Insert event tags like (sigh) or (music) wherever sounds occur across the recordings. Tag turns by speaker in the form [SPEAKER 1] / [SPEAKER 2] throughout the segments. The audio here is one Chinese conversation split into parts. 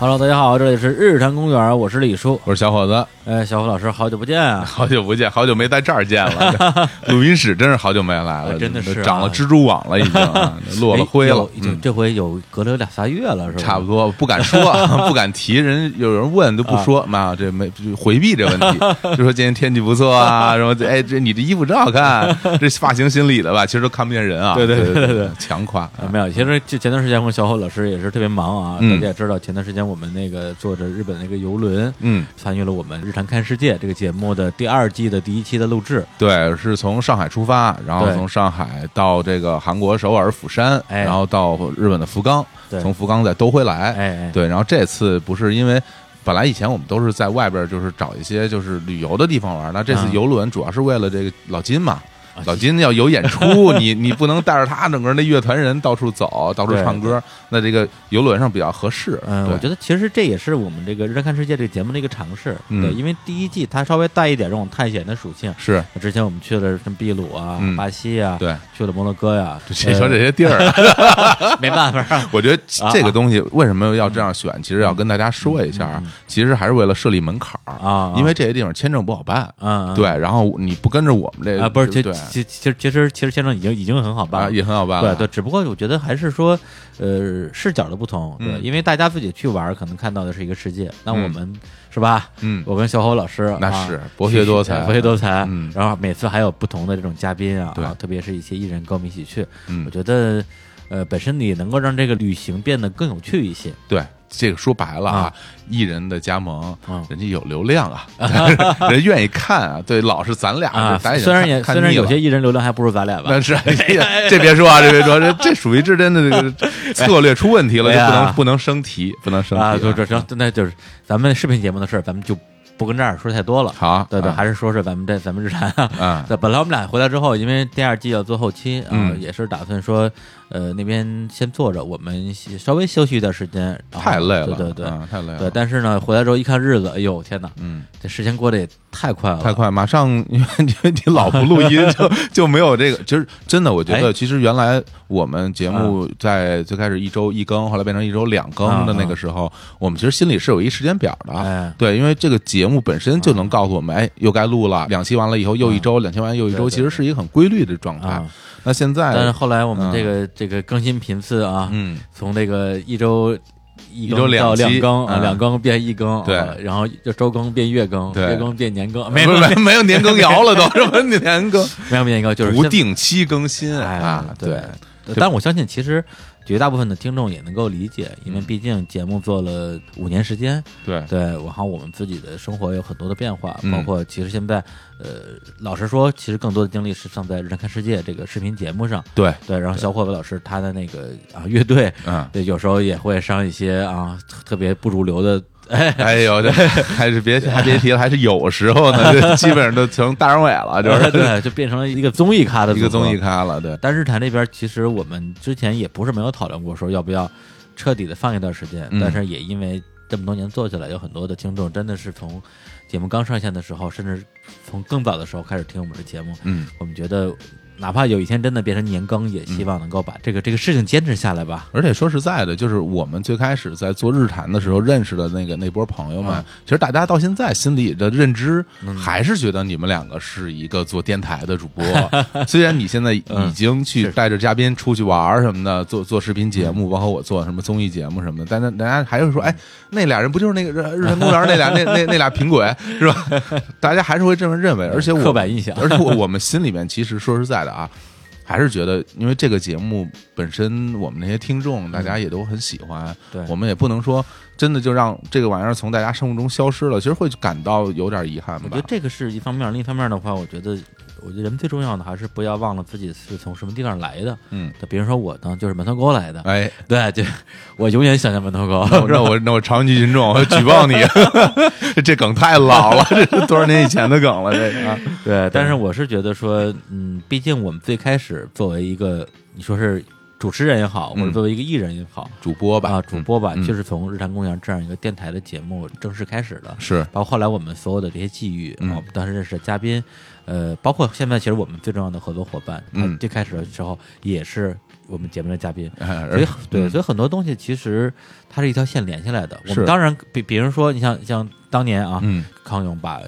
[SPEAKER 1] Hello，大家好，这里是日坛公园，我是李叔。
[SPEAKER 2] 我是小伙子， (laughs)
[SPEAKER 1] 哎，小虎老师，好久不见啊！
[SPEAKER 2] 好久不见，好久没在这儿见
[SPEAKER 1] (laughs)
[SPEAKER 2] 了。录音室真是好久没来了，
[SPEAKER 1] 真的是啊
[SPEAKER 2] 长了蜘蛛网
[SPEAKER 1] (laughs)
[SPEAKER 2] 了，已经啊落了灰
[SPEAKER 1] 哎
[SPEAKER 2] 了
[SPEAKER 1] 有。就
[SPEAKER 2] 嗯
[SPEAKER 1] 这回有隔了有俩仨月了，是吧？
[SPEAKER 2] 差不多不敢
[SPEAKER 1] (laughs)
[SPEAKER 2] 说，不敢提。人有人问都不
[SPEAKER 1] 哎
[SPEAKER 2] 说，妈，这没就回避这
[SPEAKER 1] (laughs)
[SPEAKER 2] 问题，就说今天天气不错啊，什么哎，这你这衣服真
[SPEAKER 1] (laughs)
[SPEAKER 2] 好看，这发型心理的吧，其实都看不见人啊。
[SPEAKER 1] 对对
[SPEAKER 2] 对
[SPEAKER 1] 对对
[SPEAKER 2] 对，强夸。
[SPEAKER 1] 啊，没有，其实就前段时间我跟小虎老师也是特别忙啊，
[SPEAKER 2] 嗯
[SPEAKER 1] 大家也知道，前段时间我们那个坐着日本那个游轮，
[SPEAKER 2] 嗯，
[SPEAKER 1] 参与了我们《日常看世界》这个节目的第二季的第一期的录制。
[SPEAKER 2] 对，是从上海出发，然后
[SPEAKER 1] 对
[SPEAKER 2] 从上海到这个韩国首尔、釜山，
[SPEAKER 1] 哎
[SPEAKER 2] 然后到日本的福冈
[SPEAKER 1] 对，
[SPEAKER 2] 从福冈再兜回来。
[SPEAKER 1] 哎哎
[SPEAKER 2] 对，然后这次不是因为。本来以前我们都是在外边儿，就是找一些就是旅游的地方玩儿。那这次
[SPEAKER 1] 嗯
[SPEAKER 2] 游轮主要是为了这个老金嘛，
[SPEAKER 1] 啊
[SPEAKER 2] 老金要有演出，你你不能带着他整个那乐团人到处走，到处
[SPEAKER 1] 对
[SPEAKER 2] 唱歌。那这个游轮上比较合适。
[SPEAKER 1] 嗯，我
[SPEAKER 2] 对
[SPEAKER 1] 觉得其实这也是我们这个《日常看世界》这个节目的一个尝试，
[SPEAKER 2] 嗯
[SPEAKER 1] 对，因为第一季它稍微带一点这种探险的属性。
[SPEAKER 2] 是
[SPEAKER 1] 之前我们去了什么秘鲁啊、
[SPEAKER 2] 嗯
[SPEAKER 1] 巴西啊，
[SPEAKER 2] 对，
[SPEAKER 1] 去了摩洛哥呀、
[SPEAKER 2] (laughs) 这说这些地儿啊， (laughs)
[SPEAKER 1] 呃没办法啊，嗯
[SPEAKER 2] 我觉得这个东西为什么要这样选？其实要跟大家说一下，其实还是为了设立门槛儿
[SPEAKER 1] 啊
[SPEAKER 2] 因为这些地方签证不好办。
[SPEAKER 1] 嗯，嗯
[SPEAKER 2] 对，然后你不跟着我们这
[SPEAKER 1] 啊，不是，其
[SPEAKER 2] 对
[SPEAKER 1] 其其实其实其实签证已经已经很好办
[SPEAKER 2] 啊
[SPEAKER 1] 了，
[SPEAKER 2] 也很好办
[SPEAKER 1] 对
[SPEAKER 2] 了。
[SPEAKER 1] 对，只不过我觉得还是说，呃，视角的不同，对，
[SPEAKER 2] 嗯
[SPEAKER 1] 因为大家自己去玩儿，可能看到的是一个世界，那我
[SPEAKER 2] 嗯
[SPEAKER 1] 们、是吧？
[SPEAKER 2] 嗯
[SPEAKER 1] 我跟小侯老师
[SPEAKER 2] 那
[SPEAKER 1] 啊
[SPEAKER 2] 是博学多才
[SPEAKER 1] 博学多才。
[SPEAKER 2] 嗯
[SPEAKER 1] 然后每次还有不同的这种嘉宾啊，
[SPEAKER 2] 对
[SPEAKER 1] 啊特别是一些艺人跟我们一起去，
[SPEAKER 2] 嗯
[SPEAKER 1] 我觉得。呃，本身也能够让这个旅行变得更有趣一些，
[SPEAKER 2] 对，这个说白了
[SPEAKER 1] 啊
[SPEAKER 2] 啊，艺人的加盟
[SPEAKER 1] 嗯，
[SPEAKER 2] 人家有流量啊， (laughs) 人愿意看啊。对，老是咱俩，
[SPEAKER 1] 啊。
[SPEAKER 2] 咱
[SPEAKER 1] 虽然也
[SPEAKER 2] 看
[SPEAKER 1] 虽然有。
[SPEAKER 2] 看
[SPEAKER 1] 些
[SPEAKER 2] 腻了
[SPEAKER 1] 艺人流量还不如咱俩吧，
[SPEAKER 2] 但
[SPEAKER 1] (laughs)
[SPEAKER 2] 是，哎这别说啊，这别说，这这属于这真的这个策略出问题了，
[SPEAKER 1] 哎
[SPEAKER 2] 就
[SPEAKER 1] 呀
[SPEAKER 2] 不能不能升题，不能升
[SPEAKER 1] 啊，
[SPEAKER 2] 题。
[SPEAKER 1] 就这行，那就是咱们视频节目的事儿，咱们就不跟这儿说太多了。
[SPEAKER 2] 好
[SPEAKER 1] 对对，
[SPEAKER 2] 啊
[SPEAKER 1] 还是说说咱们这咱们日常啊
[SPEAKER 2] 啊。
[SPEAKER 1] 对，本来我们俩回来之后，因为第二季要做后期啊，
[SPEAKER 2] 嗯
[SPEAKER 1] 也是打算说，呃，那边先坐着，我们先稍微休息一段时间。然后
[SPEAKER 2] 太累了，
[SPEAKER 1] 对对对。
[SPEAKER 2] 啊太累了。
[SPEAKER 1] 对，但是呢，回来之后一看日子，哎呦天哪，
[SPEAKER 2] 嗯，
[SPEAKER 1] 这时间过得也太快了，
[SPEAKER 2] 啊
[SPEAKER 1] 啊
[SPEAKER 2] 太快，马上 (laughs) 因为因为你老不录
[SPEAKER 1] (laughs)
[SPEAKER 2] 音，就就没有这个。其实真的，我觉
[SPEAKER 1] 哎啊
[SPEAKER 2] 得其实原来我们节目在最开始一周一更，后来变成一周两更的那个时候，我们其实心里是有一时间表
[SPEAKER 1] 啊哎啊
[SPEAKER 2] 的。啊对，因为这个节目本身就能告诉我们，哎，又该录了，两期完了以后又一周，两期完了又一
[SPEAKER 1] 对
[SPEAKER 2] 周，
[SPEAKER 1] 对
[SPEAKER 2] 其实是一个很规律的状态
[SPEAKER 1] 啊。
[SPEAKER 2] 那现
[SPEAKER 1] 但是
[SPEAKER 2] 在，
[SPEAKER 1] 后来我们
[SPEAKER 2] 嗯
[SPEAKER 1] 这个、这个更新频次啊，
[SPEAKER 2] 嗯，
[SPEAKER 1] 从这个一周一更
[SPEAKER 2] 一周两
[SPEAKER 1] 到
[SPEAKER 2] 期
[SPEAKER 1] 两更，啊
[SPEAKER 2] 嗯
[SPEAKER 1] 两更变一更，
[SPEAKER 2] 对
[SPEAKER 1] 啊然后就周更变月更，
[SPEAKER 2] 对
[SPEAKER 1] 月更变年更，没
[SPEAKER 2] 没
[SPEAKER 1] 有没
[SPEAKER 2] 没没有年更摇了，都什么年更
[SPEAKER 1] 有没有年更，就是
[SPEAKER 2] 不
[SPEAKER 1] 现
[SPEAKER 2] 定期更新
[SPEAKER 1] 哎
[SPEAKER 2] 啊？
[SPEAKER 1] 对
[SPEAKER 2] 对，。
[SPEAKER 1] 但我相信，其实绝大部分的听众也能够理解，因为毕竟节目做了五年时间，
[SPEAKER 2] 嗯对，
[SPEAKER 1] 对，然后我们自己的生活有很多的变化，
[SPEAKER 2] 嗯
[SPEAKER 1] 包括其实现在，呃，老实说，其实更多的精力是放在《日常看世界》这个视频节目上，
[SPEAKER 2] 对，
[SPEAKER 1] 对，然后小伙子老师他的那个啊乐
[SPEAKER 2] (laughs)
[SPEAKER 1] 队，
[SPEAKER 2] 嗯。
[SPEAKER 1] 对，有时候也会上一些啊特特别不主流
[SPEAKER 2] (laughs)
[SPEAKER 1] 的， (laughs) 哎，
[SPEAKER 2] 哎呦，这还是别还别提了，还是有时候
[SPEAKER 1] (laughs)
[SPEAKER 2] 呢，这基本上都成大张伟了，就是
[SPEAKER 1] 对，就变成了一个综艺咖的
[SPEAKER 2] (laughs) 一个
[SPEAKER 1] 组合
[SPEAKER 2] 综艺咖了。对，
[SPEAKER 1] 但日坛这边其实我们之前也不是没有讨论过，说要不要彻底的放一段时间，
[SPEAKER 2] 嗯
[SPEAKER 1] 但是也因为这么多年做下来，有很多的听众真的是从节目刚上线的时候，甚至从更早的时候开始听我们的节目，
[SPEAKER 2] 嗯，
[SPEAKER 1] 我们觉得。哪怕有一天真的变成年更，也希望能够把这个、这个事情坚持下来吧。
[SPEAKER 2] 而且说实在的，就是我们最开始在做日坛的时候认识的那个那波朋友们
[SPEAKER 1] 嗯，
[SPEAKER 2] 其实大家到现在心里的认知还是觉得你们两个是一个做电台的主
[SPEAKER 1] (laughs)
[SPEAKER 2] 播。虽然你现在已经去带着嘉宾出去玩儿什么的，做做视频节目，包括我做什么综艺节目什么的，但是大家还是
[SPEAKER 1] 嗯
[SPEAKER 2] 说，哎，那俩人不就是那个日日坛公 (laughs) 园那俩那那那俩贫鬼是吧？大家还是会这么认为，而且我
[SPEAKER 1] 嗯刻板印象
[SPEAKER 2] 而且我我们心里面其实说实在的啊，还是觉得，因为这个节目本身，我们那些听众大家也都很喜欢，
[SPEAKER 1] 对
[SPEAKER 2] 我们也不能说真的就让这个玩意儿从大家生活中消失了，其实会感到有点遗憾
[SPEAKER 1] 我觉
[SPEAKER 2] 吧
[SPEAKER 1] 得。这个是一方面，另一方面的话，我觉得，我觉得人最重要的还是不要忘了自己是从什么地方来的。
[SPEAKER 2] 嗯，
[SPEAKER 1] 对比如说我呢，就是门头沟来的，
[SPEAKER 2] 哎，
[SPEAKER 1] 对，
[SPEAKER 2] (laughs)
[SPEAKER 1] 就我永远想念门头沟。
[SPEAKER 2] 哦那我那我那我长期群众，我举报你， (laughs) 这梗太老了，这是多少年以前的梗了，这个啊
[SPEAKER 1] 对，但是我是觉得说，嗯，毕竟我们最开始作为一个你说是主持人也好，或者
[SPEAKER 2] 嗯
[SPEAKER 1] 作为一个艺人也好，
[SPEAKER 2] 主播吧，
[SPEAKER 1] 啊，主播吧，
[SPEAKER 2] 嗯
[SPEAKER 1] 就是从日坛公园这样一个电台的节目正式开始的。
[SPEAKER 2] 是
[SPEAKER 1] 包括后来我们所有的这些际遇，
[SPEAKER 2] 嗯
[SPEAKER 1] 啊我们当时认识的嘉宾，呃，包括现在其实我们最重要的合作伙伴，
[SPEAKER 2] 嗯
[SPEAKER 1] 他最开始的时候也是我们节目的嘉宾，
[SPEAKER 2] 哎而
[SPEAKER 1] 所以对，
[SPEAKER 2] 嗯
[SPEAKER 1] 所以很多东西其实它是一条线连下来的。我
[SPEAKER 2] 是
[SPEAKER 1] 们当然，比比如说，你像像当年啊，
[SPEAKER 2] 嗯
[SPEAKER 1] 康永把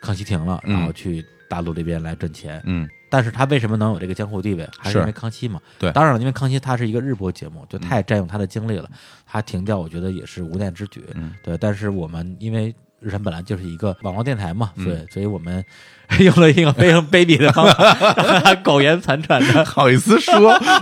[SPEAKER 1] 康熙停了，
[SPEAKER 2] 嗯
[SPEAKER 1] 然后去大陆这边来赚钱，
[SPEAKER 2] 嗯
[SPEAKER 1] 但是他为什么能有这个江湖地位，还是
[SPEAKER 2] 是
[SPEAKER 1] 因为康熙嘛？
[SPEAKER 2] 对嗯
[SPEAKER 1] 当然了，因为康熙他是一个日播节目，就太占用他的精力了，他停掉，我觉得也是无奈之举。
[SPEAKER 2] 嗯
[SPEAKER 1] 对，但是我们因为。日产本来就是一个网络电台嘛，
[SPEAKER 2] 嗯
[SPEAKER 1] 对，所以我们用了一个非常卑鄙的方法，让
[SPEAKER 2] (laughs)
[SPEAKER 1] 他苟延残喘的，
[SPEAKER 2] 好意思说，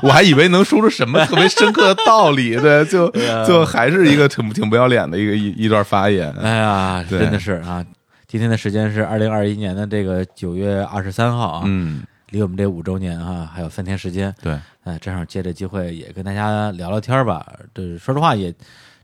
[SPEAKER 2] 我还以为能说出什么特别深刻的道理，对，就
[SPEAKER 1] 啊
[SPEAKER 2] 就还是一个挺挺不要脸的一个一一段发言。
[SPEAKER 1] 哎呀，
[SPEAKER 2] 对
[SPEAKER 1] 真的是啊！今天的时间是二零二一年的这个九月二十三号啊，
[SPEAKER 2] 嗯，
[SPEAKER 1] 离我们这五周年啊还有三天时间，
[SPEAKER 2] 对，
[SPEAKER 1] 哎，正好借这机会也跟大家聊聊天儿吧。这说实话也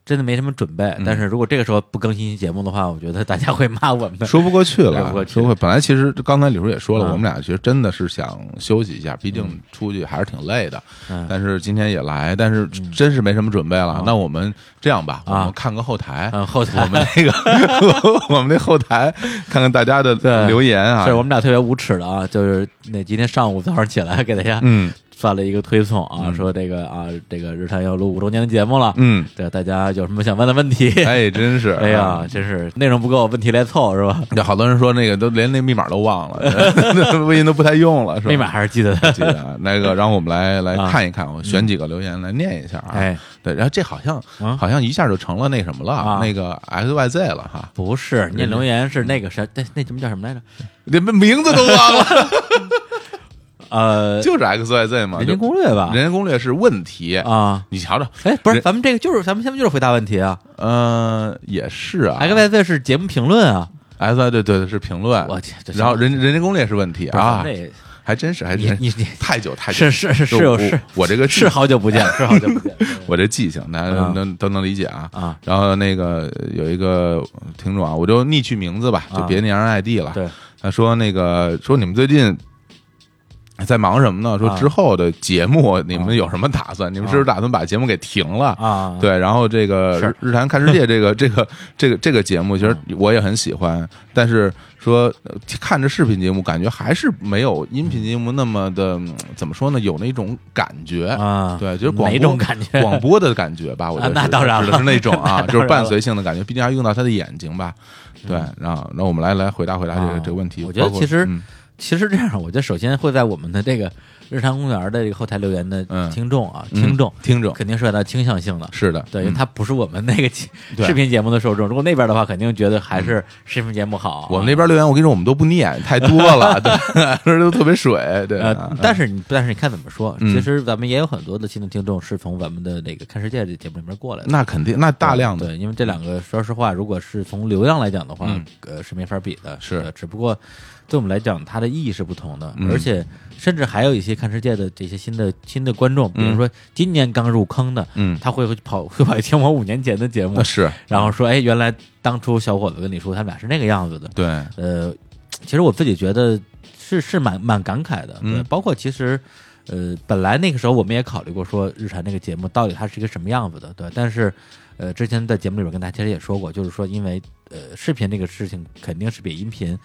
[SPEAKER 1] 真的没什么准备，
[SPEAKER 2] 嗯
[SPEAKER 1] 但是如果这个时候不更新节目的话，我觉得大家会骂我 (laughs) 们的。
[SPEAKER 2] 说不过去了，
[SPEAKER 1] 说不过去
[SPEAKER 2] 说本来其实刚才李叔也说了，
[SPEAKER 1] 嗯
[SPEAKER 2] 我们俩其实真的是想休息一下，毕竟出去还是挺累的。
[SPEAKER 1] 嗯
[SPEAKER 2] 但是今天也来，但是真是没什么准备了。那我们这样吧，我
[SPEAKER 1] 啊
[SPEAKER 2] 们看个后台，
[SPEAKER 1] 嗯，后台
[SPEAKER 2] 我们
[SPEAKER 1] (laughs)
[SPEAKER 2] 那个 (laughs) 我们那后台看看大家的
[SPEAKER 1] 对
[SPEAKER 2] 留言啊
[SPEAKER 1] 是。我们俩特别无耻的啊，就是那今天上午早上起来给大家
[SPEAKER 2] 嗯
[SPEAKER 1] 发了一个推送啊，说这个啊这个日常要录五周年的节目了，
[SPEAKER 2] 嗯，
[SPEAKER 1] 对大家有什么想问的问题？
[SPEAKER 2] 哎，真是，
[SPEAKER 1] (laughs) 哎呀，真是内容不够，问题来凑是吧？
[SPEAKER 2] 那好多人说那个都连那密码都
[SPEAKER 1] (laughs)
[SPEAKER 2] 忘了， (laughs) 微信都不太用了，是吧？
[SPEAKER 1] 密码还是记得的。
[SPEAKER 2] 记得啊那个，然后我们来来
[SPEAKER 1] 啊
[SPEAKER 2] 看一看，我选几个留言来念一下啊。
[SPEAKER 1] 哎，
[SPEAKER 2] 对，然后这好像
[SPEAKER 1] 啊
[SPEAKER 2] 好像一下就成了那什么了
[SPEAKER 1] 啊，
[SPEAKER 2] 那个 X Y Z 了哈，
[SPEAKER 1] (laughs) 不是念留言是那个谁，那那节目叫什么来着？
[SPEAKER 2] 连名字都忘了，
[SPEAKER 1] 呃，
[SPEAKER 2] (laughs) 就是 X Y Z 嘛。
[SPEAKER 1] 人间
[SPEAKER 2] 就
[SPEAKER 1] 攻略吧？
[SPEAKER 2] 人间攻略是问题，
[SPEAKER 1] 啊，
[SPEAKER 2] 你瞧瞧，
[SPEAKER 1] 哎，不是，
[SPEAKER 2] 人
[SPEAKER 1] 咱们这个就是咱们现在就是回答问题啊。
[SPEAKER 2] 呃，也是啊
[SPEAKER 1] X Y Z 是节目评论啊，
[SPEAKER 2] ，X Y 对对对是评论，
[SPEAKER 1] 我去这
[SPEAKER 2] 然后人人间攻略是问题
[SPEAKER 1] 不是咱
[SPEAKER 2] 啊
[SPEAKER 1] 们，这
[SPEAKER 2] 还真是还
[SPEAKER 1] 你
[SPEAKER 2] 真
[SPEAKER 1] 你你
[SPEAKER 2] 太久太久
[SPEAKER 1] 是是是是
[SPEAKER 2] 就
[SPEAKER 1] 有
[SPEAKER 2] 我
[SPEAKER 1] 是
[SPEAKER 2] 我这个
[SPEAKER 1] 是好久不见，是好久不 (laughs) 见。
[SPEAKER 2] 我这记性，大家
[SPEAKER 1] 啊
[SPEAKER 2] 能都能理解啊。
[SPEAKER 1] 啊
[SPEAKER 2] 然后那个有一个听众啊，我就逆去名字吧，就
[SPEAKER 1] 啊
[SPEAKER 2] 别念人 ID 了。
[SPEAKER 1] 对，
[SPEAKER 2] 他说那个说你们最近在忙什么呢？说
[SPEAKER 1] 啊
[SPEAKER 2] 之后的节目你们有什么打算？你们是不是打算把节目给停了？
[SPEAKER 1] 啊，
[SPEAKER 2] 对，然后这个
[SPEAKER 1] 是嗯
[SPEAKER 2] 日日坛看世界这
[SPEAKER 1] (laughs)
[SPEAKER 2] 个这个这个这个节目，其实我也很喜欢，但是说呃看着视频节目，感觉还是没有音频节目那么的嗯怎么说呢？有那种感觉
[SPEAKER 1] 啊
[SPEAKER 2] 对，就是广
[SPEAKER 1] 哪
[SPEAKER 2] 播
[SPEAKER 1] 种感 (laughs) 觉
[SPEAKER 2] 广播的感
[SPEAKER 1] (laughs)
[SPEAKER 2] 觉吧，我觉
[SPEAKER 1] 啊
[SPEAKER 2] 得
[SPEAKER 1] 那
[SPEAKER 2] 是
[SPEAKER 1] 当然
[SPEAKER 2] 指的是
[SPEAKER 1] 了
[SPEAKER 2] 那种
[SPEAKER 1] (laughs)
[SPEAKER 2] 啊，
[SPEAKER 1] 当
[SPEAKER 2] 就是
[SPEAKER 1] 然
[SPEAKER 2] 伴
[SPEAKER 1] 了嗯
[SPEAKER 2] 随性的感觉，毕竟还用到他的眼睛吧。对，然后然后我们来来回答回答这个
[SPEAKER 1] 啊
[SPEAKER 2] 这个问题。
[SPEAKER 1] 我觉得
[SPEAKER 2] 包括
[SPEAKER 1] 其实
[SPEAKER 2] 嗯
[SPEAKER 1] 其实这样，我觉得首先会在我们的这个日常公园的这个后台留言的
[SPEAKER 2] 嗯
[SPEAKER 1] 听众啊，
[SPEAKER 2] 嗯
[SPEAKER 1] 听众
[SPEAKER 2] 听众
[SPEAKER 1] 肯定是有它倾向性的。
[SPEAKER 2] 是的，
[SPEAKER 1] 对，因为
[SPEAKER 2] 嗯
[SPEAKER 1] 它不是我们那个
[SPEAKER 2] 对
[SPEAKER 1] 视频节目的受众。如果那边的话，肯定觉得还是视频节目好啊。
[SPEAKER 2] 我们那边留言，我跟你说，我们都不念，太多
[SPEAKER 1] (laughs)
[SPEAKER 2] 了，对，这都特别水，对啊
[SPEAKER 1] 呃，，但是你但是你看怎么说？
[SPEAKER 2] 嗯
[SPEAKER 1] 其实咱们也有很多的新的听众是从咱们的那个看世界这节目里面过来的，
[SPEAKER 2] 那肯定，那大量的
[SPEAKER 1] 对，因为这两个说实话，如果是从流量来讲的话，
[SPEAKER 2] 嗯
[SPEAKER 1] 呃，是没法比的，
[SPEAKER 2] 是
[SPEAKER 1] 呃只不过对我们来讲，它的意义是不同的，
[SPEAKER 2] 嗯
[SPEAKER 1] 而且甚至还有一些看世界的这些新的新的观众，比如
[SPEAKER 2] 嗯
[SPEAKER 1] 说今年刚入坑的，
[SPEAKER 2] 嗯
[SPEAKER 1] 他会会跑会跑去听我五年前的节目
[SPEAKER 2] 那，是
[SPEAKER 1] 然后说，哎，原来当初小伙子跟你说他们俩是那个样子的， (laughs)
[SPEAKER 2] 对，
[SPEAKER 1] 呃，其实我自己觉得是是蛮蛮感慨的，对，
[SPEAKER 2] 嗯
[SPEAKER 1] 包括其实呃，本来那个时候我们也考虑过说日产这个节目到底它是一个什么样子的，对，但是呃，之前在节目里边跟大家其实也说过，就是说因为呃，视频这个事情肯定是比音频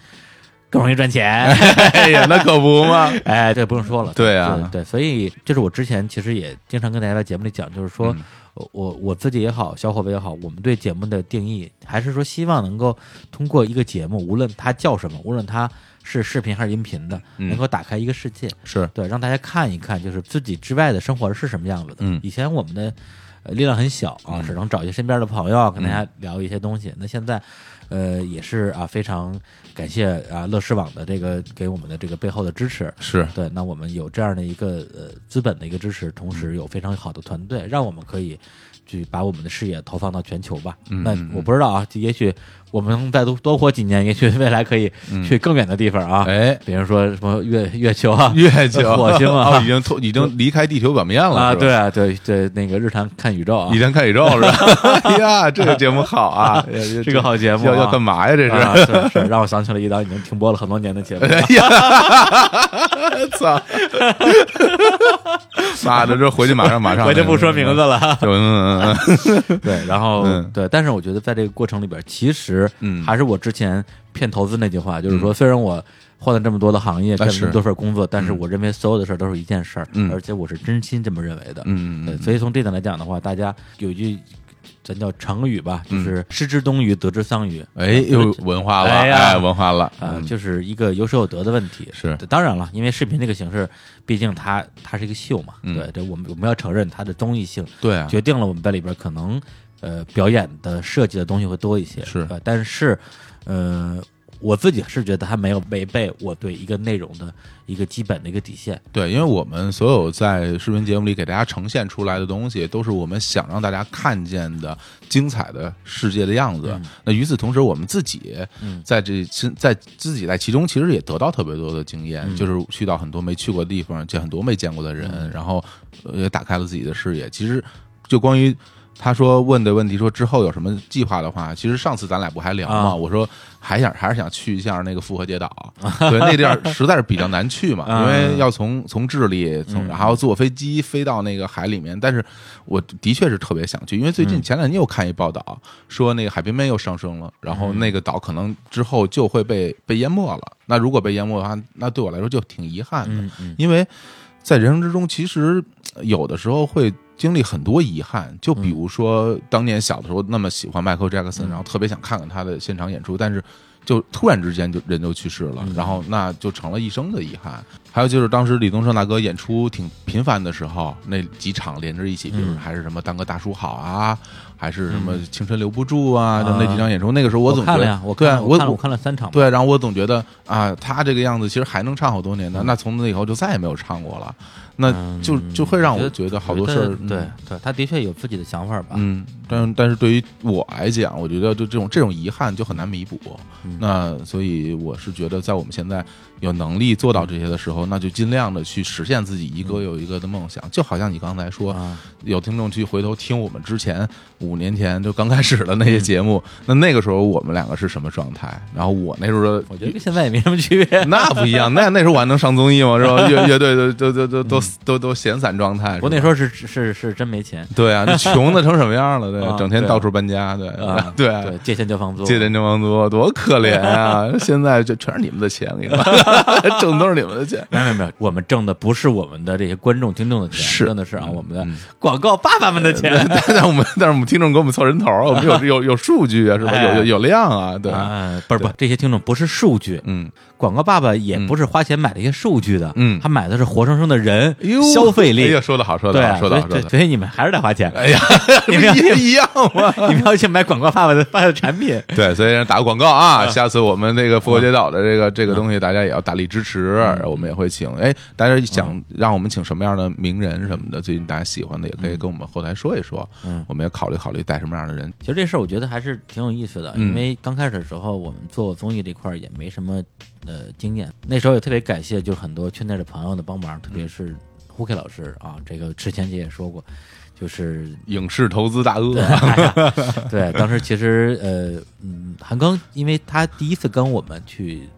[SPEAKER 1] 更容易赚钱，
[SPEAKER 2] 哎呀，那可不嘛，
[SPEAKER 1] (laughs) 哎，这不用说了，
[SPEAKER 2] 对啊
[SPEAKER 1] 对对，所以就是我之前其实也经常跟大家在节目里讲，就是说。
[SPEAKER 2] 嗯
[SPEAKER 1] 我我我自己也好，小伙子也好，我们对节目的定义还是说希望能够通过一个节目，无论它叫什么，无论它是视频还是音频的，
[SPEAKER 2] 嗯
[SPEAKER 1] 能够打开一个世界，
[SPEAKER 2] 是
[SPEAKER 1] 对，让大家看一看，就是自己之外的生活是什么样子的。
[SPEAKER 2] 嗯
[SPEAKER 1] 以前我们的呃力量很小啊，只能找一些身边的朋友跟大
[SPEAKER 2] 嗯
[SPEAKER 1] 家聊一些东西。那现在，呃，也是啊，非常感谢啊乐视网的这个给我们的这个背后的支持，
[SPEAKER 2] 是，
[SPEAKER 1] 对，那我们有这样的一个呃资本的一个支持，同
[SPEAKER 2] 嗯
[SPEAKER 1] 时有非常好的团队，让我们可以去把我们的视野投放到全球吧。
[SPEAKER 2] 嗯
[SPEAKER 1] 那
[SPEAKER 2] 嗯
[SPEAKER 1] 我不知道啊，也许我们能再多多活几年，也许未来可以去更远的地方啊，
[SPEAKER 2] 哎，
[SPEAKER 1] 比如说什么月月球啊。 (laughs)
[SPEAKER 2] 月球、
[SPEAKER 1] 火星啊
[SPEAKER 2] 哦已经脱已经离开地球表面了，
[SPEAKER 1] 啊，
[SPEAKER 2] 是吧
[SPEAKER 1] 对啊，对对，那个日常看看宇宙啊
[SPEAKER 2] 倚，天看宇 (laughs) 宙是
[SPEAKER 1] (laughs)
[SPEAKER 2] 吧？哎呀，这个节目好啊，
[SPEAKER 1] 这个好节目
[SPEAKER 2] 要
[SPEAKER 1] 啊
[SPEAKER 2] 要干嘛呀？这是，
[SPEAKER 1] 啊是是让我想起了一档已经停播了很多年的节目。
[SPEAKER 2] (laughs) 哎呀， (laughs) 操！ (laughs) 妈的，这回去马上马上，
[SPEAKER 1] 我就不说名字了。
[SPEAKER 2] 就。嗯嗯嗯
[SPEAKER 1] 对，然后、
[SPEAKER 2] 嗯
[SPEAKER 1] 对，但是我觉得在这个过程里边，其实
[SPEAKER 2] 嗯
[SPEAKER 1] 还是我之前骗投资那句话，就是说，虽然我换了这么多的行业，干了这
[SPEAKER 2] 啊是
[SPEAKER 1] 么多份工作，但是我认为所有的事儿都是一件事儿，
[SPEAKER 2] 嗯
[SPEAKER 1] 而且我是真心这么认为的。
[SPEAKER 2] 嗯嗯
[SPEAKER 1] 对，
[SPEAKER 2] 嗯，
[SPEAKER 1] 所以从这点来讲的话，大家有一句咱叫成语吧，就
[SPEAKER 2] 嗯
[SPEAKER 1] 是失之东榆，得之桑榆。
[SPEAKER 2] 哎，又文化了，
[SPEAKER 1] 哎呀
[SPEAKER 2] 哎，文化了，
[SPEAKER 1] 啊、
[SPEAKER 2] 嗯
[SPEAKER 1] 就是一个有舍有得的问题。
[SPEAKER 2] 是
[SPEAKER 1] 当然了，因为视频这个形式，毕竟它它是一个秀嘛，
[SPEAKER 2] 嗯
[SPEAKER 1] 对，这我们我们要承认它的综艺性，
[SPEAKER 2] 对啊，
[SPEAKER 1] 决定了我们在里边可能呃表演的设计的东西会多一些，
[SPEAKER 2] 是
[SPEAKER 1] 呃但是呃，我自己是觉得它没有违背我对一个内容的一个基本的一个底线，
[SPEAKER 2] 对，因为我们所有在视频节目里给大家呈现出来的东西，都是我们想让大家看见的精彩的世界的样子。那与此同时，我们自己
[SPEAKER 1] 嗯嗯
[SPEAKER 2] 在这身在自己在其中，其实也得到特别多的经验，就是去到很多没去过的地方，见很多没见过的人，然后呃也打开了自己的视野。其实就关于。他说问的问题说之后有什么计划的话，其实上次咱俩不还聊吗？
[SPEAKER 1] 啊
[SPEAKER 2] 我说还想还是想去一下那个复活节岛， (laughs) 对，那地儿实在是比较难去嘛，因为要从从智利，从然后坐飞机飞到那个海里面。但是我的确是特别想去，因为最近前两天又看一报道，说那个海平面又上升了，然后那个岛可能之后就会被被淹没了。那如果被淹没的话，那对我来说就挺遗憾的，
[SPEAKER 1] 嗯嗯
[SPEAKER 2] 因为在人生之中，其实呃有的时候会经历很多遗憾。就比如说，当年小的时候那么喜欢迈克尔·杰克
[SPEAKER 1] 嗯
[SPEAKER 2] 森，然后特别想看看他的现场演出，但是就突然之间就人就去世了，
[SPEAKER 1] 嗯
[SPEAKER 2] 然后那就成了一生的遗憾。还有就是当时李宗盛大哥演出挺频繁的时候，那几场连着一起，比如
[SPEAKER 1] 嗯
[SPEAKER 2] 还是什么《当个大叔好》啊，还是什么《青春留不住》啊，就那几场演出，那个时候
[SPEAKER 1] 呃我
[SPEAKER 2] 总觉
[SPEAKER 1] 看了
[SPEAKER 2] 得
[SPEAKER 1] 呀，，我
[SPEAKER 2] 对
[SPEAKER 1] 看
[SPEAKER 2] 啊
[SPEAKER 1] 了
[SPEAKER 2] 我
[SPEAKER 1] 我看了我看了三场，，
[SPEAKER 2] 对，然后我总觉得啊，他这个样子其实还能唱好多年呢。那从那以后就再也没有唱过了，那就
[SPEAKER 1] 嗯
[SPEAKER 2] 就会让我觉得好多事儿。嗯
[SPEAKER 1] 对对，他的确有自己的想法吧，
[SPEAKER 2] 嗯，嗯，但但是对于我来讲，我觉得就这种这种遗憾就很难弥补。
[SPEAKER 1] 嗯
[SPEAKER 2] 那所以我是觉得，在我们现在有能力做到这些的时候，那就尽量的去实现自己一个又一个的梦想。就好像你刚才说，
[SPEAKER 1] 嗯啊，
[SPEAKER 2] 有听众去回头听我们之前五年前就刚开始的
[SPEAKER 1] 嗯
[SPEAKER 2] 那些节目，那那个时候我们两个是什么状态？然后我那时候
[SPEAKER 1] 我觉得跟现在也没什么区别。
[SPEAKER 2] (laughs) 那不一样，那那时候我还能上综艺吗？
[SPEAKER 1] (laughs)
[SPEAKER 2] 是吧？乐乐队都都都都都都都闲散状态。是吧
[SPEAKER 1] 嗯我那时候是是是真没
[SPEAKER 2] (laughs)
[SPEAKER 1] 钱
[SPEAKER 2] 对啊，那穷的成什么样了？
[SPEAKER 1] (laughs) 啊
[SPEAKER 2] 对，整天
[SPEAKER 1] 对啊
[SPEAKER 2] 到处搬家，对
[SPEAKER 1] 啊，
[SPEAKER 2] 对啊，
[SPEAKER 1] 对，借钱交房租，
[SPEAKER 2] 借点这帮多多可怜
[SPEAKER 1] (laughs)
[SPEAKER 2] 啊！现在就全是你们的钱，我跟你说，挣都是你们
[SPEAKER 1] (laughs)
[SPEAKER 2] 的钱。
[SPEAKER 1] 没有没有没有，我们挣的不是我们的这些观众听众的钱，
[SPEAKER 2] 是嗯
[SPEAKER 1] 挣的是啊我们的广告爸爸们的钱。
[SPEAKER 2] (laughs) 但但我们但是我们听众给我们凑人头，我
[SPEAKER 1] 哎
[SPEAKER 2] 们有有有数据啊，是吧？有有有量啊，对，
[SPEAKER 1] 啊，不是不是，这些听众不是数据，
[SPEAKER 2] 嗯，
[SPEAKER 1] 广告爸爸也不是花钱买这些数据的，
[SPEAKER 2] 嗯
[SPEAKER 1] 他买的是活生生的人
[SPEAKER 2] 哎呦，
[SPEAKER 1] 消费
[SPEAKER 2] 哎
[SPEAKER 1] 力
[SPEAKER 2] 呀，，说的好，说
[SPEAKER 1] 对
[SPEAKER 2] 的好，
[SPEAKER 1] 啊，
[SPEAKER 2] 说
[SPEAKER 1] 所
[SPEAKER 2] 的
[SPEAKER 1] 以
[SPEAKER 2] 好，说
[SPEAKER 1] 对
[SPEAKER 2] 的好，
[SPEAKER 1] 所以你们还是得花钱，
[SPEAKER 2] 哎呀，不
[SPEAKER 1] 你们要
[SPEAKER 2] 也一样吗？
[SPEAKER 1] (laughs) 你们要去买广告爸爸的爸爸的产品， (laughs)
[SPEAKER 2] 对，所以打个广告
[SPEAKER 1] 嗯
[SPEAKER 2] 啊，下次我们这个复活节岛的这个这个东西，大家也要大力支持，
[SPEAKER 1] 嗯
[SPEAKER 2] 我们也会请。哎，大家想让我们请什么样的名人什么的，最近大家喜欢的也可以跟我们后台说一说，
[SPEAKER 1] 嗯
[SPEAKER 2] 我们也考虑考虑带什么样的人。
[SPEAKER 1] 其实这事儿我觉得还是挺有意思的，
[SPEAKER 2] 嗯
[SPEAKER 1] 因为刚开始的时候我们做综艺这块儿也没什么呃经验，那时候也特别感谢就是很多圈内的朋友的帮忙，特别是胡 K 老师啊，这个之前姐也说过，就是
[SPEAKER 2] 影视投资大鳄，
[SPEAKER 1] (laughs) 对，当时其实呃，嗯，韩庚，因为他第一次跟我们去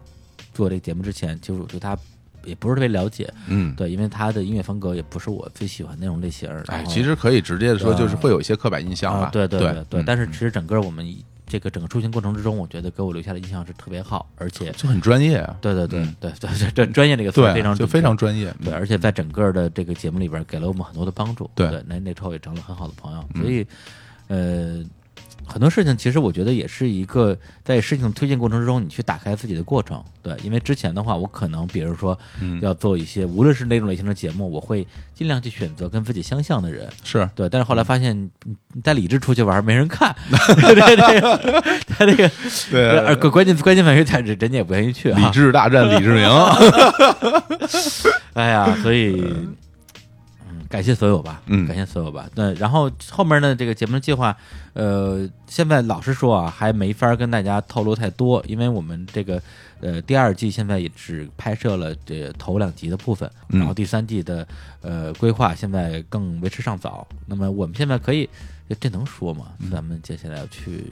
[SPEAKER 1] 做这个节目之前，其实我对他也不是特别了解，
[SPEAKER 2] (laughs) 嗯，
[SPEAKER 1] 对，因为他的音乐风格也不是我最喜欢那种类型儿。然
[SPEAKER 2] 哎，
[SPEAKER 1] 后
[SPEAKER 2] 其实可以直接的说，
[SPEAKER 1] 对
[SPEAKER 2] 就是会有一些刻板印象
[SPEAKER 1] 啊
[SPEAKER 2] 吧，，
[SPEAKER 1] 对
[SPEAKER 2] 对
[SPEAKER 1] 对对，
[SPEAKER 2] 嗯
[SPEAKER 1] 但是其实整个我们这个整个出行过程之中，我觉得给我留下的印象是特别好，而且
[SPEAKER 2] 就很专业啊，
[SPEAKER 1] 对对对
[SPEAKER 2] 嗯
[SPEAKER 1] 对对对，这专业这个词
[SPEAKER 2] 对，
[SPEAKER 1] 非常
[SPEAKER 2] 就
[SPEAKER 1] 准
[SPEAKER 2] 非
[SPEAKER 1] 确
[SPEAKER 2] 常专业，
[SPEAKER 1] 对，而且在整个的这个节目里边，给了我们很多的帮助。
[SPEAKER 2] 对
[SPEAKER 1] 那那之后也成了很好的朋友，所以，呃，很多事情其实我觉得也是一个在事情推进过程之中，你去打开自己的过程。对，因为之前的话，我可能比如说
[SPEAKER 2] 嗯
[SPEAKER 1] 要做一些，无论是哪种类型的节目，我会尽量去选择跟自己相像的人。
[SPEAKER 2] 是。
[SPEAKER 1] 对，但是后来发现，你你带理智出去玩没人看，对对对，他这个，
[SPEAKER 2] 对
[SPEAKER 1] 而关键关键反正他人人家也不愿意去啊，
[SPEAKER 2] 理
[SPEAKER 1] 啊
[SPEAKER 2] 智大战李志明，
[SPEAKER 1] 哎呀，所以，嗯，嗯感谢所有吧，
[SPEAKER 2] 嗯
[SPEAKER 1] 感谢所有吧。那然后后面呢，这个节目计划，呃，现在老实说啊，还没法跟大家透露太多，因为我们这个呃第二季现在也只拍摄了这头两集的部分，
[SPEAKER 2] 嗯
[SPEAKER 1] 然后第三季的呃规划现在更为时尚早。那么我们现在可以，这这能说吗？
[SPEAKER 2] 嗯
[SPEAKER 1] 咱们接下来要去，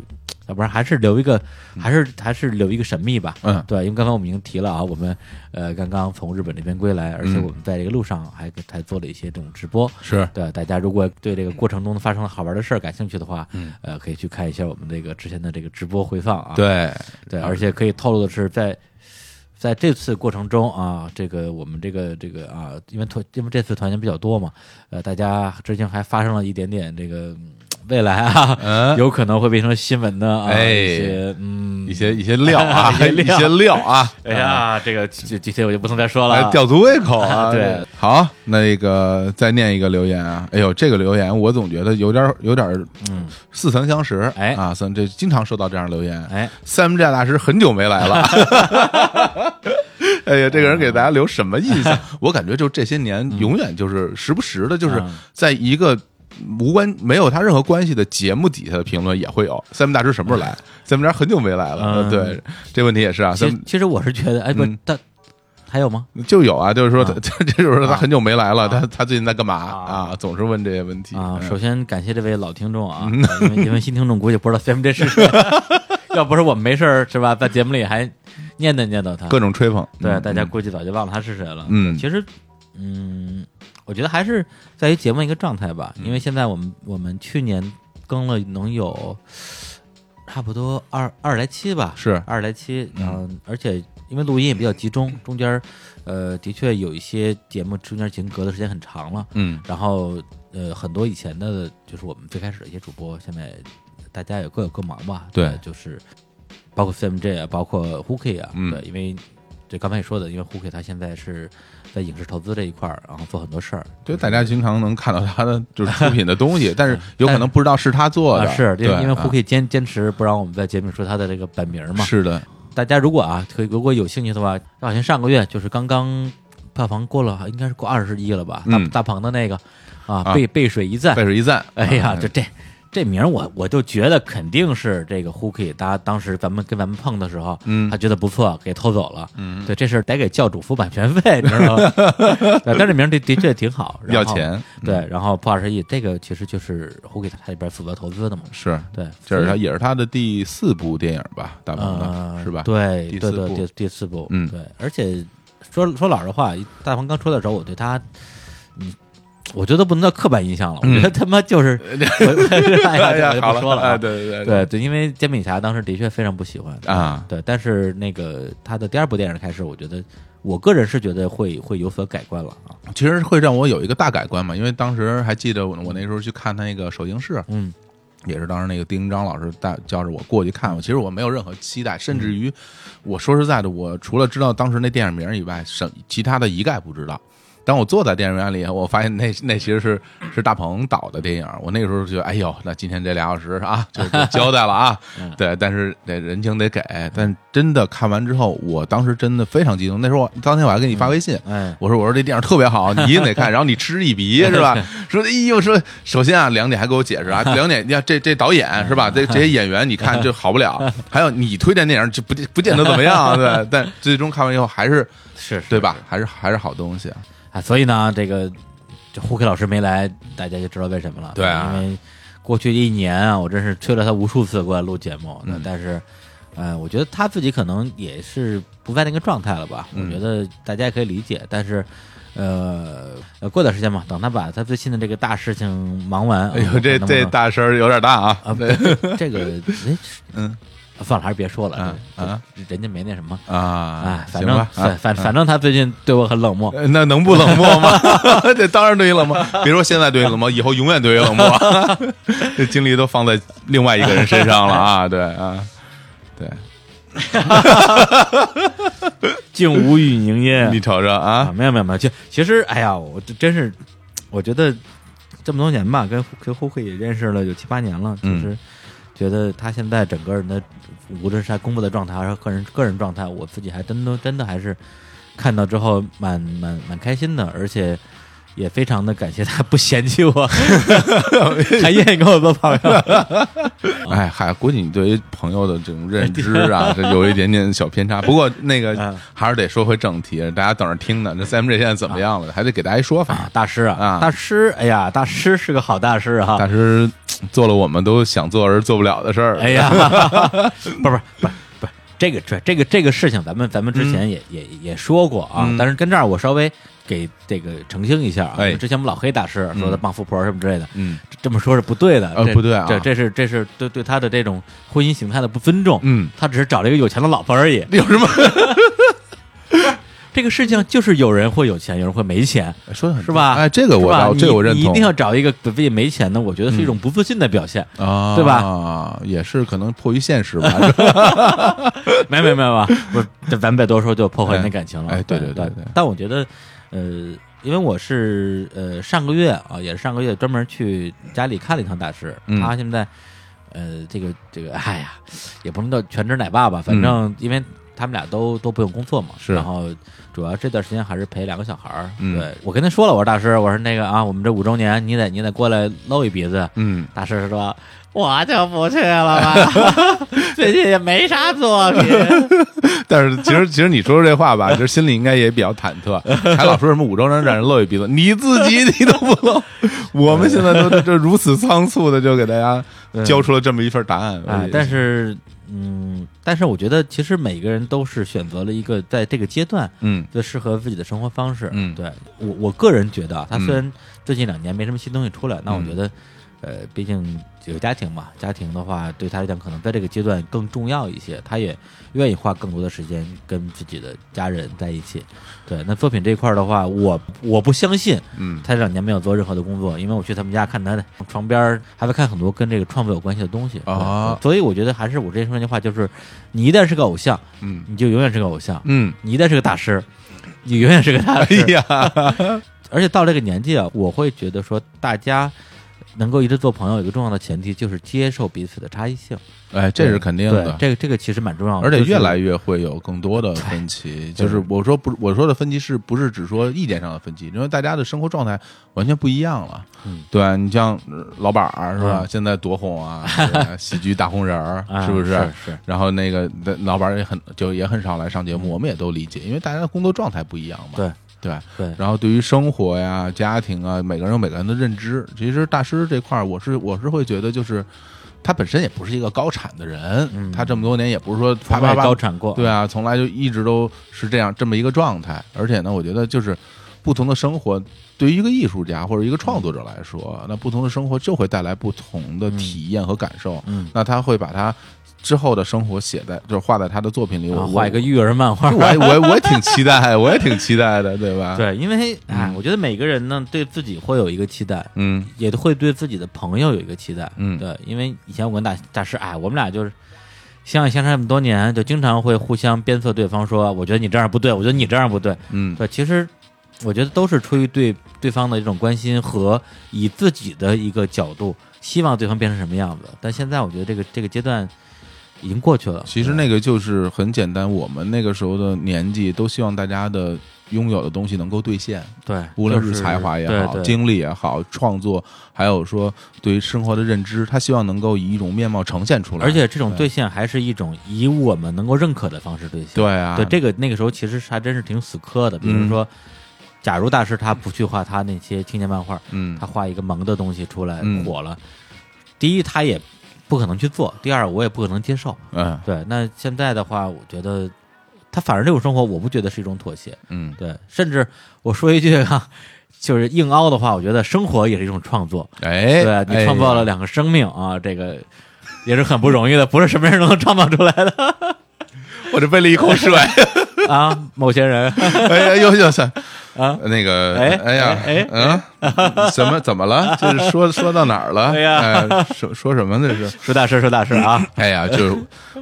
[SPEAKER 1] 要不然还是留一个，还是还是留一个神秘吧。
[SPEAKER 2] 嗯
[SPEAKER 1] 啊对，因为刚才我们已经提了啊，我们呃刚刚从日本那边归来，而且
[SPEAKER 2] 嗯
[SPEAKER 1] 我们在这个路上还还做了一些这种直播。
[SPEAKER 2] (laughs) 是
[SPEAKER 1] 对，大家如果对这个过程中发生了好玩的事儿感兴趣的话，
[SPEAKER 2] 嗯，
[SPEAKER 1] 呃，可以去看一下我们这个之前的这个直播回放啊。
[SPEAKER 2] 对，
[SPEAKER 1] 对，而且可以透露的是在。在这次过程中啊，这个我们这个这个啊，因为团因为这次团员比较多嘛，呃，大家之前还发生了一点点这个嗯未来啊，
[SPEAKER 2] 嗯
[SPEAKER 1] (laughs) 有可能会变成新闻的啊、
[SPEAKER 2] 哎
[SPEAKER 1] 一些嗯
[SPEAKER 2] 一些一些料
[SPEAKER 1] (laughs)
[SPEAKER 2] 啊，
[SPEAKER 1] 一些
[SPEAKER 2] 一
[SPEAKER 1] 料
[SPEAKER 2] 些料啊，
[SPEAKER 1] 哎呀，这个这这些我就不能再说
[SPEAKER 2] 来
[SPEAKER 1] 了。
[SPEAKER 2] 哎吊足胃口
[SPEAKER 1] (laughs)
[SPEAKER 2] 啊！
[SPEAKER 1] 对，
[SPEAKER 2] 好，那个再念一个留言啊！哎呦，这个留言我总觉得有点有点
[SPEAKER 1] 嗯，
[SPEAKER 2] 似曾相识，
[SPEAKER 1] 哎
[SPEAKER 2] 啊，算这经常收到这样的留言。
[SPEAKER 1] 哎，
[SPEAKER 2] 三寨大师很久
[SPEAKER 1] (laughs)
[SPEAKER 2] 没来了，哎呀，这个人给大家留什么印象？ (laughs) 我感觉就这些年，永远就是时不时的，就是
[SPEAKER 1] 嗯
[SPEAKER 2] 在一个。无关没有他任何关系的节目底下的评论也会有。三 a 大师什么时候来？三 a 大师很久没来了。
[SPEAKER 1] 嗯
[SPEAKER 2] 呃对，这问题也是啊。
[SPEAKER 1] 其
[SPEAKER 2] 三
[SPEAKER 1] 实其实我是觉得，哎，不
[SPEAKER 2] 嗯，
[SPEAKER 1] 但还有吗？
[SPEAKER 2] 就有啊，就是说他，
[SPEAKER 1] 啊
[SPEAKER 2] 这 (laughs) 就是说他
[SPEAKER 1] 啊
[SPEAKER 2] 很久没来了，
[SPEAKER 1] 啊
[SPEAKER 2] 他他最近在干嘛
[SPEAKER 1] 啊
[SPEAKER 2] 啊？总是问这些问题
[SPEAKER 1] 啊，
[SPEAKER 2] 嗯
[SPEAKER 1] 首先感谢这位老听众啊，因为因为新听众估计不知道 CM 这是谁， (laughs) 要不是我们没事儿是吧，在节目里还念叨念叨他，
[SPEAKER 2] 各种吹捧，
[SPEAKER 1] 对
[SPEAKER 2] 嗯
[SPEAKER 1] 大家估计早就忘了他是谁了。
[SPEAKER 2] 嗯
[SPEAKER 1] 其实，嗯，我觉得还是在于节目一个状态吧，
[SPEAKER 2] 嗯
[SPEAKER 1] 因为现在我们我们去年更了能有差不多二二十来期吧，
[SPEAKER 2] 是嗯
[SPEAKER 1] 二十来期，然后而且因为录音也比较集中，中间儿呃的确有一些节目中间间隔的时间很长了，
[SPEAKER 2] 嗯
[SPEAKER 1] 然后呃很多以前的，就是我们最开始的一些主播，现在大家也各有各忙吧，
[SPEAKER 2] 对
[SPEAKER 1] 呃就是包括 CMJ 啊，包括 Hooky 啊，
[SPEAKER 2] 嗯
[SPEAKER 1] 对，因为这刚才也说的，因为 Hooky 他现在是在影视投资这一块儿，然后做很多事儿，
[SPEAKER 2] 对，大家经常能看到他的就是出品的东西，
[SPEAKER 1] (laughs)
[SPEAKER 2] 但是有可能不知道是他做
[SPEAKER 1] 啊
[SPEAKER 2] 的，
[SPEAKER 1] 是因
[SPEAKER 2] 对
[SPEAKER 1] 为因为
[SPEAKER 2] 啊
[SPEAKER 1] Hooky 坚坚持不让我们在节目里说他的这个本名嘛，
[SPEAKER 2] 是的，
[SPEAKER 1] 大家如果啊，可以如果有兴趣的话，好像上个月就是刚刚票房过了，应该是过二十亿了吧？大
[SPEAKER 2] 嗯
[SPEAKER 1] 大鹏的那个啊，
[SPEAKER 2] 啊
[SPEAKER 1] 背背水一战
[SPEAKER 2] 背，水一战，
[SPEAKER 1] (laughs) 哎呀，
[SPEAKER 2] 啊
[SPEAKER 1] 这这这名儿我我就觉得肯定是这个 Hooky，他当时咱们跟咱们碰的时候，
[SPEAKER 2] 嗯
[SPEAKER 1] 他觉得不错，给偷走了，嗯，对，这事儿得给教主付版权费，你知道吗？ (laughs) 对，但这名儿的的确挺好，然
[SPEAKER 2] 要
[SPEAKER 1] 后
[SPEAKER 2] 钱，嗯
[SPEAKER 1] 对，然后破二十亿，这个其实就是 Hooky 他里边负责投资的嘛，
[SPEAKER 2] 是，
[SPEAKER 1] 对，
[SPEAKER 2] 这是
[SPEAKER 1] 所
[SPEAKER 2] 他
[SPEAKER 1] 以
[SPEAKER 2] 也是他的第四部电影吧，大
[SPEAKER 1] 呃
[SPEAKER 2] 鹏的，啊是吧？
[SPEAKER 1] 对， (laughs)
[SPEAKER 2] 第
[SPEAKER 1] 对
[SPEAKER 2] 四
[SPEAKER 1] 对，
[SPEAKER 2] 部
[SPEAKER 1] 第第四部，
[SPEAKER 2] 嗯
[SPEAKER 1] 对，而且说说老实话，大鹏刚出来的时候，我对他，嗯，我觉得不能叫刻板印象了，我觉得他妈
[SPEAKER 2] (laughs)
[SPEAKER 1] 就是，我哎呀，
[SPEAKER 2] 嗯哎
[SPEAKER 1] 这
[SPEAKER 2] 呀
[SPEAKER 1] 我，就
[SPEAKER 2] 好
[SPEAKER 1] 不说了
[SPEAKER 2] 哎
[SPEAKER 1] 啊，
[SPEAKER 2] 对对
[SPEAKER 1] 对对，因为煎饼侠当时的确非常不喜欢，
[SPEAKER 2] 啊，
[SPEAKER 1] 对，但是那个他的第二部电影开始，我觉得我个人是觉得会会有所改观了啊，
[SPEAKER 2] 其实会让我有一个大改观嘛，因为当时还记得我我那时候去看他那个首映式，啊
[SPEAKER 1] 嗯
[SPEAKER 2] 也是当时那个丁章老师带叫着我过去看，我其实我没有任何期待，甚至于我说实在的，我除了知道当时那电影名以外，什其他的一概不知道。当我坐在电影院里，我发现那 (laughs) 那其实是是大鹏导的电影。我那个时候就觉得，哎呦，那今天这俩小时啊， (laughs) 就就交代了啊
[SPEAKER 1] 嗯。
[SPEAKER 2] 对，但是得人情得给。但真的看完之后，我当时真的非常激动。那时候我当天我还给你发微信，
[SPEAKER 1] 哎，
[SPEAKER 2] 我说我说这电影特别好，你一定
[SPEAKER 1] (laughs)
[SPEAKER 2] 得看，然后你嗤之以鼻是吧？说哎呦说，首先啊，两点还给我解释啊，两点呀这这导演是吧？这这些演员你看这好不了，还有你推荐电影就不不见得怎么样，对，但最终看完以后还是
[SPEAKER 1] 是是
[SPEAKER 2] 对吧？还是还是好东西，
[SPEAKER 1] 啊，所以呢，这个这胡凯老师没来，大家就知道为什么了。
[SPEAKER 2] 对啊
[SPEAKER 1] 因为过去一年啊，我真是催了他无数次过来录节目，
[SPEAKER 2] 嗯
[SPEAKER 1] 那、但是。呃，我觉得他自己可能也是不在那个状态了吧，我
[SPEAKER 2] 嗯
[SPEAKER 1] 觉得大家也可以理解。但是，呃，呃过段时间吧，等他把他最新的这个大事情忙完，
[SPEAKER 2] 哎呦这
[SPEAKER 1] 能不
[SPEAKER 2] 这
[SPEAKER 1] 能
[SPEAKER 2] 大声儿有点大啊，
[SPEAKER 1] 啊，不
[SPEAKER 2] 对
[SPEAKER 1] (laughs) 这
[SPEAKER 2] (laughs)
[SPEAKER 1] 个哎，
[SPEAKER 2] 嗯
[SPEAKER 1] 算了，还是别说了
[SPEAKER 2] 啊，
[SPEAKER 1] 这
[SPEAKER 2] 啊，
[SPEAKER 1] 这人家没那什么，
[SPEAKER 2] 啊
[SPEAKER 1] 哎，，反
[SPEAKER 2] 行
[SPEAKER 1] 正
[SPEAKER 2] 吧，啊
[SPEAKER 1] 反反反正他最近对我很冷
[SPEAKER 2] (laughs)
[SPEAKER 1] 漠，
[SPEAKER 2] 呃那能不冷漠吗？ (laughs) 这当然对你冷漠，别说现在对你冷漠，以后永远对你冷漠。 (laughs) 这精力都放在另外一个人身上了啊！对啊，对，
[SPEAKER 1] 竟无语凝噎
[SPEAKER 2] 你瞅瞅
[SPEAKER 1] 啊，
[SPEAKER 2] 啊，
[SPEAKER 1] 没有没有没有，其其实哎呀，我这真是，我觉得这么多年吧，跟跟胡慧也认识了有七八年了，就
[SPEAKER 2] 嗯
[SPEAKER 1] 是觉得他现在整个人的，无论是他工作的状态还是个人个人状态，我自己还真的真的还是看到之后蛮蛮蛮开心的，而且也非常的感谢他不嫌弃
[SPEAKER 2] (laughs)
[SPEAKER 1] 我，还愿意跟我做朋友。啊
[SPEAKER 2] 哎，还估计你对于朋友的这种认知啊，这有一点点小偏差。不过那个
[SPEAKER 1] 哎嗯
[SPEAKER 2] 还是得说回正题，大家等着听呢。这 CMJ 现在怎么样了？还得给大家一说法。
[SPEAKER 1] 啊，大师啊
[SPEAKER 2] 啊，
[SPEAKER 1] 大师，哎呀，大师是个好大师啊哈、
[SPEAKER 2] 大师做了我们都想做而做不了的事儿。
[SPEAKER 1] 哎呀， (laughs) 不是不是不是这个这这个这个事情，咱们咱们之前也、也也说过啊，
[SPEAKER 2] 嗯
[SPEAKER 1] 但是跟这儿我稍微给这个澄清一下啊，
[SPEAKER 2] 哎
[SPEAKER 1] 之前我们老黑大师说的傍富婆什么之类的，
[SPEAKER 2] 嗯
[SPEAKER 1] 这这么说是不对的，
[SPEAKER 2] 呃
[SPEAKER 1] 这
[SPEAKER 2] 不对啊
[SPEAKER 1] 这这是这是对对他的这种婚姻形态的不尊重，
[SPEAKER 2] 嗯，
[SPEAKER 1] 他只是找了一 (laughs) 个有钱的老婆而已。
[SPEAKER 2] 有什么
[SPEAKER 1] 这个事情就是有人会有钱，有人会没钱，
[SPEAKER 2] 说的
[SPEAKER 1] 是吧？
[SPEAKER 2] 哎，这个
[SPEAKER 1] 是
[SPEAKER 2] 我
[SPEAKER 1] 吧
[SPEAKER 2] 倒，
[SPEAKER 1] 你
[SPEAKER 2] 这个我认
[SPEAKER 1] 你一
[SPEAKER 2] 同嗯
[SPEAKER 1] 定要找一个比自己没钱的，我觉得是一种不自信的表现。
[SPEAKER 2] 啊，
[SPEAKER 1] 对
[SPEAKER 2] 吧？也是可能迫于现
[SPEAKER 1] (laughs)
[SPEAKER 2] 实吧。
[SPEAKER 1] 没有没有没有，不是，这咱别多说，就破坏你的感情了。
[SPEAKER 2] 哎哎对对
[SPEAKER 1] 对
[SPEAKER 2] 对对
[SPEAKER 1] 但我觉得，呃，因为我是呃上个月啊，也是上个月专门去家里看了一趟大师，
[SPEAKER 2] 嗯
[SPEAKER 1] 他现在呃这个这个，哎呀，也不能叫全职奶爸吧，反正因为他们俩都都不用工作嘛，
[SPEAKER 2] 嗯是
[SPEAKER 1] 然后主要这段时间还是陪两个小孩儿。
[SPEAKER 2] 嗯
[SPEAKER 1] 对我跟他说了，我说大师，我说那个啊，我们这五周年，你得你得过来搂一鼻子。
[SPEAKER 2] 嗯，
[SPEAKER 1] 大师说：“我就不去了吧， (laughs) 最近也没啥作品。
[SPEAKER 2] (laughs) 但是其实其实你说这 (laughs) 话吧，其实心里应该也比较忐忑，还老说什么五周年让人露一鼻子，你自己你都不 (laughs) 露，我们现在都这如此仓促的就给大家交出了这么一份答案 (laughs)
[SPEAKER 1] 啊，但是，嗯，但是我觉得其实每个人都是选择了一个在这个阶段
[SPEAKER 2] 嗯
[SPEAKER 1] 最适合自己的生活方式。
[SPEAKER 2] 嗯
[SPEAKER 1] 对我我个人觉得啊，他
[SPEAKER 2] 嗯
[SPEAKER 1] 虽然最近两年没什么新东西出来，那我
[SPEAKER 2] 嗯
[SPEAKER 1] 觉得，呃，毕竟有家庭嘛，家庭的话对他来讲可能在这个阶段更重要一些，他也愿意花更多的时间跟自己的家人在一起。对，那作品这块儿的话，我我不相信。
[SPEAKER 2] 嗯
[SPEAKER 1] 他这两年没有做任何的工作，因为我去他们家看他的床边儿，还会看很多跟这个创作有关系的东西
[SPEAKER 2] 啊
[SPEAKER 1] 对所以我觉得还是我之前说那句话，就是你一旦是个偶像，
[SPEAKER 2] 嗯
[SPEAKER 1] 你就永远是个偶像；
[SPEAKER 2] 嗯，
[SPEAKER 1] 你一旦是个大师，你永远是个大
[SPEAKER 2] (laughs) 哎
[SPEAKER 1] 师。
[SPEAKER 2] 呀，
[SPEAKER 1] 而且到这个年纪啊，我会觉得说，大家能够一直做朋友，有一个重要的前提就是接受彼此的差异性，
[SPEAKER 2] 哎，这是肯定
[SPEAKER 1] 对
[SPEAKER 2] 的。
[SPEAKER 1] 这个这个其实蛮重要的，
[SPEAKER 2] 而且越来
[SPEAKER 1] 越
[SPEAKER 2] 越会有更多的分歧，就是我说不，我说的分歧是不是只说意见上的分歧？因为大家的生活状态完全不一样了。
[SPEAKER 1] 嗯
[SPEAKER 2] 对你像呃老板儿是吧？
[SPEAKER 1] 嗯
[SPEAKER 2] 现在多红啊，是吧喜剧大红人 (laughs) 儿是不
[SPEAKER 1] 啊是？
[SPEAKER 2] 啊是？
[SPEAKER 1] 是
[SPEAKER 2] 然后那个那老板儿也很就也很少来上节目，我们也都理解，因为大家的工作状态不一样
[SPEAKER 1] 嗯
[SPEAKER 2] 嘛。
[SPEAKER 1] 对
[SPEAKER 2] 对。
[SPEAKER 1] 对，
[SPEAKER 2] 然后对于生活呀、家庭啊，每个人有每个人的认知。其实大师这块儿，我是我是会觉得，就是他本身也不是一个高产的人，
[SPEAKER 1] 嗯
[SPEAKER 2] 他这么多年也不是说啪
[SPEAKER 1] 从
[SPEAKER 2] 啪
[SPEAKER 1] 来
[SPEAKER 2] 啪
[SPEAKER 1] 高产过，
[SPEAKER 2] 对啊，从来就一直都是这样这么一个状态。而且呢，我觉得就是不同的生活，对于一个艺术家或者一个创作者来说，那不同的生活就会带来不同的体验和感受。
[SPEAKER 1] 嗯，
[SPEAKER 2] 那他会把他之后的生活写在，就是画在他的作品里。
[SPEAKER 1] 然
[SPEAKER 2] 我
[SPEAKER 1] 后啊画一个育儿漫 (laughs) 画，
[SPEAKER 2] 我我我也挺期待，我也挺期待的，对吧？，
[SPEAKER 1] 对，因为哎，我觉得每个人呢，对自己会有一个期待，
[SPEAKER 2] 嗯
[SPEAKER 1] 也会对自己的朋友有一个期待。
[SPEAKER 2] 嗯
[SPEAKER 1] 对，因为以前我跟大大师，哎，我们俩就是相爱相杀这么多年，就经常会互相鞭策对方说，我觉得你这样不对，我觉得你这样不对。
[SPEAKER 2] 嗯，
[SPEAKER 1] 对，其实我觉得都是出于对对方的一种关心和以自己的一个角度，希望对方变成什么样子。但现在我觉得这个这个阶段已经过去了。
[SPEAKER 2] 其实那个就是很简单，我们那个时候的年纪都希望大家的拥有的东西能够兑现。
[SPEAKER 1] 对，
[SPEAKER 2] 无论
[SPEAKER 1] 就是
[SPEAKER 2] 才华也好，
[SPEAKER 1] 对对
[SPEAKER 2] 经历也好，创作，还有说对于生活的认知，他希望能够以一种面貌呈现出来。
[SPEAKER 1] 而且这种
[SPEAKER 2] 对
[SPEAKER 1] 兑现还是一种以我们能够认可的方式兑现。
[SPEAKER 2] 对嗯啊，
[SPEAKER 1] 对，这个那个时候其实还真是挺死磕的。比如说，假如大师他不去画他那些青年漫画，
[SPEAKER 2] 嗯
[SPEAKER 1] 他，画一个萌的东西出来
[SPEAKER 2] 嗯
[SPEAKER 1] 火了，第一他也不可能去做，第二我也不可能接受。
[SPEAKER 2] 嗯
[SPEAKER 1] 对，那现在的话，我觉得他反正这种生活，我不觉得是一种妥协。
[SPEAKER 2] 嗯，
[SPEAKER 1] 对，甚至我说一句啊，就是硬凹的话，我觉得生活也是一种创作。
[SPEAKER 2] 哎，
[SPEAKER 1] 对啊你创造了
[SPEAKER 2] 哎
[SPEAKER 1] 两个生命啊，这个也是很不容易的，不是什么人都能创造出来的
[SPEAKER 2] 哎我这背了一口水，
[SPEAKER 1] 啊。某些人，
[SPEAKER 2] (laughs) 哎呀，又又想
[SPEAKER 1] 啊，
[SPEAKER 2] 那个，
[SPEAKER 1] 哎
[SPEAKER 2] 哎呀，
[SPEAKER 1] 哎
[SPEAKER 2] (laughs) 嗯，怎么怎么了？这是说说到哪儿了？
[SPEAKER 1] 哎呀
[SPEAKER 2] 哎，说说什么这是？
[SPEAKER 1] 说大事，说大事啊。
[SPEAKER 2] 哎呀，就是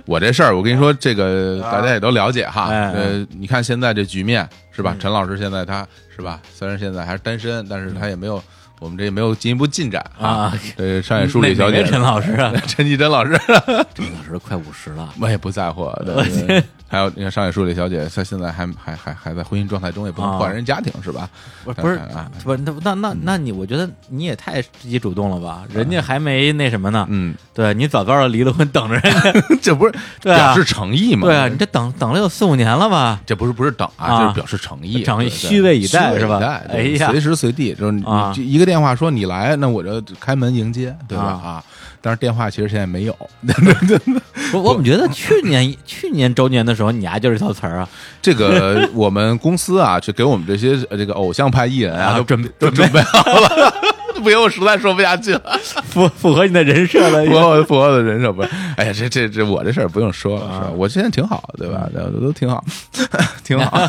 [SPEAKER 2] 我这事儿，我跟你说，这个大家也都了解哈。
[SPEAKER 1] 哎嗯
[SPEAKER 2] 呃，你看现在这局面是吧？陈老师现在他是吧？虽然现在还是单身，但是他也没有，我们这没有进一步进展
[SPEAKER 1] 啊。
[SPEAKER 2] 呃，上野树里
[SPEAKER 1] 哪
[SPEAKER 2] 小
[SPEAKER 1] 哪
[SPEAKER 2] 姐
[SPEAKER 1] 个，陈老师啊，
[SPEAKER 2] (laughs) 陈绮贞老
[SPEAKER 1] (laughs)
[SPEAKER 2] 师，
[SPEAKER 1] 陈老师快五十 (laughs) 了，
[SPEAKER 2] 我也不在乎。对对还有，你看上野树里小姐，她现在还还还还在婚姻状态中，也不能
[SPEAKER 1] 啊
[SPEAKER 2] 破坏人家庭，是吧？
[SPEAKER 1] 不是不是
[SPEAKER 2] 看看啊
[SPEAKER 1] 不是那那那那你，我觉得你也太积极主动了吧？人家还没那什么呢，
[SPEAKER 2] 嗯，
[SPEAKER 1] 对你早早的离了婚，等着人 (laughs) 家，
[SPEAKER 2] (laughs) 这不是
[SPEAKER 1] 对啊
[SPEAKER 2] 表示诚意嘛？
[SPEAKER 1] 对啊，你这等等了有四五年了 (laughs) 吧？
[SPEAKER 2] 这不是不是等啊，
[SPEAKER 1] 啊
[SPEAKER 2] 就是表示诚意，
[SPEAKER 1] 诚意
[SPEAKER 2] 对对
[SPEAKER 1] 虚位以待
[SPEAKER 2] 虚
[SPEAKER 1] 是吧
[SPEAKER 2] 对
[SPEAKER 1] 哎呀
[SPEAKER 2] 随时随地就是你
[SPEAKER 1] 啊
[SPEAKER 2] 你一个电话说你来，那我就开门迎接，对吧？
[SPEAKER 1] 啊
[SPEAKER 2] 啊，但是电话其实现在没有， (laughs)
[SPEAKER 1] 我我怎么觉得去年去年周年的时候，你丫就是这套词儿啊？
[SPEAKER 2] 这
[SPEAKER 1] (laughs)
[SPEAKER 2] 个我们公司啊，去给我们这些呃这个偶像派艺人啊，
[SPEAKER 1] 啊
[SPEAKER 2] 都
[SPEAKER 1] 准备
[SPEAKER 2] 都准备好了。 (laughs) 不行，我实在说不下去了。
[SPEAKER 1] 符符合你的人设 (laughs) 了
[SPEAKER 2] 符合我符合我的人设不是？哎呀，这这这我这事儿不用说了，是
[SPEAKER 1] 啊
[SPEAKER 2] 吧？我现在挺好，对吧？
[SPEAKER 1] 嗯
[SPEAKER 2] 都都挺好， (laughs)
[SPEAKER 1] (laughs)
[SPEAKER 2] 挺好。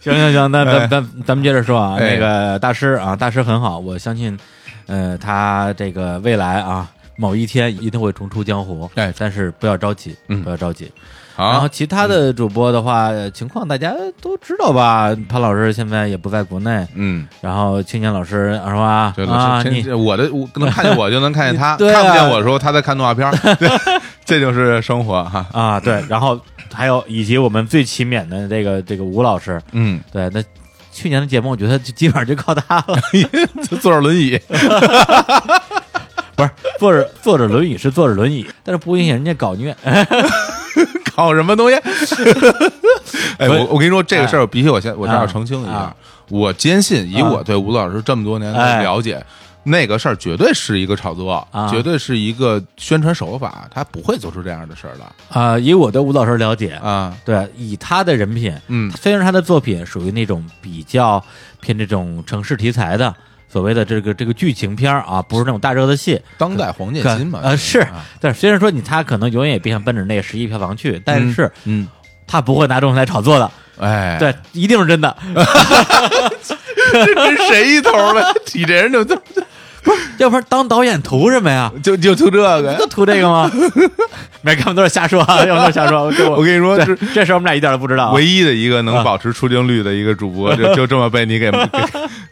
[SPEAKER 1] 行行行，那
[SPEAKER 2] 哎
[SPEAKER 1] 咱咱咱们接着说啊，
[SPEAKER 2] 哎
[SPEAKER 1] 那个大师啊，大师很好，我相信，呃，他这个未来啊，某一天一定会重出江湖。
[SPEAKER 2] 哎
[SPEAKER 1] 但是不要着急，
[SPEAKER 2] 嗯啊
[SPEAKER 1] 不要着急。然后
[SPEAKER 2] 好，
[SPEAKER 1] 其他的主播的话，呃情况大家都知道吧？潘老师现在也不在国内，
[SPEAKER 2] 嗯，
[SPEAKER 1] 然后青年老师是吧？
[SPEAKER 2] 对
[SPEAKER 1] 啊，
[SPEAKER 2] 了，真
[SPEAKER 1] 你
[SPEAKER 2] 真我的我能看见我就能看见他，
[SPEAKER 1] 你 (laughs) 对啊
[SPEAKER 2] 看不见我的时候他在看动画片儿， (laughs) 对这就是生活哈。
[SPEAKER 1] 啊，
[SPEAKER 2] (laughs)
[SPEAKER 1] 对，然后还有以及我们最勤勉的这个这个吴老师，
[SPEAKER 2] 嗯，
[SPEAKER 1] (laughs) 对，那去年的节目我觉得就基本上就靠他
[SPEAKER 2] (laughs)
[SPEAKER 1] 了。
[SPEAKER 2] 坐着轮椅，
[SPEAKER 1] 不是坐着坐着轮椅是坐着轮
[SPEAKER 2] 嗯
[SPEAKER 1] 椅，但是不影响人家搞 (laughs) 虐。
[SPEAKER 2] 搞什么东西？ (laughs) 哎，
[SPEAKER 1] 所以
[SPEAKER 2] 我我跟你说这个事儿，必须我先我这儿要澄清一
[SPEAKER 1] 啊
[SPEAKER 2] 下
[SPEAKER 1] 啊，
[SPEAKER 2] 我坚信以我对吴老师这么多年的
[SPEAKER 1] 哎
[SPEAKER 2] 了解。那个事儿绝对是一个炒作，
[SPEAKER 1] 啊
[SPEAKER 2] 绝对是一个宣传手法，他不会做出这样的事儿的
[SPEAKER 1] 啊、以我对吴老师了解，
[SPEAKER 2] 啊。
[SPEAKER 1] 对，以他的人品，
[SPEAKER 2] 嗯
[SPEAKER 1] 虽然他的作品属于那种比较偏这种城市题材的。所谓的这个这个剧情片儿啊，不是那种大热的戏，
[SPEAKER 2] 当代黄建
[SPEAKER 1] 可
[SPEAKER 2] 新嘛，
[SPEAKER 1] 呃是
[SPEAKER 2] 啊，
[SPEAKER 1] 但是虽然说你他可能永远也别想奔着那十亿票房去，但是
[SPEAKER 2] 嗯，
[SPEAKER 1] 他不会拿这种来炒作的，
[SPEAKER 2] 哎，
[SPEAKER 1] 对，一定是真
[SPEAKER 2] (laughs)
[SPEAKER 1] 的，
[SPEAKER 2] 这跟谁一头了？ (laughs) 你这人怎么这么
[SPEAKER 1] 要不然当导演图什么呀？
[SPEAKER 2] 就就就这个
[SPEAKER 1] 就？图这个
[SPEAKER 2] (laughs)
[SPEAKER 1] 吗？没看，我们都是瞎说，啊，要不都是瞎说。我
[SPEAKER 2] 我跟你说，
[SPEAKER 1] 对
[SPEAKER 2] 这
[SPEAKER 1] 这事儿我们俩一点都不知道啊。
[SPEAKER 2] 唯一的一个能
[SPEAKER 1] 啊
[SPEAKER 2] 保持出镜率的一个
[SPEAKER 1] (laughs)
[SPEAKER 2] 主播，就就这么被你给给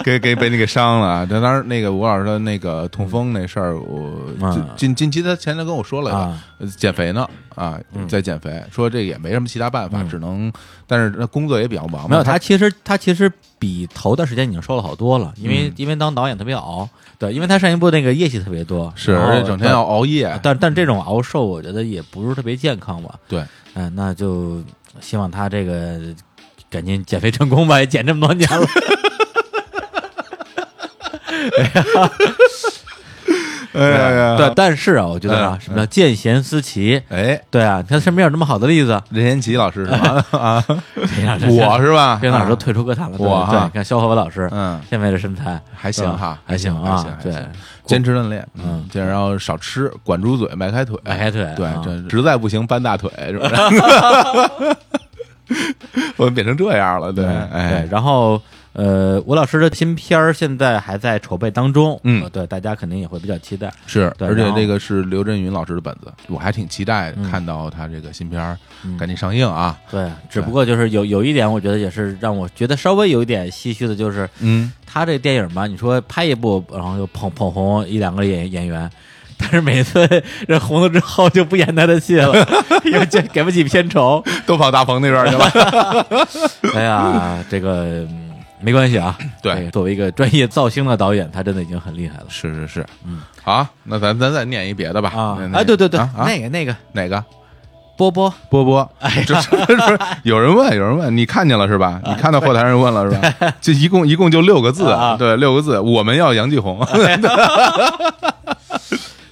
[SPEAKER 2] 给给被你给伤了啊。但当然，那个吴老师的那个痛风那事儿，我
[SPEAKER 1] 啊
[SPEAKER 2] 近近近期他前头跟我说了
[SPEAKER 1] 啊，嗯
[SPEAKER 2] 呃减肥呢啊，在减肥，说这也没什么其他办法，只能，但是那工作也比较忙嘛，
[SPEAKER 1] 没有，他其实他其实比头段时间已经瘦了好多了，因为、
[SPEAKER 2] 嗯
[SPEAKER 1] 因为当导演特别熬，对，因为他上一部那个夜戏特别多，
[SPEAKER 2] 是
[SPEAKER 1] 然后啊
[SPEAKER 2] 而且整天要熬夜
[SPEAKER 1] 但，但但这种熬瘦，我觉得也不是特别健康吧。
[SPEAKER 2] 对，
[SPEAKER 1] 嗯、那就希望他这个赶紧减肥成功吧，也 (laughs) 减这么多年
[SPEAKER 2] (laughs)
[SPEAKER 1] 了。
[SPEAKER 2] 哎呀呀
[SPEAKER 1] 对，，但是啊，我觉得啊，
[SPEAKER 2] 嗯
[SPEAKER 1] 什么叫见贤思齐？
[SPEAKER 2] 哎，
[SPEAKER 1] 对啊，他身边有这么好的例子，
[SPEAKER 2] 任贤齐老师是
[SPEAKER 1] (laughs)
[SPEAKER 2] 吧？啊，
[SPEAKER 1] 谁让
[SPEAKER 2] (laughs) 我是吧？
[SPEAKER 1] 任老师
[SPEAKER 2] 啊
[SPEAKER 1] 都退出歌坛了，对
[SPEAKER 2] 我哈
[SPEAKER 1] 对，看肖和伟老师，
[SPEAKER 2] 嗯
[SPEAKER 1] 现在这身材
[SPEAKER 2] 还行
[SPEAKER 1] 是吧
[SPEAKER 2] 哈
[SPEAKER 1] 还行
[SPEAKER 2] 还
[SPEAKER 1] 啊
[SPEAKER 2] 行还，行
[SPEAKER 1] 对，
[SPEAKER 2] 坚持锻炼，
[SPEAKER 1] 嗯
[SPEAKER 2] 这样然后少吃，管住嘴，迈开腿，
[SPEAKER 1] 迈开腿
[SPEAKER 2] 对
[SPEAKER 1] 啊，
[SPEAKER 2] 这实在不行搬大腿，是不是？ (laughs) 我们变成这样了，对，
[SPEAKER 1] 嗯对
[SPEAKER 2] 哎，，
[SPEAKER 1] 然后呃，吴老师的新片儿现在还在筹备当中，
[SPEAKER 2] 嗯
[SPEAKER 1] 呃对，大家肯定也会比较期待。
[SPEAKER 2] 是，
[SPEAKER 1] 对
[SPEAKER 2] 而且
[SPEAKER 1] 然后嗯
[SPEAKER 2] 这个是刘震云老师的本子，我还挺期待看到他这个新片儿赶紧上映啊，
[SPEAKER 1] 对，只不过就是有有一点，我觉得也是让我觉得稍微有一点唏嘘的，就是
[SPEAKER 2] 嗯，
[SPEAKER 1] 他这电影吧，你说拍一部，然后就捧捧红一两个演演员。 (laughs) 但是每次人红了之后就不演他的戏了， (laughs) 因为这给不起片
[SPEAKER 2] (laughs)
[SPEAKER 1] 酬。
[SPEAKER 2] 都跑大鹏那边
[SPEAKER 1] (laughs)
[SPEAKER 2] 去了，
[SPEAKER 1] 哎呀，这个、嗯没关系啊。
[SPEAKER 2] 对
[SPEAKER 1] 这个作为一个专业造星的导演，他真的已经很厉害了
[SPEAKER 2] 是是是，嗯，好，那咱咱再念一别的吧，
[SPEAKER 1] 啊
[SPEAKER 2] 那！那
[SPEAKER 1] 哎，对对对，
[SPEAKER 2] 啊啊
[SPEAKER 1] 那个那个
[SPEAKER 2] 哪个？
[SPEAKER 1] 波波，
[SPEAKER 2] 波波， (laughs) 就是就是有人问，有人问，你看见了是吧？你看到后台人问了是吧？就一共一共就六个字
[SPEAKER 1] 啊，
[SPEAKER 2] 对，六个字，我们要杨继红，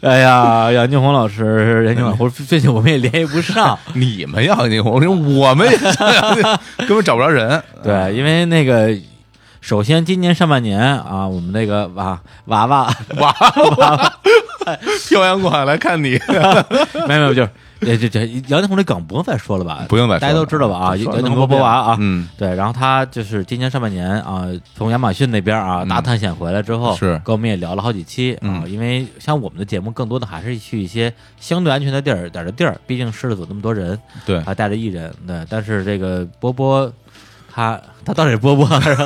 [SPEAKER 1] 哎呀，杨劲红老师，杨劲
[SPEAKER 2] (laughs)
[SPEAKER 1] 红老师，最近我们也联系不上。
[SPEAKER 2] (laughs) 你们要杨继红，我们也 (laughs) 根本找不着 (laughs) 人。
[SPEAKER 1] 对，因为那个，首先今年上半年啊，我们那个娃娃娃，
[SPEAKER 2] (laughs) 哇，漂洋过海来看你，
[SPEAKER 1] 没有没有，就是这这这杨劲红这梗不用再说了吧？
[SPEAKER 2] 不用再说了
[SPEAKER 1] 大家都知道吧？啊，
[SPEAKER 2] 说
[SPEAKER 1] 杨
[SPEAKER 2] 了
[SPEAKER 1] 劲
[SPEAKER 2] 那
[SPEAKER 1] 红波
[SPEAKER 2] 么多
[SPEAKER 1] 波
[SPEAKER 2] 遍
[SPEAKER 1] 娃啊，
[SPEAKER 2] 嗯，
[SPEAKER 1] 对，然后他就是今年上半年啊，从亚马逊那边啊大探险回来之后，
[SPEAKER 2] 嗯是
[SPEAKER 1] 跟我们也聊了好几期啊，
[SPEAKER 2] 嗯
[SPEAKER 1] 因为像我们的节目更多的还是去一些相对安全的地儿点儿的地儿，毕竟狮子组那么多人，
[SPEAKER 2] 对，
[SPEAKER 1] 还带着艺人，对，但是这个波波，他他到底是波波还是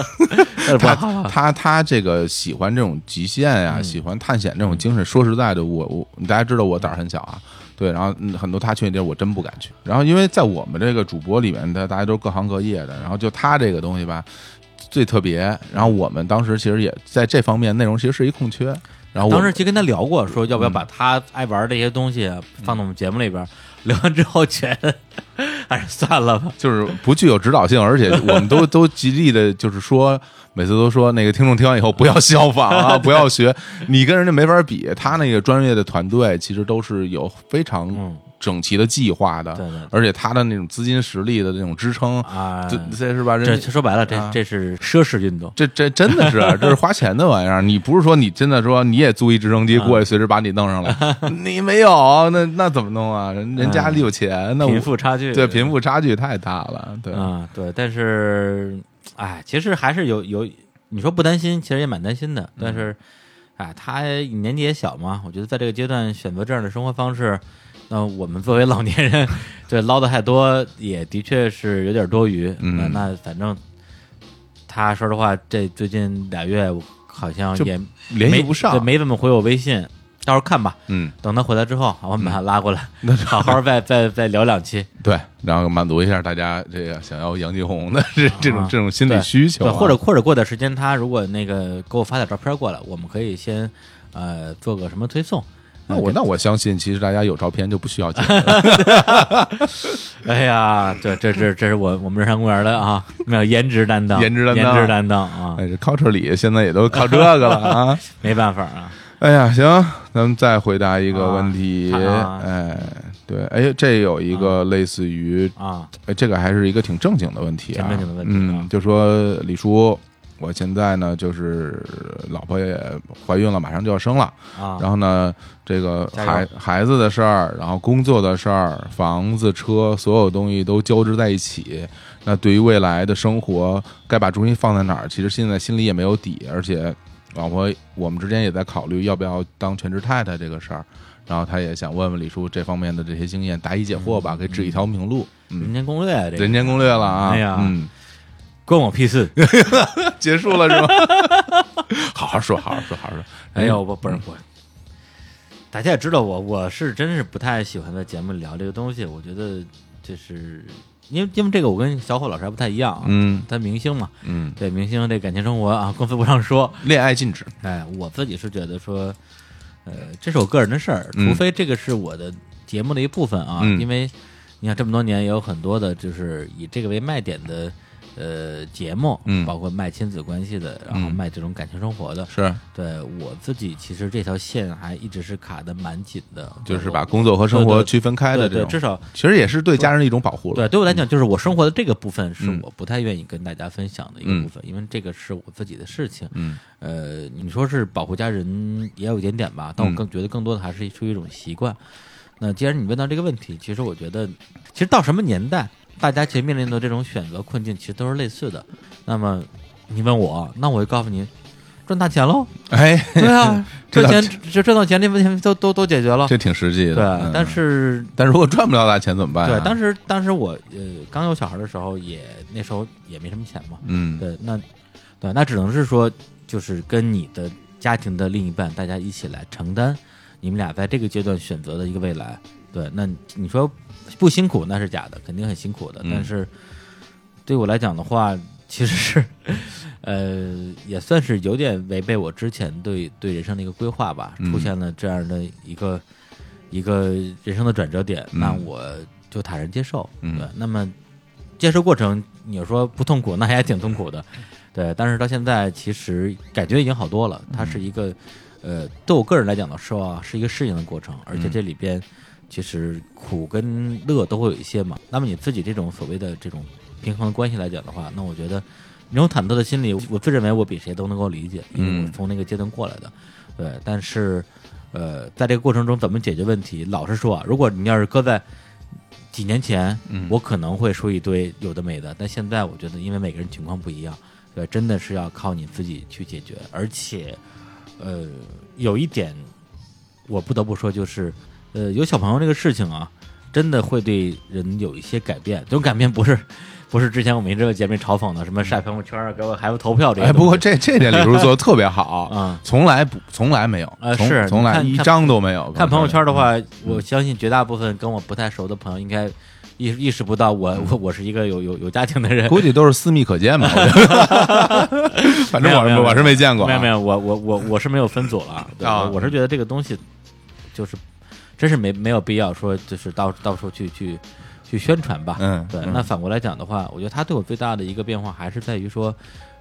[SPEAKER 1] 嗯
[SPEAKER 2] 他
[SPEAKER 1] 不 (laughs) 好
[SPEAKER 2] 他他这个喜欢这种极限呀、喜欢探险这种精神。说实在的，我我大家知道我胆儿很小啊，对，然后嗯很多他去的地儿我真不敢去。然后因为在我们这个主播里面，他大家都各行各业的，然后就他这个东西吧。最特别，然后我们当时其实也在这方面内容其实是一空缺，然后我
[SPEAKER 1] 当时就跟他聊过，说要不要把他爱玩这些东西放到我们节目里边儿。聊完之后，觉得 (laughs) 还是算了吧。
[SPEAKER 2] 就是不具有指导性，而且我们都都极力的，就是说，每次都说那个听众听完以后不要效仿啊，不要学，你跟人家没法比。他那个专业的团队其实都是有非常
[SPEAKER 1] 嗯
[SPEAKER 2] 整齐的计划的，
[SPEAKER 1] 对对对
[SPEAKER 2] 而且他的那种资金实力的那种支撑，
[SPEAKER 1] 啊，
[SPEAKER 2] 这这是吧？人
[SPEAKER 1] 这
[SPEAKER 2] 家
[SPEAKER 1] 说白了，这
[SPEAKER 2] 啊
[SPEAKER 1] 这是奢侈运动。
[SPEAKER 2] 这这真的是，啊
[SPEAKER 1] (laughs)
[SPEAKER 2] 这是花钱的玩意儿。你不是说你真的说你也租一直升机
[SPEAKER 1] 啊
[SPEAKER 2] 过去，随时把你弄
[SPEAKER 1] (laughs)
[SPEAKER 2] 上来，你没有，那那怎么弄啊？人人家里有钱，那我
[SPEAKER 1] 哎贫富差距，
[SPEAKER 2] 对贫富差距太大了，对。
[SPEAKER 1] 啊，对，但是，哎，其实还是有有，你说不担心，其实也蛮担心的。
[SPEAKER 2] 嗯
[SPEAKER 1] 但是，哎，他年纪也小嘛，我觉得在这个阶段选择这样的生活方式，那我们作为老年人， (laughs) 对捞的太多也的确是有点多余。
[SPEAKER 2] 嗯
[SPEAKER 1] 那那反正他说实话，这最近俩月我好像
[SPEAKER 2] 就
[SPEAKER 1] 也
[SPEAKER 2] 联系
[SPEAKER 1] 没
[SPEAKER 2] 不上
[SPEAKER 1] 对，没怎么回我微信。到时候看吧，
[SPEAKER 2] 嗯，
[SPEAKER 1] 等他回来之后，我们把他拉
[SPEAKER 2] (laughs)
[SPEAKER 1] 过来，好好再再再聊两期。
[SPEAKER 2] 对，然后满足一下大家这个想要杨继红的这 (laughs) 这种
[SPEAKER 1] 啊
[SPEAKER 2] 这种心理
[SPEAKER 1] 对
[SPEAKER 2] 需求
[SPEAKER 1] 对，
[SPEAKER 2] 啊，
[SPEAKER 1] 或者或者过段时间他如果那个给我发点照片过来，我们可以先呃做个什么推送。
[SPEAKER 2] 那我那我相信，其实大家有照片就不需要剪了，
[SPEAKER 1] (laughs) 哎呀，这这这这是我我们日山公园的啊，没有颜值担当，
[SPEAKER 2] 颜值担当
[SPEAKER 1] 颜值担当啊，
[SPEAKER 2] 哎，这 culture 里现在也都靠这个了啊。
[SPEAKER 1] 没办法啊，
[SPEAKER 2] 哎呀，行，咱们再回答一个问题，
[SPEAKER 1] 啊
[SPEAKER 2] 哎，对，哎，这有一个类似于，
[SPEAKER 1] 啊，
[SPEAKER 2] 哎，这个还是一个挺正经的问题啊，
[SPEAKER 1] 挺正经的问题啊
[SPEAKER 2] 嗯，就说李叔，我现在呢就是老婆也怀孕了，马上就要生了。
[SPEAKER 1] 啊
[SPEAKER 2] 然后呢，这个
[SPEAKER 1] 加油
[SPEAKER 2] 孩孩子的事儿，然后工作的事儿，房子、车，所有东西都交织在一起。那对于未来的生活，该把重心放在哪儿？其实现在心里也没有底，而且老婆我们之间也在考虑要不要当全职太太这个事儿。然后他也想问问李叔这方面的这些经验，答疑解惑吧，给指一条明路。
[SPEAKER 1] 人间攻略啊这个
[SPEAKER 2] 人间攻略了
[SPEAKER 1] 嗯
[SPEAKER 2] 啊，
[SPEAKER 1] 哎呀 (laughs)
[SPEAKER 2] 嗯，
[SPEAKER 1] 关我屁
[SPEAKER 2] (laughs)
[SPEAKER 1] 事！
[SPEAKER 2] 结束了是
[SPEAKER 1] (laughs)
[SPEAKER 2] 吧？ (laughs) 好好说，好好说，好好说。
[SPEAKER 1] 哎呦，我不是我，大家也知道我，我是真是不太喜欢在节目里聊这个东西，我觉得就是因为因为这个我跟小伙老师还不太一样啊，
[SPEAKER 2] 嗯
[SPEAKER 1] 他明星嘛，
[SPEAKER 2] 嗯，
[SPEAKER 1] 对明星这感情生活啊，公司不让说，
[SPEAKER 2] 恋爱禁止，
[SPEAKER 1] 哎，我自己是觉得说，呃，这是我个人的事儿，
[SPEAKER 2] 嗯
[SPEAKER 1] 除非这个是我的节目的一部分啊，
[SPEAKER 2] 嗯
[SPEAKER 1] 因为你看这么多年也有很多的，就是以这个为卖点的。呃，节目，
[SPEAKER 2] 嗯
[SPEAKER 1] 包括卖亲子关系的，然后
[SPEAKER 2] 嗯
[SPEAKER 1] 卖这种感情生活的，
[SPEAKER 2] 是
[SPEAKER 1] 对我自己其实这条线还一直是卡的蛮紧的，
[SPEAKER 2] 就是
[SPEAKER 1] 我
[SPEAKER 2] 把工作和生活区分开的
[SPEAKER 1] 对
[SPEAKER 2] 这
[SPEAKER 1] 对，
[SPEAKER 2] 种，
[SPEAKER 1] 至少
[SPEAKER 2] 其实也是对家人的一种保护了。
[SPEAKER 1] 对，对我来讲，就是我生活的这个部分是
[SPEAKER 2] 嗯
[SPEAKER 1] 我不太愿意跟大家分享的一个部分，因为这个是我自己的事情。
[SPEAKER 2] 嗯，
[SPEAKER 1] 呃，你说是保护家人也有一点点吧，但我
[SPEAKER 2] 嗯
[SPEAKER 1] 更觉得更多的还是出于一种习惯。那既然你问到这个问题，其实我觉得，其实到什么年代，大家其实面临的这种选择困境，其实都是类似的。那么你问我，那我就告诉你，赚大钱 (laughs) 喽！
[SPEAKER 2] 哎，
[SPEAKER 1] 对啊，(laughs)
[SPEAKER 2] 这
[SPEAKER 1] 赚
[SPEAKER 2] 倒
[SPEAKER 1] 钱这赚到钱这问题都都都解决了。哎
[SPEAKER 2] 这挺实际的。
[SPEAKER 1] 对
[SPEAKER 2] 嗯，
[SPEAKER 1] 但是
[SPEAKER 2] 但如果赚不了大钱怎么办、啊？
[SPEAKER 1] 对，当
[SPEAKER 2] 时
[SPEAKER 1] 时当时我呃刚有小孩的时候也，那时候也没什么钱嘛。
[SPEAKER 2] 嗯，
[SPEAKER 1] 对，那对，那只能是说，就是跟你的家庭的另一半，大家一起来承担你们俩在这个阶段选择的一个未来。对，那你说不辛苦那是假的，肯定很辛苦的。
[SPEAKER 2] 嗯
[SPEAKER 1] 但是对我来讲的话，其实是呃，也算是有点违背我之前对对人生的一个规划吧，
[SPEAKER 2] 嗯
[SPEAKER 1] 出现了这样的一个一个人生的转折点，
[SPEAKER 2] 嗯
[SPEAKER 1] 那我就坦然接受。
[SPEAKER 2] 嗯
[SPEAKER 1] 对，那么接受过程，你说不痛苦，那也挺痛苦的。对，但是到现在其实感觉已经好多了。它是一个，呃，对我个人来讲的说啊，是一个适应的过程，而且这里边其实苦跟乐都会有一些嘛。那么你自己这种所谓的这种平衡的关系来讲的话，那我觉得那种忐忑的心理，我自认为我比谁都能够理解，因为我
[SPEAKER 2] 嗯
[SPEAKER 1] 从那个阶段过来的。对，但是呃，在这个过程中怎么解决问题？老实说啊，如果你要是搁在几年前，
[SPEAKER 2] 嗯
[SPEAKER 1] 我可能会说一堆有的没的，但现在我觉得，因为每个人情况不一样，对，真的是要靠你自己去解决。而且，呃，有一点我不得不说，就是呃，有小朋友这个事情啊，真的会对人有一些改变。这种改变不是 (laughs) 不是之前我们一直在节目里嘲讽的什么晒朋友圈啊，给我孩子投票这些
[SPEAKER 2] 哎，
[SPEAKER 1] 东西。
[SPEAKER 2] 不过这这点李叔做的特
[SPEAKER 1] (laughs)
[SPEAKER 2] 别好，
[SPEAKER 1] 嗯
[SPEAKER 2] 从来不从来没有
[SPEAKER 1] 呃，
[SPEAKER 2] 从
[SPEAKER 1] 是
[SPEAKER 2] 从来
[SPEAKER 1] 看
[SPEAKER 2] 一
[SPEAKER 1] 看
[SPEAKER 2] 张都没有。
[SPEAKER 1] 看朋友圈的
[SPEAKER 2] 嗯
[SPEAKER 1] 话，我相信绝大部分跟我不太熟的朋友应该意意识不到我我我是一个有有有家庭的人。
[SPEAKER 2] 估计都是私密可见吧，我觉得 (laughs) 反正我
[SPEAKER 1] 没有没
[SPEAKER 2] 是
[SPEAKER 1] 有
[SPEAKER 2] 我是没见过啊，
[SPEAKER 1] 没有没有，我我我我是没有分组了，对，
[SPEAKER 2] 啊
[SPEAKER 1] 我我是觉得这个东西就是真是没没有必要说就是到到处去去去宣传吧。
[SPEAKER 2] 嗯
[SPEAKER 1] 对。
[SPEAKER 2] 嗯
[SPEAKER 1] 那反过来讲的话，我觉得它对我最大的一个变化还是在于说，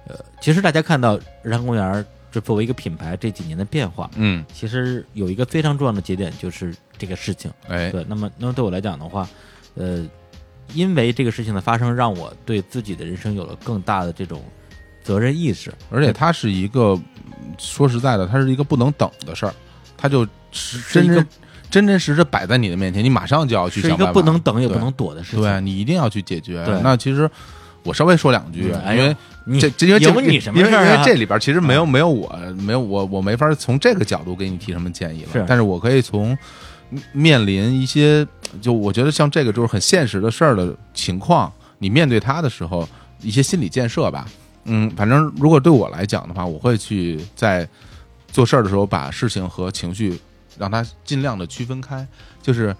[SPEAKER 1] 呃，其实大家看到日坛公园儿这作为一个品牌这几年的变化，
[SPEAKER 2] 嗯，
[SPEAKER 1] 其实有一个非常重要的节点就是这个事情。
[SPEAKER 2] 哎，
[SPEAKER 1] 对，那么那么对我来讲的话，呃，因为这个事情的发生，让我对自己的人生有了更大的这种责任意识。
[SPEAKER 2] 而且它是一个说实在的，它是一个不能等的事儿，它就是真
[SPEAKER 1] 一个
[SPEAKER 2] 真真真实实摆在你的面前，你马上就要去
[SPEAKER 1] 是一
[SPEAKER 2] 想
[SPEAKER 1] 个
[SPEAKER 2] 办
[SPEAKER 1] 不
[SPEAKER 2] 法。
[SPEAKER 1] 能等也不
[SPEAKER 2] 对
[SPEAKER 1] 能躲的事情。嗯
[SPEAKER 2] 对你一定要去解决
[SPEAKER 1] 对。
[SPEAKER 2] 那其实我稍微说两句，啊
[SPEAKER 1] 嗯哎
[SPEAKER 2] 因
[SPEAKER 1] 呦
[SPEAKER 2] 为
[SPEAKER 1] 你
[SPEAKER 2] 这这因为这
[SPEAKER 1] 有你什么
[SPEAKER 2] 因为
[SPEAKER 1] 事儿
[SPEAKER 2] 因
[SPEAKER 1] 啊
[SPEAKER 2] 为这里边其实没有没有我没有我我没法从这个角度给你提什么建议了，
[SPEAKER 1] 是
[SPEAKER 2] 但是我可以从面临一些就我觉得像这个就是很现实的事儿的情况，你面对它的时候一些心理建设吧。嗯，反正如果对我来讲的话，我会去在做事儿的时候把事情和情绪让它尽量的区分开，就是。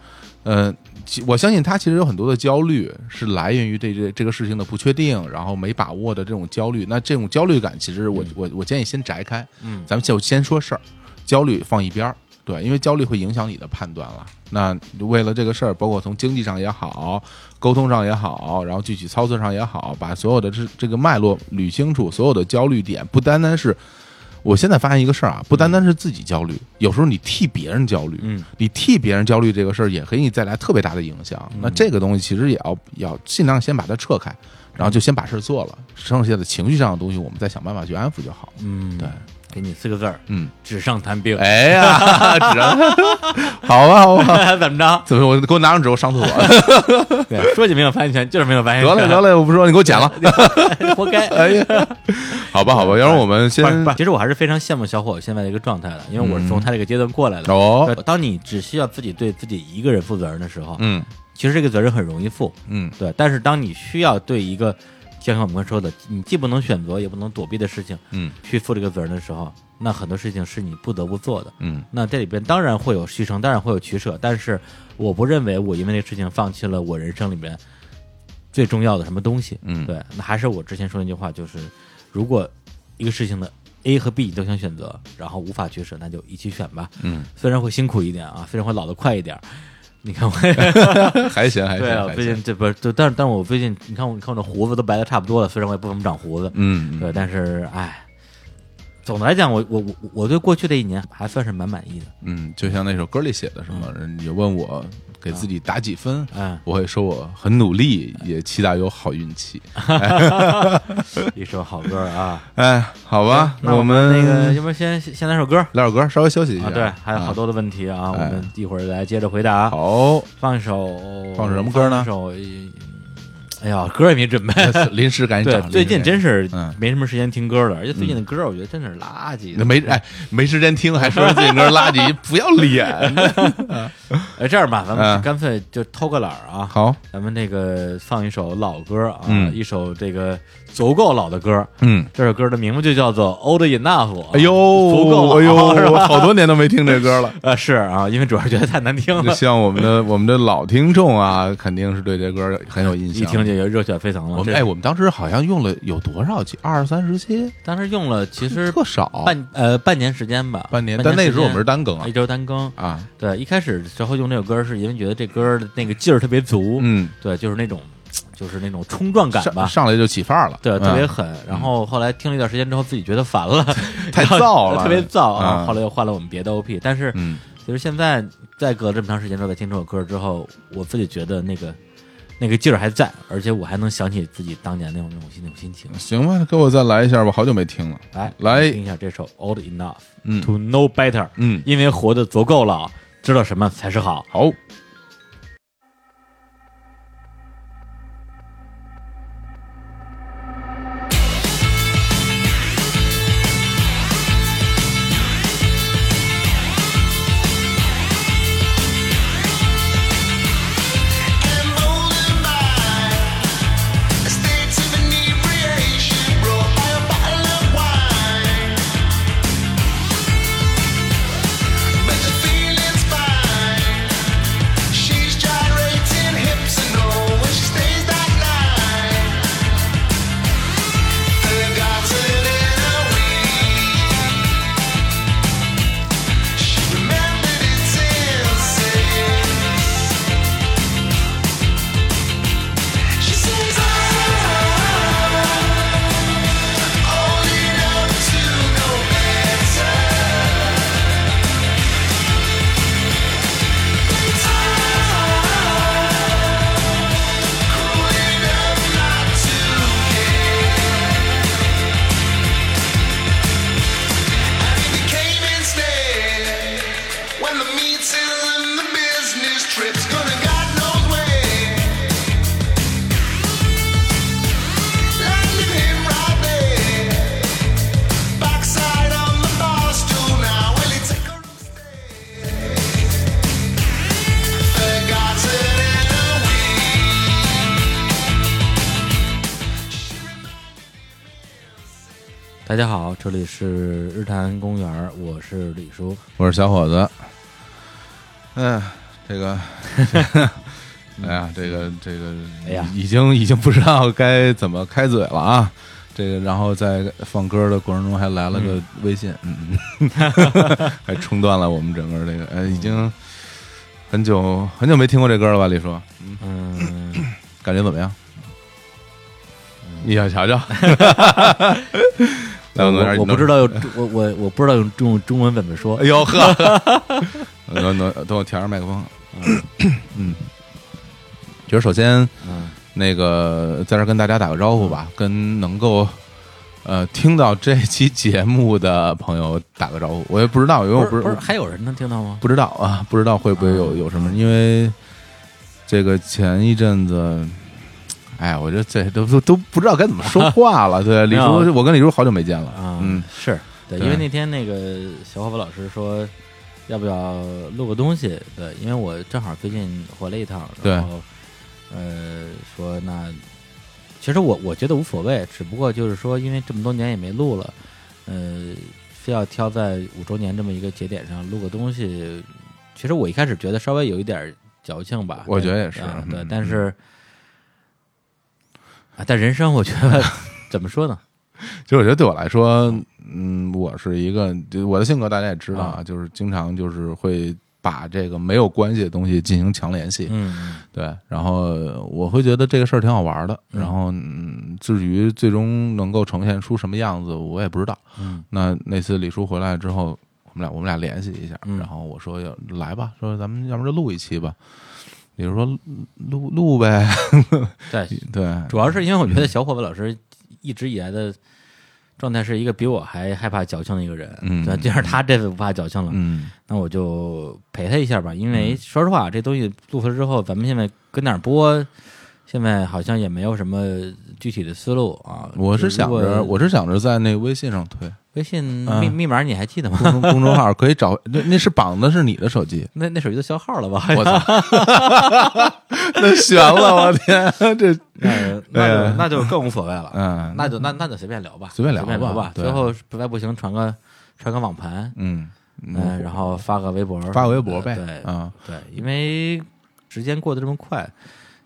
[SPEAKER 2] 呃，其我相信他其实有很多的焦虑是来源于对这这个事情的不确定，然后没把握的这种焦虑。那这种焦虑感，其实我我我建议先摘开，
[SPEAKER 1] 嗯，
[SPEAKER 2] 咱们就先说事儿，焦虑放一边儿。对，因为焦虑会影响你的判断了。那为了这个事儿，包括从经济上也好，沟通上也好，然后具体操作上也好，把所有的这这个脉络捋清楚，所有的焦虑点不单单是。我现在发现一个事儿啊，不单单是自己焦虑，有时候你替别人焦虑，
[SPEAKER 1] 嗯，
[SPEAKER 2] 你替别人焦虑这个事儿也给你带来特别大的影响。那这个东西其实也要也要尽量先把它撤开，然后就先把事儿做了，剩下的情绪上的东西我们再想办法去安抚就好。
[SPEAKER 1] 嗯，
[SPEAKER 2] 对，
[SPEAKER 1] 给你四个字儿，
[SPEAKER 2] 嗯，
[SPEAKER 1] 纸上谈兵。
[SPEAKER 2] 哎呀， (laughs) 纸啊，好吧，好
[SPEAKER 1] (laughs)
[SPEAKER 2] 吧，
[SPEAKER 1] 怎么着？
[SPEAKER 2] 怎么我给我拿上纸，我上厕所。
[SPEAKER 1] 对， (laughs) 说起没有发言权，就是没有发言
[SPEAKER 2] 得
[SPEAKER 1] 权。
[SPEAKER 2] 嘞，得嘞，我不说，你给我剪了。
[SPEAKER 1] (laughs) 嘞，活该。
[SPEAKER 2] (laughs) 哎呀，好吧，好吧，要不然我们
[SPEAKER 1] 不
[SPEAKER 2] 先
[SPEAKER 1] 是不是，其实我还是非常羡慕小伙现在的一个状态的，因为我是从他这个阶段过来的。
[SPEAKER 2] 嗯哦，
[SPEAKER 1] 当你只需要自己对自己一个人负责任的时候，
[SPEAKER 2] 嗯
[SPEAKER 1] 其实这个责任很容易负。
[SPEAKER 2] 嗯，
[SPEAKER 1] 对，但是当你需要对一个，就像我们刚才说的，你既不能选择也不能躲避的事情，
[SPEAKER 2] 嗯，
[SPEAKER 1] 去负这个责任的时候，那很多事情是你不得不做的。
[SPEAKER 2] 嗯，
[SPEAKER 1] 那这里边当然会有牺牲，当然会有取舍，但是我不认为我因为这个事情放弃了我人生里面最重要的什么东西。
[SPEAKER 2] 嗯
[SPEAKER 1] 对，那还是我之前说那句话，就是如果一个事情的 A 和 B 你都想选择，然后无法取舍，那就一起选吧。
[SPEAKER 2] 嗯，
[SPEAKER 1] 虽然会辛苦一点啊，虽然会老得快一点儿，你
[SPEAKER 2] (laughs)
[SPEAKER 1] 看我。
[SPEAKER 2] 还行，还行，
[SPEAKER 1] 对啊，
[SPEAKER 2] 还
[SPEAKER 1] 最
[SPEAKER 2] 行
[SPEAKER 1] 近这不是，就但是但是我最近，你看我，你看我这胡子都白的差不多了，虽然我也不怎么长胡子，
[SPEAKER 2] 嗯，嗯
[SPEAKER 1] 对，但是哎，总的来讲，我我我我对过去这一年还算是蛮满意的，
[SPEAKER 2] 嗯，就像那首歌里写的什么，人也问我给自己打几分。
[SPEAKER 1] 嗯，
[SPEAKER 2] 我会说我很努力，也期待有好运气。
[SPEAKER 1] 嗯一首好歌 (laughs) 啊。
[SPEAKER 2] 哎，好吧，
[SPEAKER 1] 那
[SPEAKER 2] 我
[SPEAKER 1] 们那个，
[SPEAKER 2] 们嗯
[SPEAKER 1] 要不然先先来首歌
[SPEAKER 2] 来首歌，稍微休息一下。
[SPEAKER 1] 啊？对，还有好多的问题啊，我
[SPEAKER 2] 哎
[SPEAKER 1] 们一会儿来接着回答。啊
[SPEAKER 2] 好，
[SPEAKER 1] 放一首，
[SPEAKER 2] 放首什么歌
[SPEAKER 1] 放
[SPEAKER 2] 呢
[SPEAKER 1] 一首，嗯哎呀，歌也没准
[SPEAKER 2] (laughs)
[SPEAKER 1] 备。
[SPEAKER 2] 临时赶紧
[SPEAKER 1] 对
[SPEAKER 2] 找。，
[SPEAKER 1] 最近真是
[SPEAKER 2] 嗯
[SPEAKER 1] 没什么时间听歌了，而且最近的歌我觉得真的是垃圾。
[SPEAKER 2] 那没哎没时间听，还说自己歌垃 (laughs) 圾，不要脸。
[SPEAKER 1] 哎，这样吧，咱们
[SPEAKER 2] 嗯
[SPEAKER 1] 干脆就偷个懒儿啊，
[SPEAKER 2] (laughs) 好，
[SPEAKER 1] 咱们那个放一首老歌啊，
[SPEAKER 2] 嗯
[SPEAKER 1] 一首这个足够老的歌。
[SPEAKER 2] 嗯，
[SPEAKER 1] 这首歌的名字就叫做《Old Enough》啊。
[SPEAKER 2] 哎呦，
[SPEAKER 1] 足够老
[SPEAKER 2] 哎呦， (laughs)
[SPEAKER 1] 是
[SPEAKER 2] 我
[SPEAKER 1] 吧
[SPEAKER 2] 好多年都没听这歌 (laughs) 了。
[SPEAKER 1] 呃，是啊，因为主要是觉得太难听
[SPEAKER 2] 就
[SPEAKER 1] 了，
[SPEAKER 2] 希望我们的我们的老听众啊，肯定是对这歌很有印象。
[SPEAKER 1] 一听就有热血沸腾了。
[SPEAKER 2] 我们
[SPEAKER 1] 这
[SPEAKER 2] 哎，我们当时好像用了有多少期？二三十期，
[SPEAKER 1] 当时用了其实
[SPEAKER 2] 特少，
[SPEAKER 1] 半呃半年时间吧，
[SPEAKER 2] 半年。
[SPEAKER 1] 半
[SPEAKER 2] 但那时候我
[SPEAKER 1] 间哎
[SPEAKER 2] 们是单更啊
[SPEAKER 1] 一周单更。
[SPEAKER 2] 啊，
[SPEAKER 1] 对，一开始的时候用这首歌是因为觉得这歌的那个劲儿特别足，
[SPEAKER 2] 嗯，
[SPEAKER 1] 对，就是那种就是那种冲撞感
[SPEAKER 2] 上
[SPEAKER 1] 吧。
[SPEAKER 2] 上来就起范儿了，
[SPEAKER 1] 对，
[SPEAKER 2] 嗯
[SPEAKER 1] 特别狠。然后后来听了一段时间之后，自己觉得烦了，
[SPEAKER 2] (laughs) 太
[SPEAKER 1] 然后
[SPEAKER 2] 燥了
[SPEAKER 1] 特别燥啊。
[SPEAKER 2] 嗯
[SPEAKER 1] 后来又换了我们别的 OP，但是
[SPEAKER 2] 嗯，
[SPEAKER 1] 其实现在再隔这么长时间之后再听这首歌之后，我自己觉得那个那个劲儿还在，而且我还能想起自己当年那种那种心那种心情。
[SPEAKER 2] 行吧，给我再来一下吧，好久没听了，
[SPEAKER 1] 来
[SPEAKER 2] 来
[SPEAKER 1] 听一下这首《Old Enough
[SPEAKER 2] 嗯
[SPEAKER 1] to Know Better》，
[SPEAKER 2] 嗯，
[SPEAKER 1] 因为活得足够老，知道什么才是好。
[SPEAKER 2] 好，
[SPEAKER 3] I'm old and blind. I still
[SPEAKER 1] 大家好，这里是日坛公园，我是李叔。
[SPEAKER 2] 我是小伙子。嗯、这 (laughs) 个，哎呀，这个这个，
[SPEAKER 1] 哎呀
[SPEAKER 2] 已经已经不知道该怎么开嘴了啊。这个，然后在放歌的过程中还来了个微信，嗯， (laughs) 嗯还冲断了我们整个这个，呃，已经很久很久没听过这歌了吧？李叔，
[SPEAKER 1] 嗯，
[SPEAKER 2] 感觉怎么样？你要 (laughs) 瞧瞧，来我
[SPEAKER 1] 我我不知
[SPEAKER 2] (laughs)
[SPEAKER 1] 道用我我我不知道用用中文怎么说
[SPEAKER 2] 哎。呦呵，等等等我调上麦克风。啊嗯，就是首先
[SPEAKER 1] 嗯
[SPEAKER 2] 那个在这儿跟大家打个招呼吧，跟能够呃听到这期节目的朋友打个招呼。我也不知道，因为我
[SPEAKER 1] 不
[SPEAKER 2] 不
[SPEAKER 1] 是不
[SPEAKER 2] 是
[SPEAKER 1] 是嗯还有人能听到吗？
[SPEAKER 2] 不知道啊，不知道会不会有有什么，因为这个前一阵子。哎，我觉得这都都都不知道该怎么说话了。对，李
[SPEAKER 1] 没有
[SPEAKER 2] 叔，我跟李叔好久没见了。
[SPEAKER 1] 啊，
[SPEAKER 2] 嗯，
[SPEAKER 1] 是对，
[SPEAKER 2] 对
[SPEAKER 1] 因为那天那个小伙伴老师说，要不要录个东西？对，因为我正好最近回来一趟，
[SPEAKER 2] 对
[SPEAKER 1] 然后呃，说那其实我我觉得无所谓，只不过就是说，因为这么多年也没录了，呃，非要挑在五周年这么一个节点上录个东西，其实我一开始觉得稍微有一点矫情吧，
[SPEAKER 2] 我
[SPEAKER 1] 对
[SPEAKER 2] 觉得也是
[SPEAKER 1] 啊对
[SPEAKER 2] 嗯，
[SPEAKER 1] 但是啊，但人生我觉得 (laughs) 怎么说呢？
[SPEAKER 2] 其实我觉得对我来说，嗯，我是一个就我的性格大家也知道
[SPEAKER 1] 啊
[SPEAKER 2] 啊，就是经常就是会把这个没有关系的东西进行强联系，
[SPEAKER 1] 嗯，
[SPEAKER 2] 对，然后呃我会觉得这个事儿挺好玩的，
[SPEAKER 1] 嗯
[SPEAKER 2] 然后嗯，至于最终能够呈现出什么样子，我也不知道。
[SPEAKER 1] 嗯，
[SPEAKER 2] 那那次李叔回来之后，我们俩我们俩联系一下，
[SPEAKER 1] 嗯
[SPEAKER 2] 然后我说要来吧，说咱们要不然就录一期吧。李叔说录
[SPEAKER 1] (laughs)
[SPEAKER 2] 录呗，
[SPEAKER 1] 对，
[SPEAKER 2] 对，
[SPEAKER 1] 主要是因为我觉得小伙伴老师一直以来的状态是一个比我还害怕矫情的一个人，
[SPEAKER 2] 嗯
[SPEAKER 1] 对，就是他这次不怕矫情了，
[SPEAKER 2] 嗯，
[SPEAKER 1] 那我就陪他一下吧。因为说实话，这东西录出来之后，咱们现在跟哪儿播，现在好像也没有什么具体的思路啊。
[SPEAKER 2] 我是想
[SPEAKER 1] 如
[SPEAKER 2] 着
[SPEAKER 1] 果
[SPEAKER 2] 我是想着在那微信上推。
[SPEAKER 1] 微信
[SPEAKER 2] 啊
[SPEAKER 1] 密密码你还记得吗？
[SPEAKER 2] 公众公众号可以找，那那是绑的是你的手机，
[SPEAKER 1] 那那手机都消号了吧？
[SPEAKER 2] 我操， (laughs) 那悬了，我天， (laughs) 这
[SPEAKER 1] (laughs) 那
[SPEAKER 2] (laughs)
[SPEAKER 1] 就那就那就更无所谓了。
[SPEAKER 2] 啊嗯
[SPEAKER 1] 那就那那就随便聊吧，
[SPEAKER 2] 随便聊吧
[SPEAKER 1] 随便聊吧。
[SPEAKER 2] 对
[SPEAKER 1] 最后实在不行传个传个网盘，
[SPEAKER 2] 嗯
[SPEAKER 1] 嗯，
[SPEAKER 2] 嗯，
[SPEAKER 1] 然后发个微博，
[SPEAKER 2] 发微博呗
[SPEAKER 1] 呃对，
[SPEAKER 2] 啊，
[SPEAKER 1] 对，因为时间过得这么快，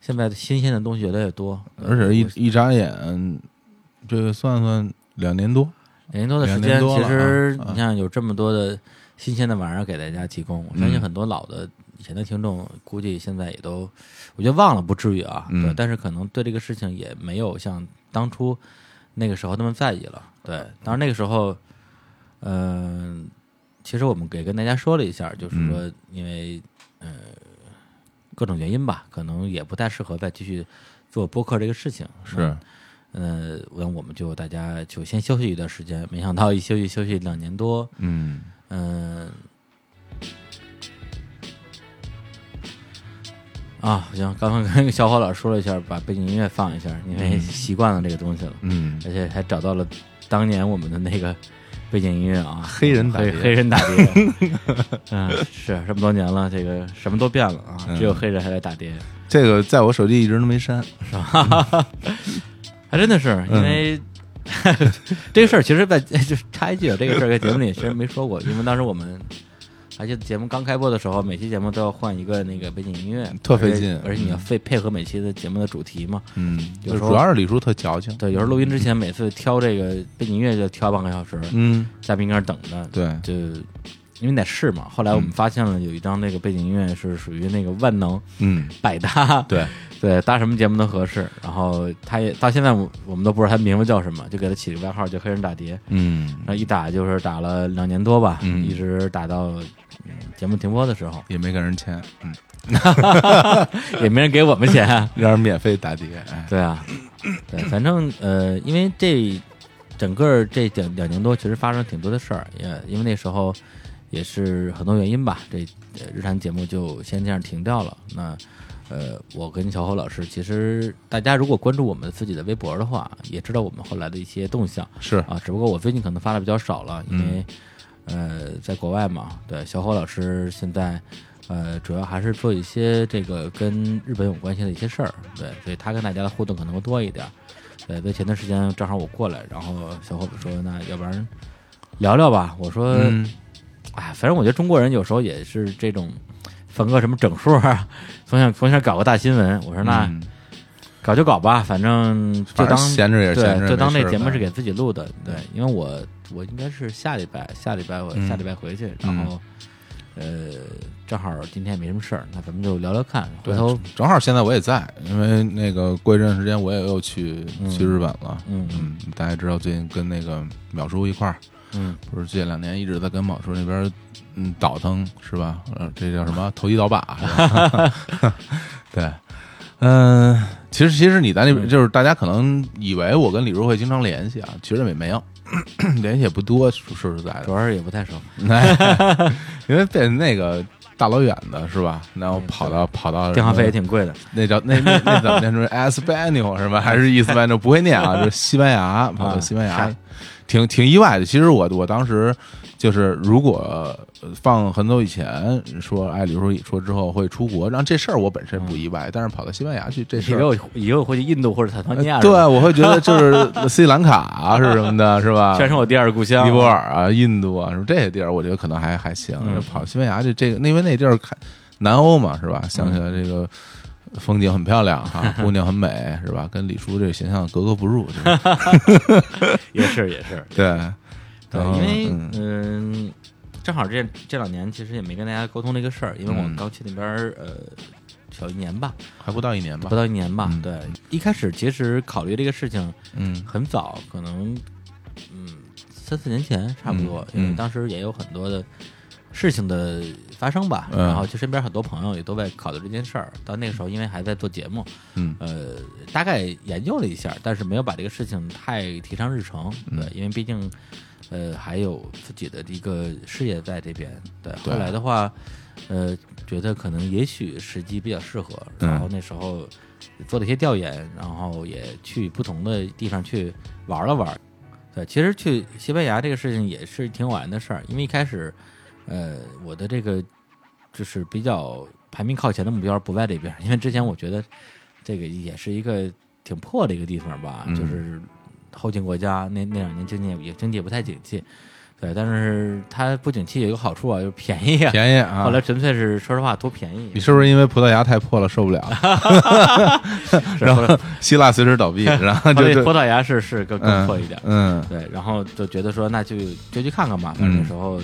[SPEAKER 1] 现在新鲜的东西越来越多，呃
[SPEAKER 2] 而且一
[SPEAKER 1] 我
[SPEAKER 2] 一眨眼，这个算算两年多，
[SPEAKER 1] 两年多的时
[SPEAKER 2] 两年
[SPEAKER 1] 间，
[SPEAKER 2] 多
[SPEAKER 1] 其
[SPEAKER 2] 了
[SPEAKER 1] 实
[SPEAKER 2] 啊啊
[SPEAKER 1] 你像有这么多的新鲜的玩意儿给大家提供，
[SPEAKER 2] 嗯
[SPEAKER 1] 我相信很多老的以前的听众，估计现在也都，我觉得忘了不至于啊，
[SPEAKER 2] 嗯
[SPEAKER 1] 对，但是可能对这个事情也没有像当初那个时候那么在意了，对，当然那个时候，嗯、其实我们给跟大家说了一下，
[SPEAKER 2] 嗯
[SPEAKER 1] 就是说因为呃各种原因吧，可能也不太适合再继续做播客这个事情，
[SPEAKER 2] 是
[SPEAKER 1] 呃，那我们就大家就先休息一段时间。没想到一休息休息两年多，
[SPEAKER 2] 嗯，
[SPEAKER 1] 嗯、啊，行，刚刚跟小伙老师说了一下，把背景音乐放一下，因为习惯了这个东西了，
[SPEAKER 2] 嗯，
[SPEAKER 1] 而且还找到了当年我们的那个背景音乐啊，
[SPEAKER 2] 黑人打
[SPEAKER 1] 黑
[SPEAKER 2] 碟
[SPEAKER 1] 黑人打碟， (laughs) 嗯，是这么多年了，这个什么都变了啊，
[SPEAKER 2] 嗯
[SPEAKER 1] 只有黑人还在打碟。
[SPEAKER 2] 这个在我手机一直都没删，
[SPEAKER 1] (laughs) 还真的是，
[SPEAKER 2] 嗯
[SPEAKER 1] 因
[SPEAKER 2] (laughs)
[SPEAKER 1] 为、这个事儿，其实在就是插一句，这个事儿在节目里其实没说过，因为当时我们还记得节目刚开播的时候，每期节目都要换一个那个背景音乐，
[SPEAKER 2] 特费劲
[SPEAKER 1] 而且你要配配合每期的节目的主题嘛。
[SPEAKER 2] 嗯，
[SPEAKER 1] 有时候
[SPEAKER 2] 主要是李叔特矫情，
[SPEAKER 1] 对，有时候录音之前，每次挑这个背景音乐就挑半个小时，
[SPEAKER 2] 嗯，
[SPEAKER 1] 嘉宾搁那儿等着，
[SPEAKER 2] 对，
[SPEAKER 1] 就因为得试嘛。后来我们发现了有一张那个背景音乐是属于那个万能
[SPEAKER 2] 嗯，
[SPEAKER 1] 百搭，
[SPEAKER 2] 对，
[SPEAKER 1] 对，搭什么节目都合适。然后他也到现在我我们都不知道他名字叫什么，就给他起个外号叫黑人打碟。
[SPEAKER 2] 嗯，
[SPEAKER 1] 那一打就是打了两年多吧，
[SPEAKER 2] 嗯
[SPEAKER 1] 一直打到、嗯节目停播的时候，
[SPEAKER 2] 也没给人钱，嗯，
[SPEAKER 1] 也没人给我们钱。啊
[SPEAKER 2] 让人免费打碟，哎，
[SPEAKER 1] 对啊，对，反正呃，因为这整个这两两年多，其实发生挺多的事儿，也因为那时候也是很多原因吧，这呃日常节目就先这样停掉了。那呃，我跟小侯老师，其实大家如果关注我们自己的微博的话，也知道我们后来的一些动向
[SPEAKER 2] 是，
[SPEAKER 1] 啊。只不过我最近可能发的比较少了，因为、呃，在国外嘛，对，小侯老师现在呃，主要还是做一些这个跟日本有关系的一些事儿，对，所以他跟大家的互动可能会多一点。对，所以前段时间正好我过来，然后小伙子说：“那要不然聊聊吧？”我说：“
[SPEAKER 2] 嗯
[SPEAKER 1] 哎，反正我觉得中国人有时候也是这种逢个什么整数啊， (laughs) 总想总想搞个大新闻。”我说：“那
[SPEAKER 2] 嗯
[SPEAKER 1] 搞就搞吧，反正就
[SPEAKER 2] 反
[SPEAKER 1] 当
[SPEAKER 2] 正闲着也是闲着
[SPEAKER 1] 对，
[SPEAKER 2] 也
[SPEAKER 1] 就当
[SPEAKER 2] 没事
[SPEAKER 1] 这
[SPEAKER 2] 儿
[SPEAKER 1] 节目
[SPEAKER 2] 干嗯
[SPEAKER 1] 是给自己录的，对，因为我我应该是下礼拜，下礼拜我、
[SPEAKER 2] 嗯
[SPEAKER 1] 下礼拜回去，然后、呃，正好今天也没什么事儿，那咱们就聊聊看，回
[SPEAKER 2] 对
[SPEAKER 1] 头，
[SPEAKER 2] 正好现在我也在，因为那个过一阵时间我也又去
[SPEAKER 1] 嗯
[SPEAKER 2] 去日本了。
[SPEAKER 1] 嗯
[SPEAKER 2] 嗯，大家知道最近跟那个淼叔一块儿，
[SPEAKER 1] 嗯
[SPEAKER 2] 不是这两年一直在跟淼叔那边嗯倒腾是吧？呃，这叫
[SPEAKER 1] (laughs)
[SPEAKER 2] 什么投机倒把？是吧 (laughs) 对，嗯、其实其实你在那
[SPEAKER 1] 嗯
[SPEAKER 2] 边，就是大家可能以为我跟李叔会经常联系啊，其实也没有， (clears throat) 联系也不多，说说实在
[SPEAKER 1] (laughs)
[SPEAKER 2] 的
[SPEAKER 1] 主，要是也不太熟，
[SPEAKER 2] 哎因为变那个大老远的是吧？然后跑到跑到
[SPEAKER 1] 嗯电话费也
[SPEAKER 2] 什么
[SPEAKER 1] 挺贵的，
[SPEAKER 2] 那叫那那那怎么念出来 (laughs) ？Espanol 是吧？还是 Espanol？不会念啊，就是西班牙，跑到西班牙，
[SPEAKER 1] 是
[SPEAKER 2] 挺挺意外的。其实我我当时就是，如果呃放很久以前说，哎，李叔说之后会出国，然后这事儿我本身不意外，但是跑到西班牙去这
[SPEAKER 1] 以
[SPEAKER 2] 事儿。
[SPEAKER 1] 后以后回去印度或者坦桑尼亚
[SPEAKER 2] 呃
[SPEAKER 1] 什
[SPEAKER 2] 对，
[SPEAKER 1] 么的，
[SPEAKER 2] 我会觉得就是斯里兰卡啊，是什么的，是吧？
[SPEAKER 1] 全是我第二故乡，
[SPEAKER 2] 尼泊尔啊、印度啊，什么这些地儿，我觉得可能还还行。
[SPEAKER 1] 嗯
[SPEAKER 2] 就跑西班牙这这个，因为那地儿看南欧嘛，是吧？想起来
[SPEAKER 1] 嗯
[SPEAKER 2] 这个风景很漂亮
[SPEAKER 1] (laughs)
[SPEAKER 2] 哈，姑娘很美，是吧？跟李叔这个形象格格不入。就是
[SPEAKER 1] 也是也是，
[SPEAKER 2] 对，
[SPEAKER 1] 对，
[SPEAKER 2] 然后
[SPEAKER 1] 因为
[SPEAKER 2] 嗯
[SPEAKER 1] 嗯、正好这这两年其实也没跟大家沟通这个事儿，因为我
[SPEAKER 2] 嗯
[SPEAKER 1] 刚去那边儿呃小一年吧，
[SPEAKER 2] 还不到一年吧
[SPEAKER 1] 不？到一年吧。
[SPEAKER 2] 嗯
[SPEAKER 1] 对，一开始其实考虑这个事情
[SPEAKER 2] 嗯
[SPEAKER 1] 很早，可能嗯三四年前差不多，
[SPEAKER 2] 嗯
[SPEAKER 1] 因为当时也有很多的事情的发生吧，
[SPEAKER 2] 嗯
[SPEAKER 1] 然后就身边很多朋友也都在考虑这件事儿。到那个时候，因为还在做节目，
[SPEAKER 2] 嗯
[SPEAKER 1] 呃，大概研究了一下，但是没有把这个事情太提上日程，对，
[SPEAKER 2] 嗯
[SPEAKER 1] 因为毕竟，呃，还有自己的一个事业在这边，对。
[SPEAKER 2] 对
[SPEAKER 1] 后来的话，呃，觉得可能也许时机比较适合，
[SPEAKER 2] 嗯
[SPEAKER 1] 然后那时候做了一些调研，然后也去不同的地方去玩了玩。对，其实去西班牙这个事情也是挺偶然的事儿，因为一开始，呃，我的这个就是比较排名靠前的目标不在这边，因为之前我觉得这个也是一个挺破的一个地方吧，
[SPEAKER 2] 嗯
[SPEAKER 1] 就是后进国家那那两年经济也也经济也不太景气，对，但是它不景气有一个好处啊，就是便宜啊。
[SPEAKER 2] 便宜啊。
[SPEAKER 1] 后来纯粹是说实话图便宜
[SPEAKER 2] 你，是不是因为葡萄牙太破了
[SPEAKER 1] (laughs)
[SPEAKER 2] 受不了，
[SPEAKER 1] 是后来
[SPEAKER 2] 希腊随时倒闭，然后
[SPEAKER 1] 后
[SPEAKER 2] 就
[SPEAKER 1] 来
[SPEAKER 2] 就
[SPEAKER 1] 葡萄牙是是更更
[SPEAKER 2] 嗯
[SPEAKER 1] 破一点，
[SPEAKER 2] 嗯
[SPEAKER 1] 对，然后就觉得说那就就去看看吧，反正那时候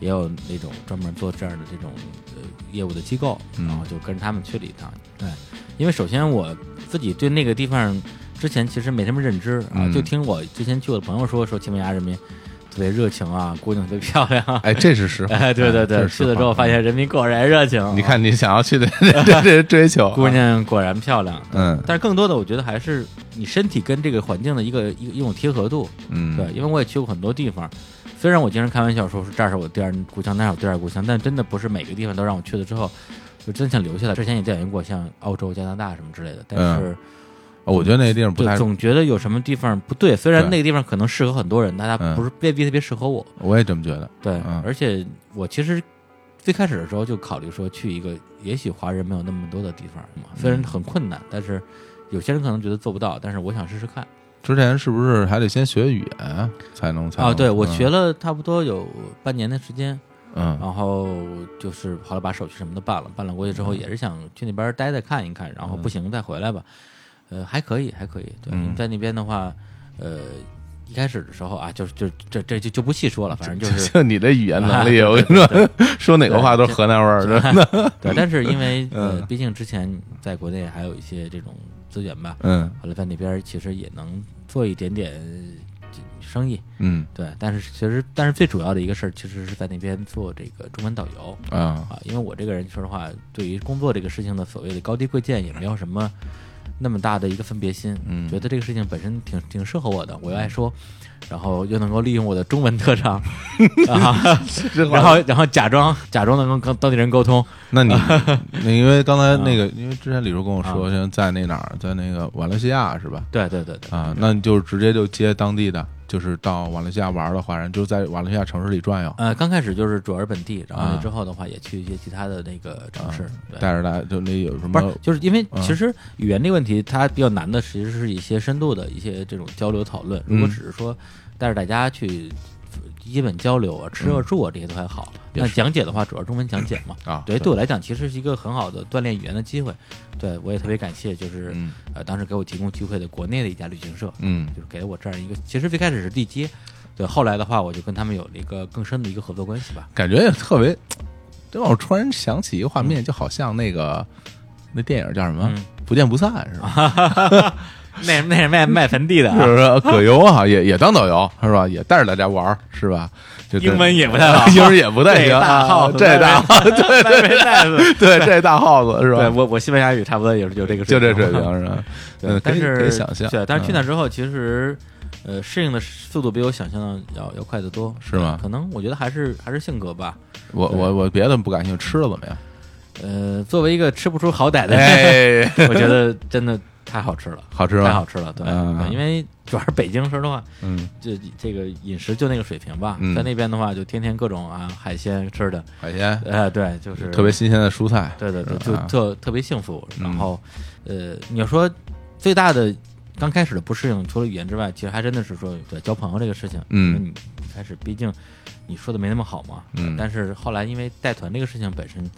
[SPEAKER 1] 也有那种专门做这样的这种呃业务的机构，
[SPEAKER 2] 嗯
[SPEAKER 1] 然后就跟着他们去了一趟。对，因为首先我自己对那个地方之前其实没什么认知啊，
[SPEAKER 2] 嗯
[SPEAKER 1] 就听我之前去过的朋友说，说西班牙人民特别热情啊，姑娘特别漂亮
[SPEAKER 2] (laughs)
[SPEAKER 1] 啊。
[SPEAKER 2] 哎，这是实话。
[SPEAKER 1] 哎，对对
[SPEAKER 2] 这
[SPEAKER 1] 对，
[SPEAKER 2] 是
[SPEAKER 1] 去
[SPEAKER 2] 实
[SPEAKER 1] 了之后
[SPEAKER 2] 话嗯
[SPEAKER 1] 发现人民果然热情啊、
[SPEAKER 2] 你看你想要去的这这追求啊，
[SPEAKER 1] 姑娘果然漂亮。
[SPEAKER 2] 嗯
[SPEAKER 1] 但是更多的，我觉得还是你身体跟这个环境的一个一个一种贴合度。
[SPEAKER 2] 嗯，
[SPEAKER 1] 对，因为我也去过很多地方，虽然我经常开玩笑说是这儿是我第二故乡，那儿是我第二故乡，但真的不是每个地方都让我去了之后就真想留下来。之前也调研过像澳洲、加拿大什么之类的，但是、
[SPEAKER 2] 哦我觉得那个地方嗯不
[SPEAKER 1] 对
[SPEAKER 2] 太，
[SPEAKER 1] 总觉得有什么地方不对。虽然
[SPEAKER 2] 对
[SPEAKER 1] 那个地方可能适合很多人，但它
[SPEAKER 2] 嗯
[SPEAKER 1] 不是未必特别适合我。
[SPEAKER 2] 我也这么觉得。
[SPEAKER 1] 对，
[SPEAKER 2] 嗯
[SPEAKER 1] 而且我其实最开始的时候就考虑说去一个也许华人没有那么多的地方，虽
[SPEAKER 2] 嗯
[SPEAKER 1] 然很困难，但是有些人可能觉得做不到，但是我想试试看。
[SPEAKER 2] 之前是不是还得先学语言才能才能？
[SPEAKER 1] 啊，对我学啊
[SPEAKER 2] 了，
[SPEAKER 1] 了差不多有半年的时间。
[SPEAKER 2] 嗯
[SPEAKER 1] 然后就是后来把手续什么都办了，办了过去之
[SPEAKER 2] 嗯
[SPEAKER 1] 后也是想去那边待待看一看，然后不行再回来吧。呃，还可以，还可以。对，
[SPEAKER 2] 嗯
[SPEAKER 1] 在那边的话，呃，一开始的时候啊，就是就这这就就不细说了，反正就是。
[SPEAKER 2] (laughs) 就你这语言
[SPEAKER 1] (laughs)
[SPEAKER 2] 能力，我跟你说，说哪个话都是河南味儿，真的。
[SPEAKER 1] 对，但是因为呃，
[SPEAKER 2] (laughs) 嗯
[SPEAKER 1] 毕竟之前在国内还有一些这种资源吧，
[SPEAKER 2] 嗯
[SPEAKER 1] 后来在那边其实也能做一点点呃生意。
[SPEAKER 2] 嗯
[SPEAKER 1] 对，但是其实但是最主要的一个事儿，其实是在那边做这个中文导游。
[SPEAKER 2] 啊，
[SPEAKER 1] 啊，因为我这个人说实话，对于工作这个事情的所谓的高低贵贱也没有什么那么大的一个分别心，
[SPEAKER 2] 嗯
[SPEAKER 1] 觉得这个事情本身挺挺适合我的，我又爱说，然后又能够利用我的中文特长，啊、
[SPEAKER 2] (laughs) 这话
[SPEAKER 1] (laughs) 然后然后假装假装能跟跟当地人沟通，(laughs)
[SPEAKER 2] 那你那因为刚才
[SPEAKER 1] 啊
[SPEAKER 2] 那个，因为之前李叔跟我说，现在在那哪儿，在那个瓦伦西亚是吧？啊
[SPEAKER 1] 对对对对，
[SPEAKER 2] 啊，那你就直接就接当地的，就是到瓦伦西亚玩的话，然后就在瓦伦西亚城市里转悠，
[SPEAKER 1] 呃，刚开始就是主要是本地，然后
[SPEAKER 2] 啊
[SPEAKER 1] 之后的话也去一些其他的那个城市，对。
[SPEAKER 2] 带着大家就那有嗯什
[SPEAKER 1] 不
[SPEAKER 2] 么
[SPEAKER 1] 是，就是因为其实语言这个问题，它比较难的其实是一些深度的一些这种交流讨论。如果
[SPEAKER 2] 嗯
[SPEAKER 1] 只是说带着大家去基本交流啊、吃啊、住啊这些都还好。那讲解的话，主要中文讲解嘛。
[SPEAKER 2] 嗯啊？
[SPEAKER 1] 对，对我来讲，其实是一个很好的锻炼语言的机会。对我也特别感谢，就是
[SPEAKER 2] 嗯
[SPEAKER 1] 呃，当时给我提供机会的国内的一家旅行社，
[SPEAKER 2] 嗯
[SPEAKER 1] 就是给了我这样一个，其实最开始是地接，对，后来的话，我就跟他们有了一个更深的一个合作关
[SPEAKER 2] (laughs)
[SPEAKER 1] 系吧。
[SPEAKER 2] 感觉也特别，这让我突然想起一个画面，就好像那个那电影叫什么
[SPEAKER 1] 嗯
[SPEAKER 2] 《不见不散》
[SPEAKER 1] (laughs)
[SPEAKER 2] 是吧？
[SPEAKER 1] 那那是卖卖坟地的、
[SPEAKER 2] 是
[SPEAKER 1] 啊，
[SPEAKER 2] 不是葛优啊？也也当导游是吧？也带着大家玩儿是吧？就跟，
[SPEAKER 1] 英文也不太好
[SPEAKER 2] (laughs) 英文也不太
[SPEAKER 1] 这
[SPEAKER 2] 行
[SPEAKER 1] 大
[SPEAKER 2] 啊
[SPEAKER 1] 耗，子
[SPEAKER 2] 这大耗对
[SPEAKER 1] (laughs) 卖没带子。
[SPEAKER 2] 对这大耗子是
[SPEAKER 1] 对
[SPEAKER 2] 吧？
[SPEAKER 1] 我，我西班牙语差不多也是就这个
[SPEAKER 2] 就这
[SPEAKER 1] 水
[SPEAKER 2] 水平是吧？嗯，可
[SPEAKER 1] 但
[SPEAKER 2] 以
[SPEAKER 1] 是
[SPEAKER 2] 可以想象，
[SPEAKER 1] 对，但是去
[SPEAKER 2] 嗯
[SPEAKER 1] 那之后，其实呃适应的速度比我想象的要要快得多，
[SPEAKER 2] 是吗
[SPEAKER 1] 可能我觉得还是还是性格吧。
[SPEAKER 2] 我我我别的不感兴趣，吃了怎么样？
[SPEAKER 1] 呃，作为一个吃不出好歹的人，
[SPEAKER 2] 哎，
[SPEAKER 1] (laughs) 我觉得真的太好吃了，
[SPEAKER 2] 好吃
[SPEAKER 1] 太
[SPEAKER 2] 吗
[SPEAKER 1] 好？吃了。对，
[SPEAKER 2] 嗯
[SPEAKER 1] 对因为主要是北京，说实话，
[SPEAKER 2] 嗯，
[SPEAKER 1] 就这个饮食就那个水平吧。
[SPEAKER 2] 嗯
[SPEAKER 1] 在那边的话，就天天各种啊海鲜吃的，
[SPEAKER 2] 海鲜
[SPEAKER 1] 呃，对，就是
[SPEAKER 2] 哎特别新鲜的蔬菜，
[SPEAKER 1] 对对对，
[SPEAKER 2] 是
[SPEAKER 1] 就
[SPEAKER 2] 吧
[SPEAKER 1] 特特别幸福。
[SPEAKER 2] 嗯
[SPEAKER 1] 然后，呃，你要说最大的刚开始的不适应，除了语言之外，其实还真的是说对交朋友这个事情。
[SPEAKER 2] 嗯
[SPEAKER 1] 因为你一开始毕竟你说的没那么好嘛。呃
[SPEAKER 2] 嗯
[SPEAKER 1] 但是后来因为带团这个事情本身，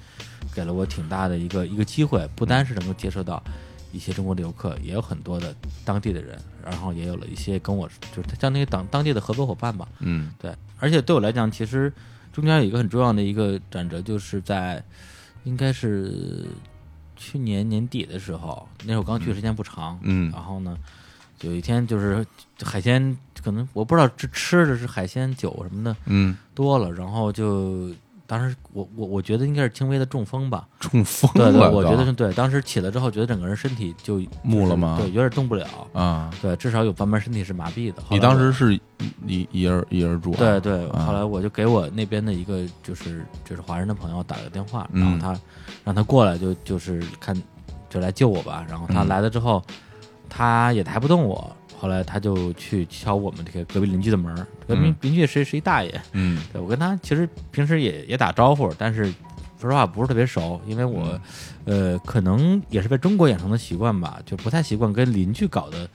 [SPEAKER 1] 给了我挺大的一个一个机会，
[SPEAKER 2] 嗯
[SPEAKER 1] 不单是能够接触到。一些中国的游客也有很多的当地的人，然后也有了一些跟我就是像那些当当地的合作伙伴吧，
[SPEAKER 2] 嗯
[SPEAKER 1] 对，而且对我来讲，其实中间有一个很重要的一个转折，就是在应该是去年年底的时候，那会儿刚去的时间不长，
[SPEAKER 2] 嗯
[SPEAKER 1] 然后呢，有一天就是海鲜，可能我不知道这吃的是海鲜酒什么的
[SPEAKER 2] 嗯，
[SPEAKER 1] 多了，然后就当时我我我觉得应该是轻微的中风吧，
[SPEAKER 2] 中风
[SPEAKER 1] 对对，
[SPEAKER 2] 了都，
[SPEAKER 1] 我觉得是对，当时起来之后，觉得整个人身体就
[SPEAKER 2] 木了吗
[SPEAKER 1] 对，有点动不了，
[SPEAKER 2] 啊，
[SPEAKER 1] 对，至少有半边身体是麻痹的。后
[SPEAKER 2] 你
[SPEAKER 1] 来
[SPEAKER 2] 当
[SPEAKER 1] 我
[SPEAKER 2] 时是一一一人一人住啊，
[SPEAKER 1] 对对，
[SPEAKER 2] 啊
[SPEAKER 1] 后来我就给我那边的一个就是就是华人的朋友打了个电话，
[SPEAKER 2] 嗯
[SPEAKER 1] 然后他让他过来就就是看就来救我吧。然后他
[SPEAKER 2] 嗯
[SPEAKER 1] 来了之后，他也抬不动我，后来他就去敲我们这个隔壁邻居的门儿，隔壁
[SPEAKER 2] 嗯
[SPEAKER 1] 邻居是是一大爷，
[SPEAKER 2] 嗯
[SPEAKER 1] 对我跟他其实平时也也打招呼，但是说实话不是特别熟，因为我、
[SPEAKER 2] 嗯
[SPEAKER 1] 呃可能也是被中国养成的习惯吧，就不太习惯跟邻居搞的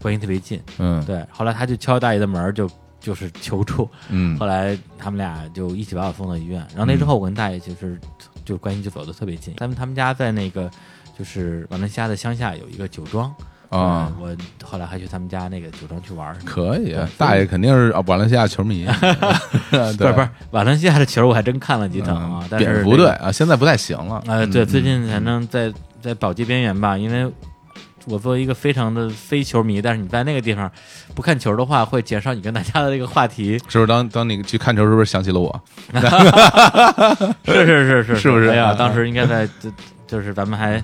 [SPEAKER 1] 关系特别近。
[SPEAKER 2] 嗯
[SPEAKER 1] 对，后来他就敲大爷的门儿就就是求助。
[SPEAKER 2] 嗯
[SPEAKER 1] 后来他们俩就一起把我送到医院，然后那之后我跟大爷
[SPEAKER 2] 嗯
[SPEAKER 1] 就是就关系就走得特别近。他们他们家在那个就是瓦伦西亚的乡下有一个酒庄
[SPEAKER 2] 啊
[SPEAKER 1] 嗯。我后来还去他们家那个酒庄去玩儿。
[SPEAKER 2] 可以
[SPEAKER 1] 对，
[SPEAKER 2] 大爷肯定是啊，瓦伦西亚
[SPEAKER 1] (laughs)
[SPEAKER 2] 球迷，对
[SPEAKER 1] 不是不是，瓦伦西亚的球我还真看了几场啊，
[SPEAKER 2] 嗯
[SPEAKER 1] 但是
[SPEAKER 2] 蝙
[SPEAKER 1] 这
[SPEAKER 2] 蝠
[SPEAKER 1] 个
[SPEAKER 2] 队啊，现在不太行了，
[SPEAKER 1] 呃，
[SPEAKER 2] 嗯
[SPEAKER 1] 对，最近反正在在保级边缘吧，因为我作为一个非常的非球迷，但是你在那个地方不看球的话，会减少你跟大家的这个话题。
[SPEAKER 2] 是不是当当你去看球，是不是想起了我？
[SPEAKER 1] 是是是是，
[SPEAKER 2] 是不是
[SPEAKER 1] 哎呀，
[SPEAKER 2] 啊
[SPEAKER 1] 当时应该在就就是咱们还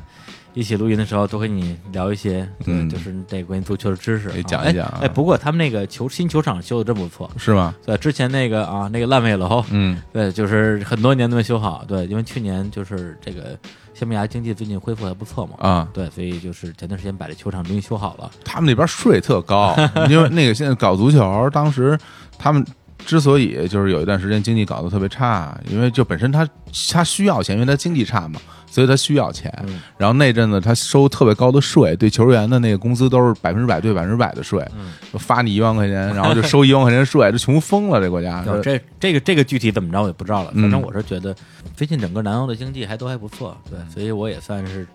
[SPEAKER 1] 一起录音的时候，多跟你聊一些，对，
[SPEAKER 2] 嗯
[SPEAKER 1] 就是这个关于足球的知识啊，
[SPEAKER 2] 可以讲一
[SPEAKER 1] 哎
[SPEAKER 2] 讲啊
[SPEAKER 1] 哎，不过他们那个球新球场修的真不错，
[SPEAKER 2] 是吗？
[SPEAKER 1] 对，之前那个啊，那个烂尾楼，
[SPEAKER 2] 嗯
[SPEAKER 1] 对，就是很多年都没修好，对，因为去年就是这个西班牙经济最近恢复还不错嘛，
[SPEAKER 2] 啊，
[SPEAKER 1] 对，所以就是前段时间把这球场终于修好了，
[SPEAKER 2] 他们那边税
[SPEAKER 1] (laughs)
[SPEAKER 2] 特高，因为那个现在搞足球，当时他们之所以就是有一段时间经济搞得特别差，因为就本身他他需要钱，因为他经济差嘛，所以他需要钱。
[SPEAKER 1] 嗯
[SPEAKER 2] 然后那阵子他收特别高的税，对球员的那个工资都是百分之百对百分之百的税，
[SPEAKER 1] 嗯
[SPEAKER 2] 就发你一万块钱，然后就收一万块钱税，这穷疯了这国家。
[SPEAKER 1] (laughs) 对，
[SPEAKER 2] 是
[SPEAKER 1] 这这个这个具体怎么着我也不知道了，反正
[SPEAKER 2] 嗯
[SPEAKER 1] 我是觉得最近整个南欧的经济还都还不错，对，所以我也算是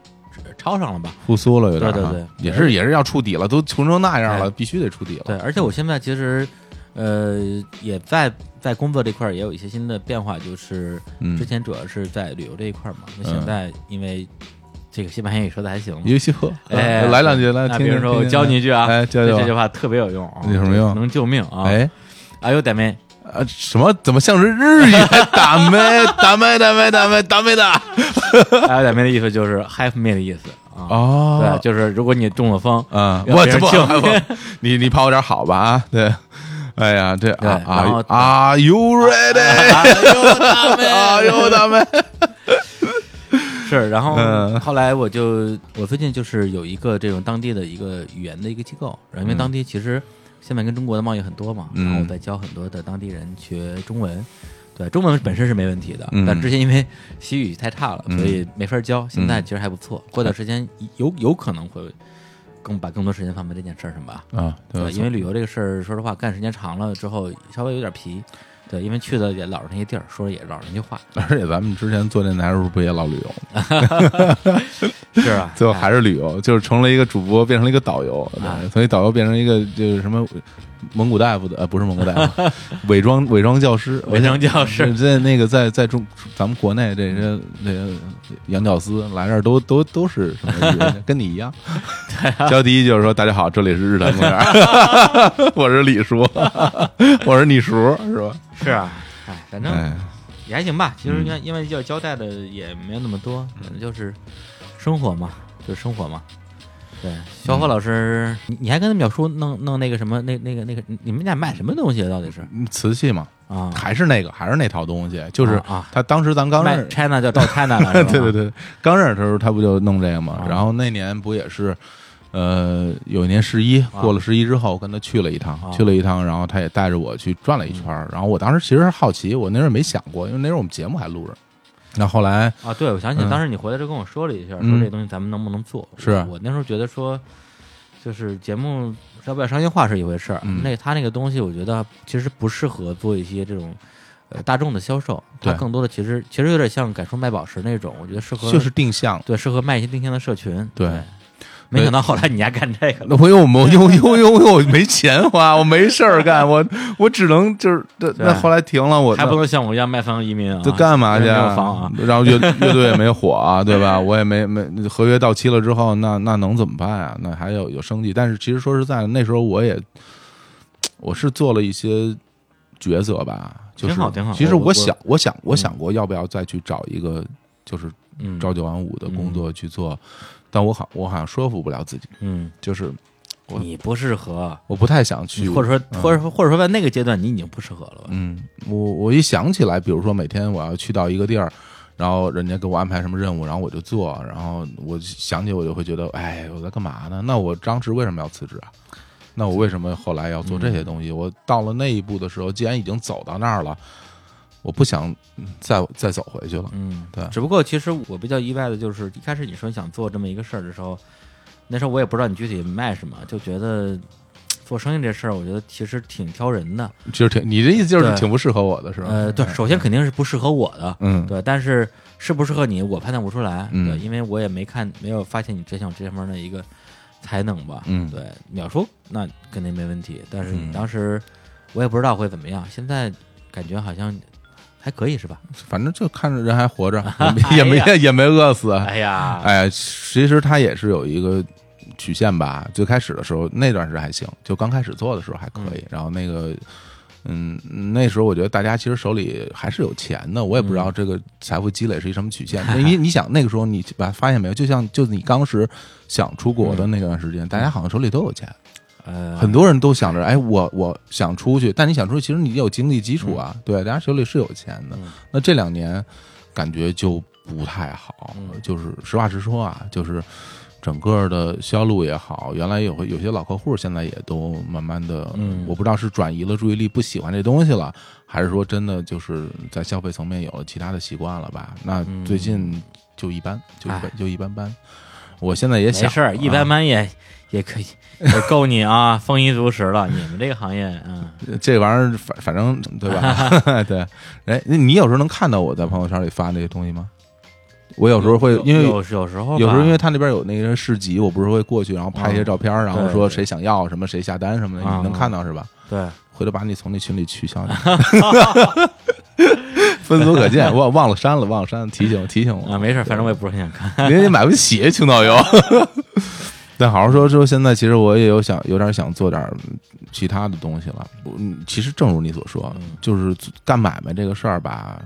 [SPEAKER 1] 超上了吧。
[SPEAKER 2] 复苏了有点儿
[SPEAKER 1] 对对
[SPEAKER 2] 哈，
[SPEAKER 1] 对
[SPEAKER 2] 也是也是要触底了，都穷成那样
[SPEAKER 1] 哎
[SPEAKER 2] 了，必须得触底了。
[SPEAKER 1] 对，而且我现在其实，呃，也在在工作这块儿也有一些新的变化，就是
[SPEAKER 2] 嗯
[SPEAKER 1] 之前主要是在旅游这一块儿嘛，那、
[SPEAKER 2] 嗯
[SPEAKER 1] 现在因为这个西班牙语说的还行，
[SPEAKER 2] 游戏喝，
[SPEAKER 1] 哎，
[SPEAKER 2] (laughs) 呃来两句，来
[SPEAKER 1] 那比
[SPEAKER 2] 听听。
[SPEAKER 1] 如说我
[SPEAKER 2] 听听
[SPEAKER 1] 教你一句啊，
[SPEAKER 2] 哎，教
[SPEAKER 1] 这
[SPEAKER 2] 教
[SPEAKER 1] 这句
[SPEAKER 2] 我，
[SPEAKER 1] 话特别有用啊，
[SPEAKER 2] 有什么用
[SPEAKER 1] 能救命啊！，
[SPEAKER 2] 哎。
[SPEAKER 1] 哎呦，大妹，
[SPEAKER 2] (laughs) 啊，什么？怎么像是日语？还打咩？打咩？打咩？打咩？打咩的？
[SPEAKER 1] 哎呦，大妹的意思就是 have me 的意思啊，对，
[SPEAKER 2] 哦，
[SPEAKER 1] 就是如果你中了风，
[SPEAKER 2] 嗯，
[SPEAKER 1] 要
[SPEAKER 2] 我
[SPEAKER 1] 别人
[SPEAKER 2] 这不
[SPEAKER 1] 敬
[SPEAKER 2] 不，你你跑我点好吧啊？对，哎呀，这
[SPEAKER 1] 对
[SPEAKER 2] 啊
[SPEAKER 1] 然后
[SPEAKER 2] 啊，Are you ready？
[SPEAKER 1] 哎呦，大妹，
[SPEAKER 2] 哎呦，大妹，
[SPEAKER 1] 是，然后
[SPEAKER 2] 嗯
[SPEAKER 1] 后来我就我最近就是有一个这种当地的一个语言的一个机构，然后因为当地其实现在跟中国的贸易很多嘛，
[SPEAKER 2] 嗯
[SPEAKER 1] 然后我在教很多的当地人学中文。对，中文本身是没问题的，
[SPEAKER 2] 嗯
[SPEAKER 1] 但之前因为西语太差了，
[SPEAKER 2] 嗯
[SPEAKER 1] 所以没法教。现在其实还不错，过段时间有有可能会更把更多时间放在这件事儿上吧。
[SPEAKER 2] 啊，
[SPEAKER 1] 对，
[SPEAKER 2] 对，
[SPEAKER 1] 因为旅游这个事儿，说实话，干时间长了之后，稍微有点皮。对，因为去的也老是那些地儿，说的也老是那些话。
[SPEAKER 2] 而且咱们之前做电台的时候不也老旅游吗，
[SPEAKER 1] 是啊，
[SPEAKER 2] 最后还是旅游，就是成了一个主播，变成了一个导游，
[SPEAKER 1] 啊
[SPEAKER 2] 对从一导游变成一个就是什么蒙古大夫的，呃，不是蒙古大夫， (laughs) 伪装伪装教师，
[SPEAKER 1] 伪装教师
[SPEAKER 2] 我想在那个在在中咱们国内这些这些洋屌丝来这儿都都都是什么语言，跟你一
[SPEAKER 1] (laughs)
[SPEAKER 2] 样。
[SPEAKER 1] 啊
[SPEAKER 2] 交第一就是说大家好，这里是日坛公园，
[SPEAKER 1] (laughs)
[SPEAKER 2] 我是李叔，我是你叔，是吧？
[SPEAKER 1] (laughs) 是啊，哎，反正
[SPEAKER 2] 哎，
[SPEAKER 1] 也还行吧。其
[SPEAKER 2] 嗯
[SPEAKER 1] 实因为因为要交代的也没有那么多，可能就是生活嘛，就是生活嘛。对，小
[SPEAKER 2] 嗯
[SPEAKER 1] 伙老师，你你还跟他们表叔弄弄那个什么，那那个那个，你们俩卖什么东西啊到底是
[SPEAKER 2] 瓷器嘛，
[SPEAKER 1] 啊？
[SPEAKER 2] 还是那个还是那套东西，就是
[SPEAKER 1] 啊啊
[SPEAKER 2] 他当时咱刚认
[SPEAKER 1] 卖
[SPEAKER 2] 识。
[SPEAKER 1] China 叫到
[SPEAKER 2] (laughs)
[SPEAKER 1] China 了，是吧
[SPEAKER 2] 对对，对，刚认识的时候他不就弄这个嘛
[SPEAKER 1] 啊？
[SPEAKER 2] 然后那年不也是，呃，有一年十一过了十一之后，我跟他去了一趟
[SPEAKER 1] 啊，嗯
[SPEAKER 2] 去了一趟，然后他也带着我去转了一圈儿。然后我当时其实是好奇，我那时候没想过，因为那时候我们节目还录着。那后来
[SPEAKER 1] 啊，对，我想起
[SPEAKER 2] 嗯
[SPEAKER 1] 当时你回来就跟我说了一下，说
[SPEAKER 2] 嗯
[SPEAKER 1] 这东西咱们能不能做？
[SPEAKER 2] 是
[SPEAKER 1] 我那时候觉得说，就是节目要不要商业化是一回事儿，
[SPEAKER 2] 嗯
[SPEAKER 1] 那他那个东西我觉得其实不适合做一些这种呃大众的销售，它
[SPEAKER 2] 对
[SPEAKER 1] 更多的其实其实有点像改装卖宝石那种，我觉得适合
[SPEAKER 2] 就是定向，
[SPEAKER 1] 对适合卖一些定向的社群。
[SPEAKER 2] 对
[SPEAKER 1] 没想到后来你还干这个了，
[SPEAKER 2] 那我又没有又又又又没钱花，我没事儿干，我我只能就是那那后来停了，我
[SPEAKER 1] 还不能像我一样卖房移民啊？
[SPEAKER 2] 这干嘛去
[SPEAKER 1] 没
[SPEAKER 2] 啊
[SPEAKER 1] 有房啊？
[SPEAKER 2] (laughs) 然
[SPEAKER 1] (laughs)
[SPEAKER 2] 后乐乐队也没火啊，对吧？我也没没合约到期了之后，那那能怎么办啊？那还有有生计，但是其实说实在的，那时候我也我是做了一些抉择吧，就是
[SPEAKER 1] 挺好挺好
[SPEAKER 2] 其实
[SPEAKER 1] 我我
[SPEAKER 2] 我想我想我想过要不要再去找一个就是
[SPEAKER 1] 嗯，
[SPEAKER 2] 朝九晚五的工作去做，但我好我好像说服不了自己，
[SPEAKER 1] 嗯，
[SPEAKER 2] 就是我
[SPEAKER 1] 你不适合，
[SPEAKER 2] 我不太想去，
[SPEAKER 1] 或者说或者说或者说在那个阶段你已经不适合了吧？
[SPEAKER 2] 嗯，我我一想起来，比如说每天我要去到一个地儿，然后人家给我安排什么任务，然后我就做，然后我想起我就会觉得，哎，我在干嘛呢？那我当时为什么要辞职啊？那我为什么后来要做这些东西？
[SPEAKER 1] 嗯
[SPEAKER 2] 我到了那一步的时候，既然已经走到那儿了，我不想再再走回去了。
[SPEAKER 1] 嗯，
[SPEAKER 2] 对
[SPEAKER 1] 只不过其实我比较意外的就是，一开始你说想做这么一个事儿的时候，那时候我也不知道你具体卖什么，就觉得做生意这事儿，我觉得其实挺挑人的。
[SPEAKER 2] 就是挺，你的意思就是
[SPEAKER 1] 对
[SPEAKER 2] 挺不适合我的是吧？
[SPEAKER 1] 呃，对，首先肯定是不适合我的，
[SPEAKER 2] 嗯，
[SPEAKER 1] 对，但是适不适合你，我判断不出来，
[SPEAKER 2] 嗯
[SPEAKER 1] 对，因为我也没看，没有发现你这项这方面的一个才能吧。
[SPEAKER 2] 嗯
[SPEAKER 1] 对，秒叔那肯定没问题，但是你
[SPEAKER 2] 嗯
[SPEAKER 1] 当时我也不知道会怎么样，现在感觉好像还可以是吧？
[SPEAKER 2] 反正就看着人
[SPEAKER 1] (laughs)
[SPEAKER 2] 还活着，也没也没也没饿死。
[SPEAKER 1] 哎呀，
[SPEAKER 2] 哎呀，其实它也是有一个曲线吧。最开始的时候那段是还行，就刚开始做的时候还可以。然后那个，嗯，那时候我觉得大家其实手里还是有钱的，我也不知道这个财富积累是一什么曲线。你你想那个时候你把发现没有？就像就你当时想出国的那段时间，大家好像手里都有钱，
[SPEAKER 1] 呃，
[SPEAKER 2] 很多人都想着，哎，我我想出去，但你想出去，其实你有经济基础啊，对，大家手里是有钱的
[SPEAKER 1] 嗯。
[SPEAKER 2] 那这两年感觉就不太好
[SPEAKER 1] 嗯，
[SPEAKER 2] 就是实话实说啊，就是整个的销路也好，原来有有些老客户现在也都慢慢的，
[SPEAKER 1] 嗯
[SPEAKER 2] 我不知道是转移了注意力，不喜欢这东西了，还是说真的就是在消费层面有了其他的习惯了吧？那
[SPEAKER 1] 嗯
[SPEAKER 2] 最近就一般，就一般
[SPEAKER 1] 哎
[SPEAKER 2] 就一般般。我现在也想
[SPEAKER 1] 没事儿，一般
[SPEAKER 2] 啊
[SPEAKER 1] 般也、也可以，也够你啊，丰衣足食了。你们这个行业，嗯，
[SPEAKER 2] 这玩意儿反反正对吧？ (laughs) 对，哎，你你有时候能看到我在朋友圈里发这些东西吗？我有时候会因为
[SPEAKER 1] 有有时候吧
[SPEAKER 2] 有时候因为他那边有那个市集，我不是会过去，然后拍一些照片，然后说谁想要什么，谁下单什么的，
[SPEAKER 1] 啊
[SPEAKER 2] 你能看到是吧？
[SPEAKER 1] 对啊
[SPEAKER 2] 回头把你从那群里取消
[SPEAKER 1] (laughs)
[SPEAKER 2] 掉，(laughs) 分组可见，忘忘了删了，忘了删了，提醒我提醒我
[SPEAKER 1] 啊，没事儿，反正我也不是很想看。
[SPEAKER 2] 人家买不起青岛油。 (laughs) 但好好说，说现在其实我也有想，有点想做点其他的东西了。嗯，其实正如你所说，就是干买卖这个事儿吧，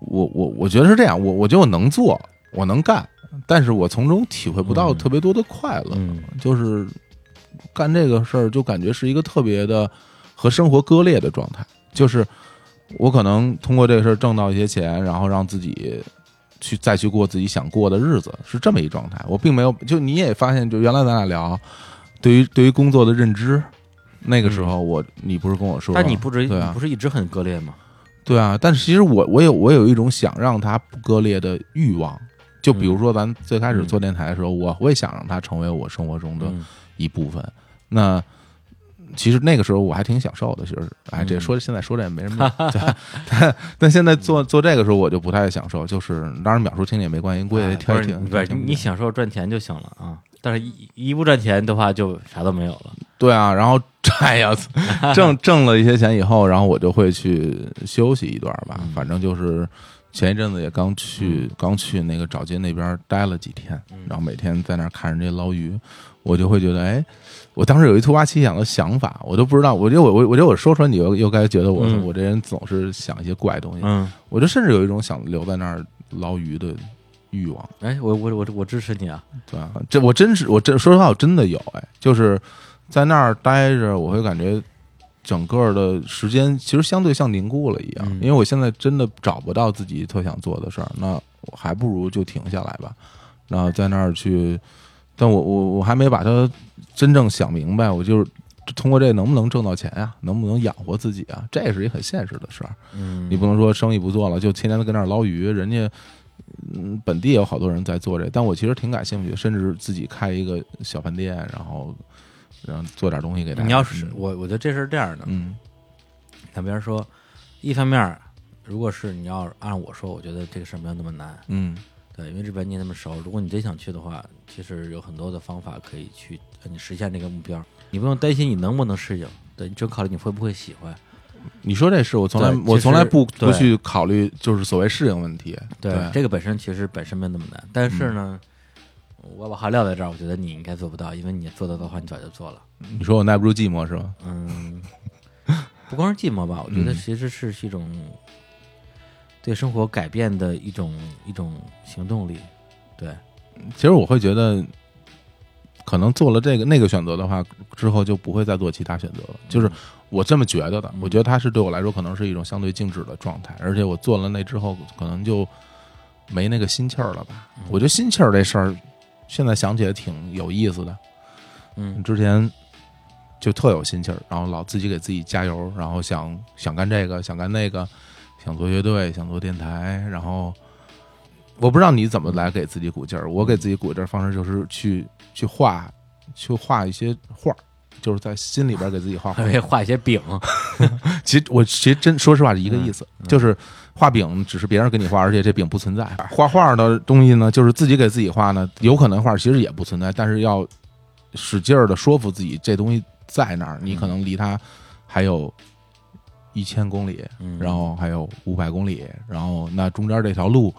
[SPEAKER 2] 我我我觉得是这样，我我觉得我能做，我能干，但是我从中体会不到
[SPEAKER 1] 嗯
[SPEAKER 2] 特别多的快乐。
[SPEAKER 1] 嗯，
[SPEAKER 2] 就是干这个事儿，就感觉是一个特别的和生活割裂的状态。就是我可能通过这个事儿挣到一些钱，然后让自己去再去过自己想过的日子，是这么一
[SPEAKER 1] 嗯
[SPEAKER 2] 状态。我并没有，就你也发现，就原来咱俩聊，对于对于工作的认知。那个时候我你不是跟我说，
[SPEAKER 1] 嗯但你不是
[SPEAKER 2] 对
[SPEAKER 1] 你
[SPEAKER 2] 啊
[SPEAKER 1] 不是一直很割裂吗？
[SPEAKER 2] 对啊，但是其实我我有我有一种想让它不割裂的欲望。就比
[SPEAKER 1] 嗯
[SPEAKER 2] 如说，咱最开始做电台的时候，我会想让它成为我生活中的
[SPEAKER 1] 嗯
[SPEAKER 2] 一部分。那其实那个时候我还挺享受的，其实哎，
[SPEAKER 1] 嗯
[SPEAKER 2] 这说现在说这也没什么
[SPEAKER 1] (laughs)
[SPEAKER 2] 用，对但但现在做做这个时候我就不太享受，就是当然秒数听也没关系，估计
[SPEAKER 1] 哎
[SPEAKER 2] 挑
[SPEAKER 1] 不
[SPEAKER 2] 一
[SPEAKER 1] 是
[SPEAKER 2] 听，
[SPEAKER 1] 不是你享受赚钱就行了啊。但是一一不赚钱的话，就啥都没有了。
[SPEAKER 2] 对啊，然后
[SPEAKER 1] (laughs)
[SPEAKER 2] 哎呀，挣挣了一些钱以后，然后我就会去休息一段吧，
[SPEAKER 1] 嗯
[SPEAKER 2] 反正就是。前一阵子也刚去，刚去那个找街那边待了几天，
[SPEAKER 1] 嗯
[SPEAKER 2] 然后每天在那儿看人家捞鱼，我就会觉得，哎，我当时有一突发奇想的想法，我都不知道，我觉得我我我觉得我说出来，你又又该觉得我、
[SPEAKER 1] 嗯
[SPEAKER 2] 我这人总是想一些怪东西，
[SPEAKER 1] 嗯，
[SPEAKER 2] 我就甚至有一种想留在那儿捞鱼的欲望。
[SPEAKER 1] 哎，我我我我支持你啊。
[SPEAKER 2] 对啊，这我真是我真说实话，我真的有哎，就是在那儿待着，我会感觉整个的时间其实相对像凝固了一样，
[SPEAKER 1] 嗯
[SPEAKER 2] 因为我现在真的找不到自己特想做的事儿，那我还不如就停下来吧，然后在那儿去，但我我我还没把它真正想明白，我就是。通过这能不能挣到钱呀、能不能养活自己啊？这也是一很现实的事儿。
[SPEAKER 1] 嗯
[SPEAKER 2] 你不能说生意不做了，就天天跟那儿捞鱼。人家嗯，本地也有好多人在做这，但我其实挺感兴趣的，甚至自己开一个小饭店，然后然后做点东西给大家。
[SPEAKER 1] 你要是
[SPEAKER 2] 嗯
[SPEAKER 1] 我，我觉得这事儿这样的。
[SPEAKER 2] 嗯
[SPEAKER 1] 坦白说，一方面儿，如果是你要按我说，我觉得这个事儿没有那么难。
[SPEAKER 2] 嗯
[SPEAKER 1] 对，因为日本你也那么熟，如果你真想去的话，其实有很多的方法可以去呃你实现这个目标。你不用担心你能不能适应，对，你只考虑你会不会喜欢。
[SPEAKER 2] 你说这事，我从来
[SPEAKER 1] 对其实
[SPEAKER 2] 我从来不
[SPEAKER 1] 对
[SPEAKER 2] 不去考虑，就是所谓适应问题。对，嗯
[SPEAKER 1] 这个本身其实本身没那么难，但是呢，我把话撂在这儿，我觉得你应该做不到，因为你做得到的话，你早就做了。
[SPEAKER 2] 你说我耐不住寂寞是吧？
[SPEAKER 1] 嗯， (laughs) 不光是寂寞吧，我
[SPEAKER 2] 嗯
[SPEAKER 1] 觉得其实是一种对生活改变的一种一种行动力。对， (laughs)
[SPEAKER 2] 其实我会觉得，可能做了这个那个选择的话，之后就不会再做其他选择了。就是我这么觉得的，我觉得它是对我来说可能是一种相对静止的状态，而且我做了那之后，可能就没那个心气儿了吧。我觉得心气儿这事儿，现在想起来挺有意思的。
[SPEAKER 1] 嗯
[SPEAKER 2] 之前就特有心气儿，然后老自己给自己加油，然后想想干这个，想干那个，想做乐队，想做电台，然后我不知道你怎么来给自己鼓劲儿，我给自己鼓劲儿方式就是去去画，去画一些画儿。就是在心里边给自己画
[SPEAKER 1] (laughs)
[SPEAKER 2] 画
[SPEAKER 1] 还，会画一些饼，
[SPEAKER 2] 其实我其实真说实话是一个意思，就是画饼只是别人给你画，而且这饼不存在。画画的东西呢，就是自己给自己画呢，有可能画其实也不存在，但是要使劲儿的说服自己这东西在那儿，你可能离它还有一千公里，
[SPEAKER 1] 嗯
[SPEAKER 2] 然后还有五百公里，然后那中间这条路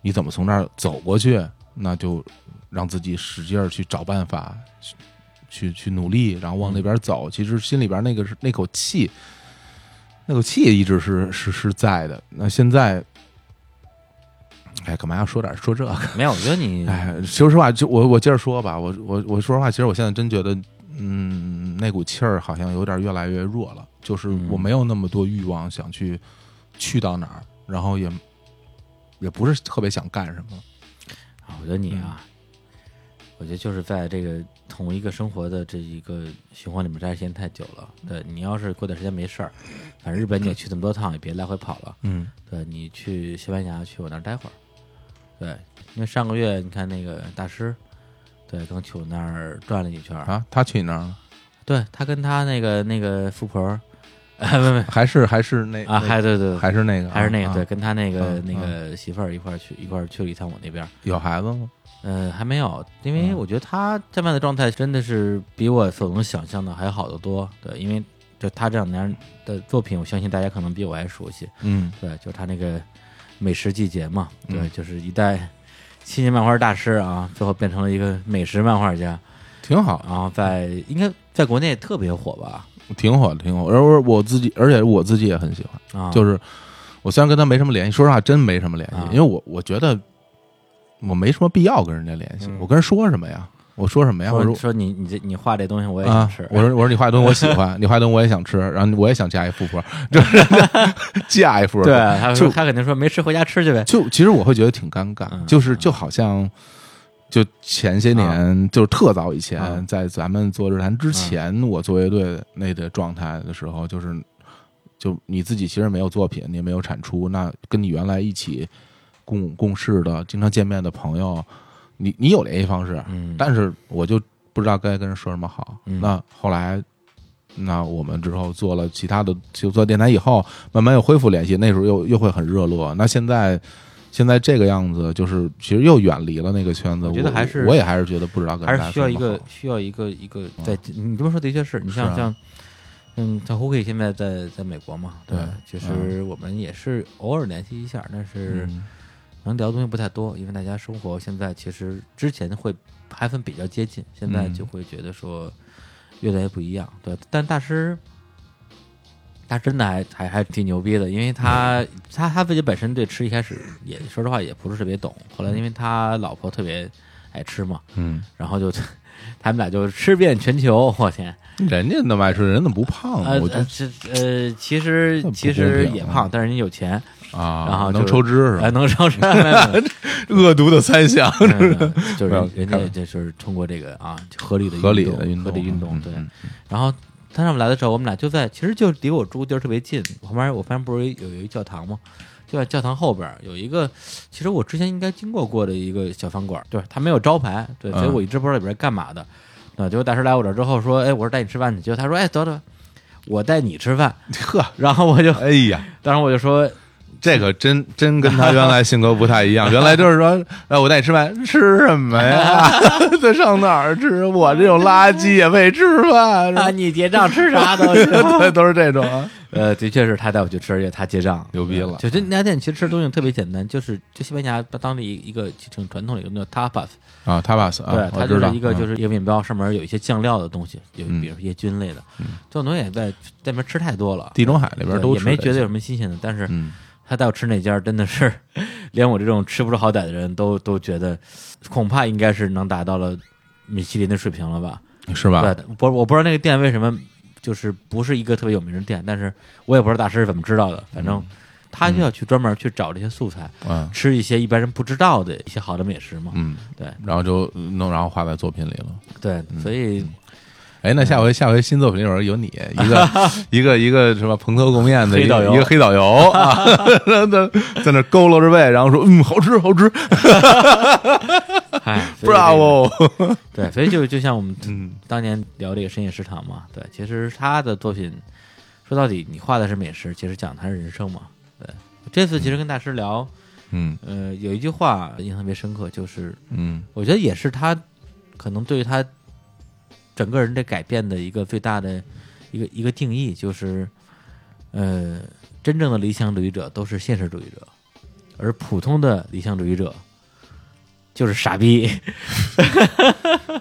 [SPEAKER 2] 你怎么从那儿走过去？那就让自己使劲儿去找办法，去去努力，然后往那边走。其实心里边那个是那口气，那口气一直是是是在的。那现在，哎，干嘛要说点说这个？
[SPEAKER 1] 嗯没有，我觉得你
[SPEAKER 2] 哎，说实话，就我我接着说吧，我我我说实话，其实我现在真觉得，嗯，那股气儿好像有点越来越弱了，就是
[SPEAKER 1] 嗯
[SPEAKER 2] 我没有那么多欲望想去去到哪儿，然后也也不是特别想干什么。
[SPEAKER 1] 啊，我觉得你啊，
[SPEAKER 2] 嗯
[SPEAKER 1] 我觉得就是在这个同一个生活的这一个循环里面待时间太久了。
[SPEAKER 2] 嗯
[SPEAKER 1] 对你要是过段时间没事儿，反正日本你也去这么多趟，也别来回跑了。
[SPEAKER 2] 嗯
[SPEAKER 1] 对你去西班牙，去我那儿待会儿。对，因为上个月你看那个大师，对，刚去我那儿转了一圈儿。
[SPEAKER 2] 啊，他去哪儿了？
[SPEAKER 1] 对他跟他那个那个富婆儿，哎，没没
[SPEAKER 2] 还是还是那
[SPEAKER 1] 啊，还对对对，
[SPEAKER 2] 还是那个
[SPEAKER 1] 还是那个
[SPEAKER 2] 啊
[SPEAKER 1] 对，跟他那个
[SPEAKER 2] 嗯
[SPEAKER 1] 那个媳妇儿一块儿去一块儿去了一趟我那边儿。
[SPEAKER 2] 有孩子吗？
[SPEAKER 1] 呃，还没有，因为
[SPEAKER 2] 嗯
[SPEAKER 1] 我觉得他现在的状态真的是比我所能想象的还好得多。对，因为就他这两年的作品，我相信大家可能比我还熟悉。
[SPEAKER 2] 嗯
[SPEAKER 1] 对，就是他那个美食季节嘛，对，
[SPEAKER 2] 嗯
[SPEAKER 1] 就是一代青年漫画大师啊，最后变成了一个美食漫画家，
[SPEAKER 2] 挺好，
[SPEAKER 1] 然后在应该在国内也特别火吧？
[SPEAKER 2] 挺火的，挺火。而我我自己，而且我自己也很喜欢。
[SPEAKER 1] 啊，
[SPEAKER 2] 就是是我虽然跟他没什么联系，说实话真没什么联系
[SPEAKER 1] 啊，
[SPEAKER 2] 因为我我觉得我没什么必要跟人家联系，
[SPEAKER 1] 嗯
[SPEAKER 2] 我跟人说什么呀？我说什么呀？我
[SPEAKER 1] 说
[SPEAKER 2] 说
[SPEAKER 1] 说你你这你画这东西我也想
[SPEAKER 2] 啊
[SPEAKER 1] 吃，，
[SPEAKER 2] 我说我说你画一顿我喜欢，你画一顿我也想吃，然后我也想嫁一富婆，就是 (laughs) 嫁一富婆。
[SPEAKER 1] 对，他说
[SPEAKER 2] 就
[SPEAKER 1] 他肯定说没吃回家吃去呗。
[SPEAKER 2] 就其实我会觉得挺尴尬，
[SPEAKER 1] 嗯
[SPEAKER 2] 就是就好像就前些年，就是特早以前
[SPEAKER 1] 啊，
[SPEAKER 2] 在咱们做日坛之前，我做乐队那的状态的时候，就是就你自己其实没有作品，你也没有产出，那跟你原来一起共共事的、经常见面的朋友，你你有联系方式，
[SPEAKER 1] 嗯
[SPEAKER 2] 但是我就不知道该跟人说什么好。
[SPEAKER 1] 嗯
[SPEAKER 2] 那后来，那我们之后做了其他的，就做电台以后，慢慢又恢复联系，那时候又又会很热络。那现在。现在这个样子，就是其实又远离了那个圈子。
[SPEAKER 1] 我觉得还是
[SPEAKER 2] 我也还是觉得不知道跟
[SPEAKER 1] 还
[SPEAKER 2] 人
[SPEAKER 1] 是需要一个需要一个一个
[SPEAKER 2] 嗯
[SPEAKER 1] 在你这么说的确是你
[SPEAKER 2] 是
[SPEAKER 1] 像
[SPEAKER 2] 啊
[SPEAKER 1] 像嗯，像 Hooky 现在在在美国嘛，
[SPEAKER 2] 对
[SPEAKER 1] 吧其实我们也是偶尔联系一下，但是
[SPEAKER 2] 嗯
[SPEAKER 1] 能聊的东西不太多，因为大家生活现在其实之前会还分比较接近，现在
[SPEAKER 2] 嗯
[SPEAKER 1] 就会觉得说越来越不一样，对。但大师，他真的还还还挺牛逼的，因为他
[SPEAKER 2] 嗯
[SPEAKER 1] 他他自己本身对吃一开始也说实话也不是特别懂，后来因为他老婆特别爱吃嘛，
[SPEAKER 2] 嗯，
[SPEAKER 1] 然后就他们俩就吃遍全球，我天！
[SPEAKER 2] 人家那么爱吃，人怎么不胖呢？
[SPEAKER 1] 呃
[SPEAKER 2] 嗯我觉
[SPEAKER 1] 呃
[SPEAKER 2] 得
[SPEAKER 1] 这呃，其实
[SPEAKER 2] 那不
[SPEAKER 1] 其
[SPEAKER 2] 公
[SPEAKER 1] 实
[SPEAKER 2] 平
[SPEAKER 1] 也
[SPEAKER 2] 啊
[SPEAKER 1] 胖，但是你有钱，呃
[SPEAKER 2] 啊，
[SPEAKER 1] 然后就
[SPEAKER 2] 能抽脂是
[SPEAKER 1] 呃，
[SPEAKER 2] 吧？
[SPEAKER 1] 能上山，没有没有
[SPEAKER 2] (laughs) 恶毒的猜想， (laughs)
[SPEAKER 1] 嗯就是
[SPEAKER 2] 没有
[SPEAKER 1] 人家
[SPEAKER 2] 开玩
[SPEAKER 1] 就是通过这个啊合理的
[SPEAKER 2] 合理
[SPEAKER 1] 动
[SPEAKER 2] 的运
[SPEAKER 1] 合
[SPEAKER 2] 动，
[SPEAKER 1] 理运动对。
[SPEAKER 2] 嗯 (laughs)
[SPEAKER 1] 然后他上午来的时候，我们俩就在，其实就离我住地儿特别近，旁边我发现不是有有一教堂吗？就在教堂后边儿有一个，其实我之前应该经过过的一个小饭馆儿，对，它没有招牌，对，所以
[SPEAKER 2] 嗯
[SPEAKER 1] 我一直不知道里边儿干嘛的。那结果大师来我这儿之后说，哎，我说带你吃饭去，结果他说，哎，得得，我带你吃饭。 (laughs)
[SPEAKER 2] 呵，
[SPEAKER 1] 然后我就，
[SPEAKER 2] 哎呀，
[SPEAKER 1] 当时我就说，
[SPEAKER 2] 这个真真跟他原来性格不太一 (laughs) 样，原来就是说，哎，我带你吃饭，吃什么 (laughs) 呀？在上哪儿吃？我这种垃圾也配吃饭？
[SPEAKER 1] 啊，你结账吃啥都是。
[SPEAKER 2] 对，都是这种啊。
[SPEAKER 1] (laughs) 呃，的确是他带我去吃，而且他结账，
[SPEAKER 2] 牛逼了
[SPEAKER 1] 就这那家店其实吃的东西特别简单，就是就西班牙当地一个挺传统的一个叫 tapas，
[SPEAKER 2] 啊，tapas 啊，
[SPEAKER 1] 对，
[SPEAKER 2] 我
[SPEAKER 1] 它
[SPEAKER 2] 知
[SPEAKER 1] 就是
[SPEAKER 2] 道
[SPEAKER 1] 一个就
[SPEAKER 2] 嗯
[SPEAKER 1] 是一个面包，上面有一些酱料的东西，有
[SPEAKER 2] 嗯
[SPEAKER 1] 比如说一些菌类的，这种东西也在在那边吃太多了，
[SPEAKER 2] 地中海那边都
[SPEAKER 1] 对也没
[SPEAKER 2] 吃这
[SPEAKER 1] 觉得
[SPEAKER 2] 些
[SPEAKER 1] 有什么新鲜的，但是
[SPEAKER 2] 嗯
[SPEAKER 1] 他带我吃那家真的是，连我这种吃不出好歹的人都都觉得，恐怕应该是能达到了米其林的水平了吧？
[SPEAKER 2] 是吧？
[SPEAKER 1] 对，不，我不知道那个店为什么就是不是一个特别有名的店，但是我也不知道大师是怎么知道的，反正他就要去专门去找这些素材，
[SPEAKER 2] 嗯
[SPEAKER 1] 吃一些一般人不知道的一些好的美食嘛。
[SPEAKER 2] 嗯，
[SPEAKER 1] 对
[SPEAKER 2] 然后就弄，然后画在作品里了。
[SPEAKER 1] 对，所以
[SPEAKER 2] 哎，那下回下回新作品里边有你一 (laughs) 个一个一个什么蓬头垢面的
[SPEAKER 1] 黑
[SPEAKER 2] 一
[SPEAKER 1] 导
[SPEAKER 2] 个
[SPEAKER 1] 游
[SPEAKER 2] 一个黑导 (laughs) 游啊，在那在那佝偻着背，然后说嗯，好吃好吃
[SPEAKER 1] 哎所以这个
[SPEAKER 2] ，bravo，
[SPEAKER 1] 对，所以就就像我们
[SPEAKER 2] 嗯
[SPEAKER 1] 当年聊这个深夜食堂嘛，对，其实他的作品说到底，你画的是美食，其实讲的还是人生嘛。对，这次其实跟大师聊，
[SPEAKER 2] 嗯
[SPEAKER 1] 呃，有一句话印象特别深刻，就是
[SPEAKER 2] 嗯
[SPEAKER 1] 我觉得也是他可能对于他整个人的改变的一个最大的一个一个定义，就是呃，真正的理想主义者都是现实主义者，而普通的理想主义者就是傻逼。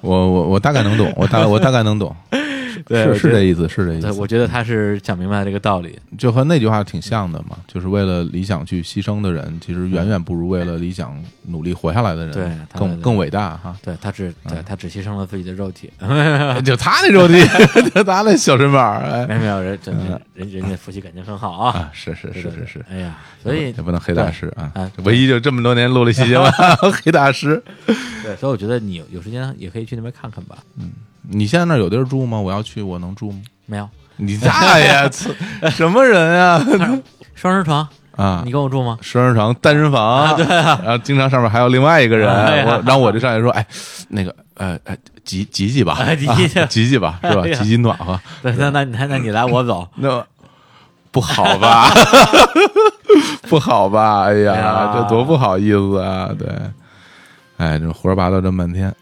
[SPEAKER 2] 我我我大概 (laughs) 能懂，我大我大概能 (laughs) 懂，
[SPEAKER 1] 对我
[SPEAKER 2] 是是
[SPEAKER 1] 觉得
[SPEAKER 2] 这意思，是这意
[SPEAKER 1] 对，
[SPEAKER 2] 思，
[SPEAKER 1] 我觉得他是讲明白了这个道理。
[SPEAKER 2] 就和那句话挺像的嘛，就是为了理想去牺牲的人，其实远远不如为了理想努力活下来的人
[SPEAKER 1] 对他
[SPEAKER 2] 更更伟大哈。 (laughs)
[SPEAKER 1] 对他只
[SPEAKER 2] 嗯
[SPEAKER 1] 对他只牺牲了自己的肉体， (laughs)
[SPEAKER 2] 就他那种地， (laughs) 就他那小身板儿，哎
[SPEAKER 1] 没有没有人人人人家夫妻感情很好啊，
[SPEAKER 2] 啊，是是
[SPEAKER 1] 对
[SPEAKER 2] 是是是，，
[SPEAKER 1] 对对哎呀，所以
[SPEAKER 2] 也不能黑大师啊
[SPEAKER 1] 对啊！
[SPEAKER 2] 唯一就这么多年录了一期节 (laughs) 目，黑大师。
[SPEAKER 1] 对，所以我觉得你有有时间也可以去那边看看吧。
[SPEAKER 2] 你现在那儿有地儿住吗？我要去，我能住吗？
[SPEAKER 1] 没有
[SPEAKER 2] 你大 (laughs) 爷，操什么人啊？
[SPEAKER 1] 双人床，
[SPEAKER 2] (laughs) 啊
[SPEAKER 1] 你，跟我住吗？
[SPEAKER 2] 双人床、单人房，对，然后经常上面还有另外一个人，
[SPEAKER 1] 啊哎呀
[SPEAKER 2] 我然后我就上去说，哎，那个，呃，呃挤挤挤吧，啊
[SPEAKER 1] 哎挤挤去
[SPEAKER 2] 挤挤吧，是吧
[SPEAKER 1] 哎？呀
[SPEAKER 2] 挤挤暖和，，
[SPEAKER 1] 对， (laughs) 那那那那你来我走
[SPEAKER 2] 那不
[SPEAKER 1] (laughs)
[SPEAKER 2] 好吧？ (laughs) 不好吧？哎
[SPEAKER 1] 哎
[SPEAKER 2] 呀
[SPEAKER 1] 呀，
[SPEAKER 2] 这多不好意思啊！对，哎，这胡说八道这么半天。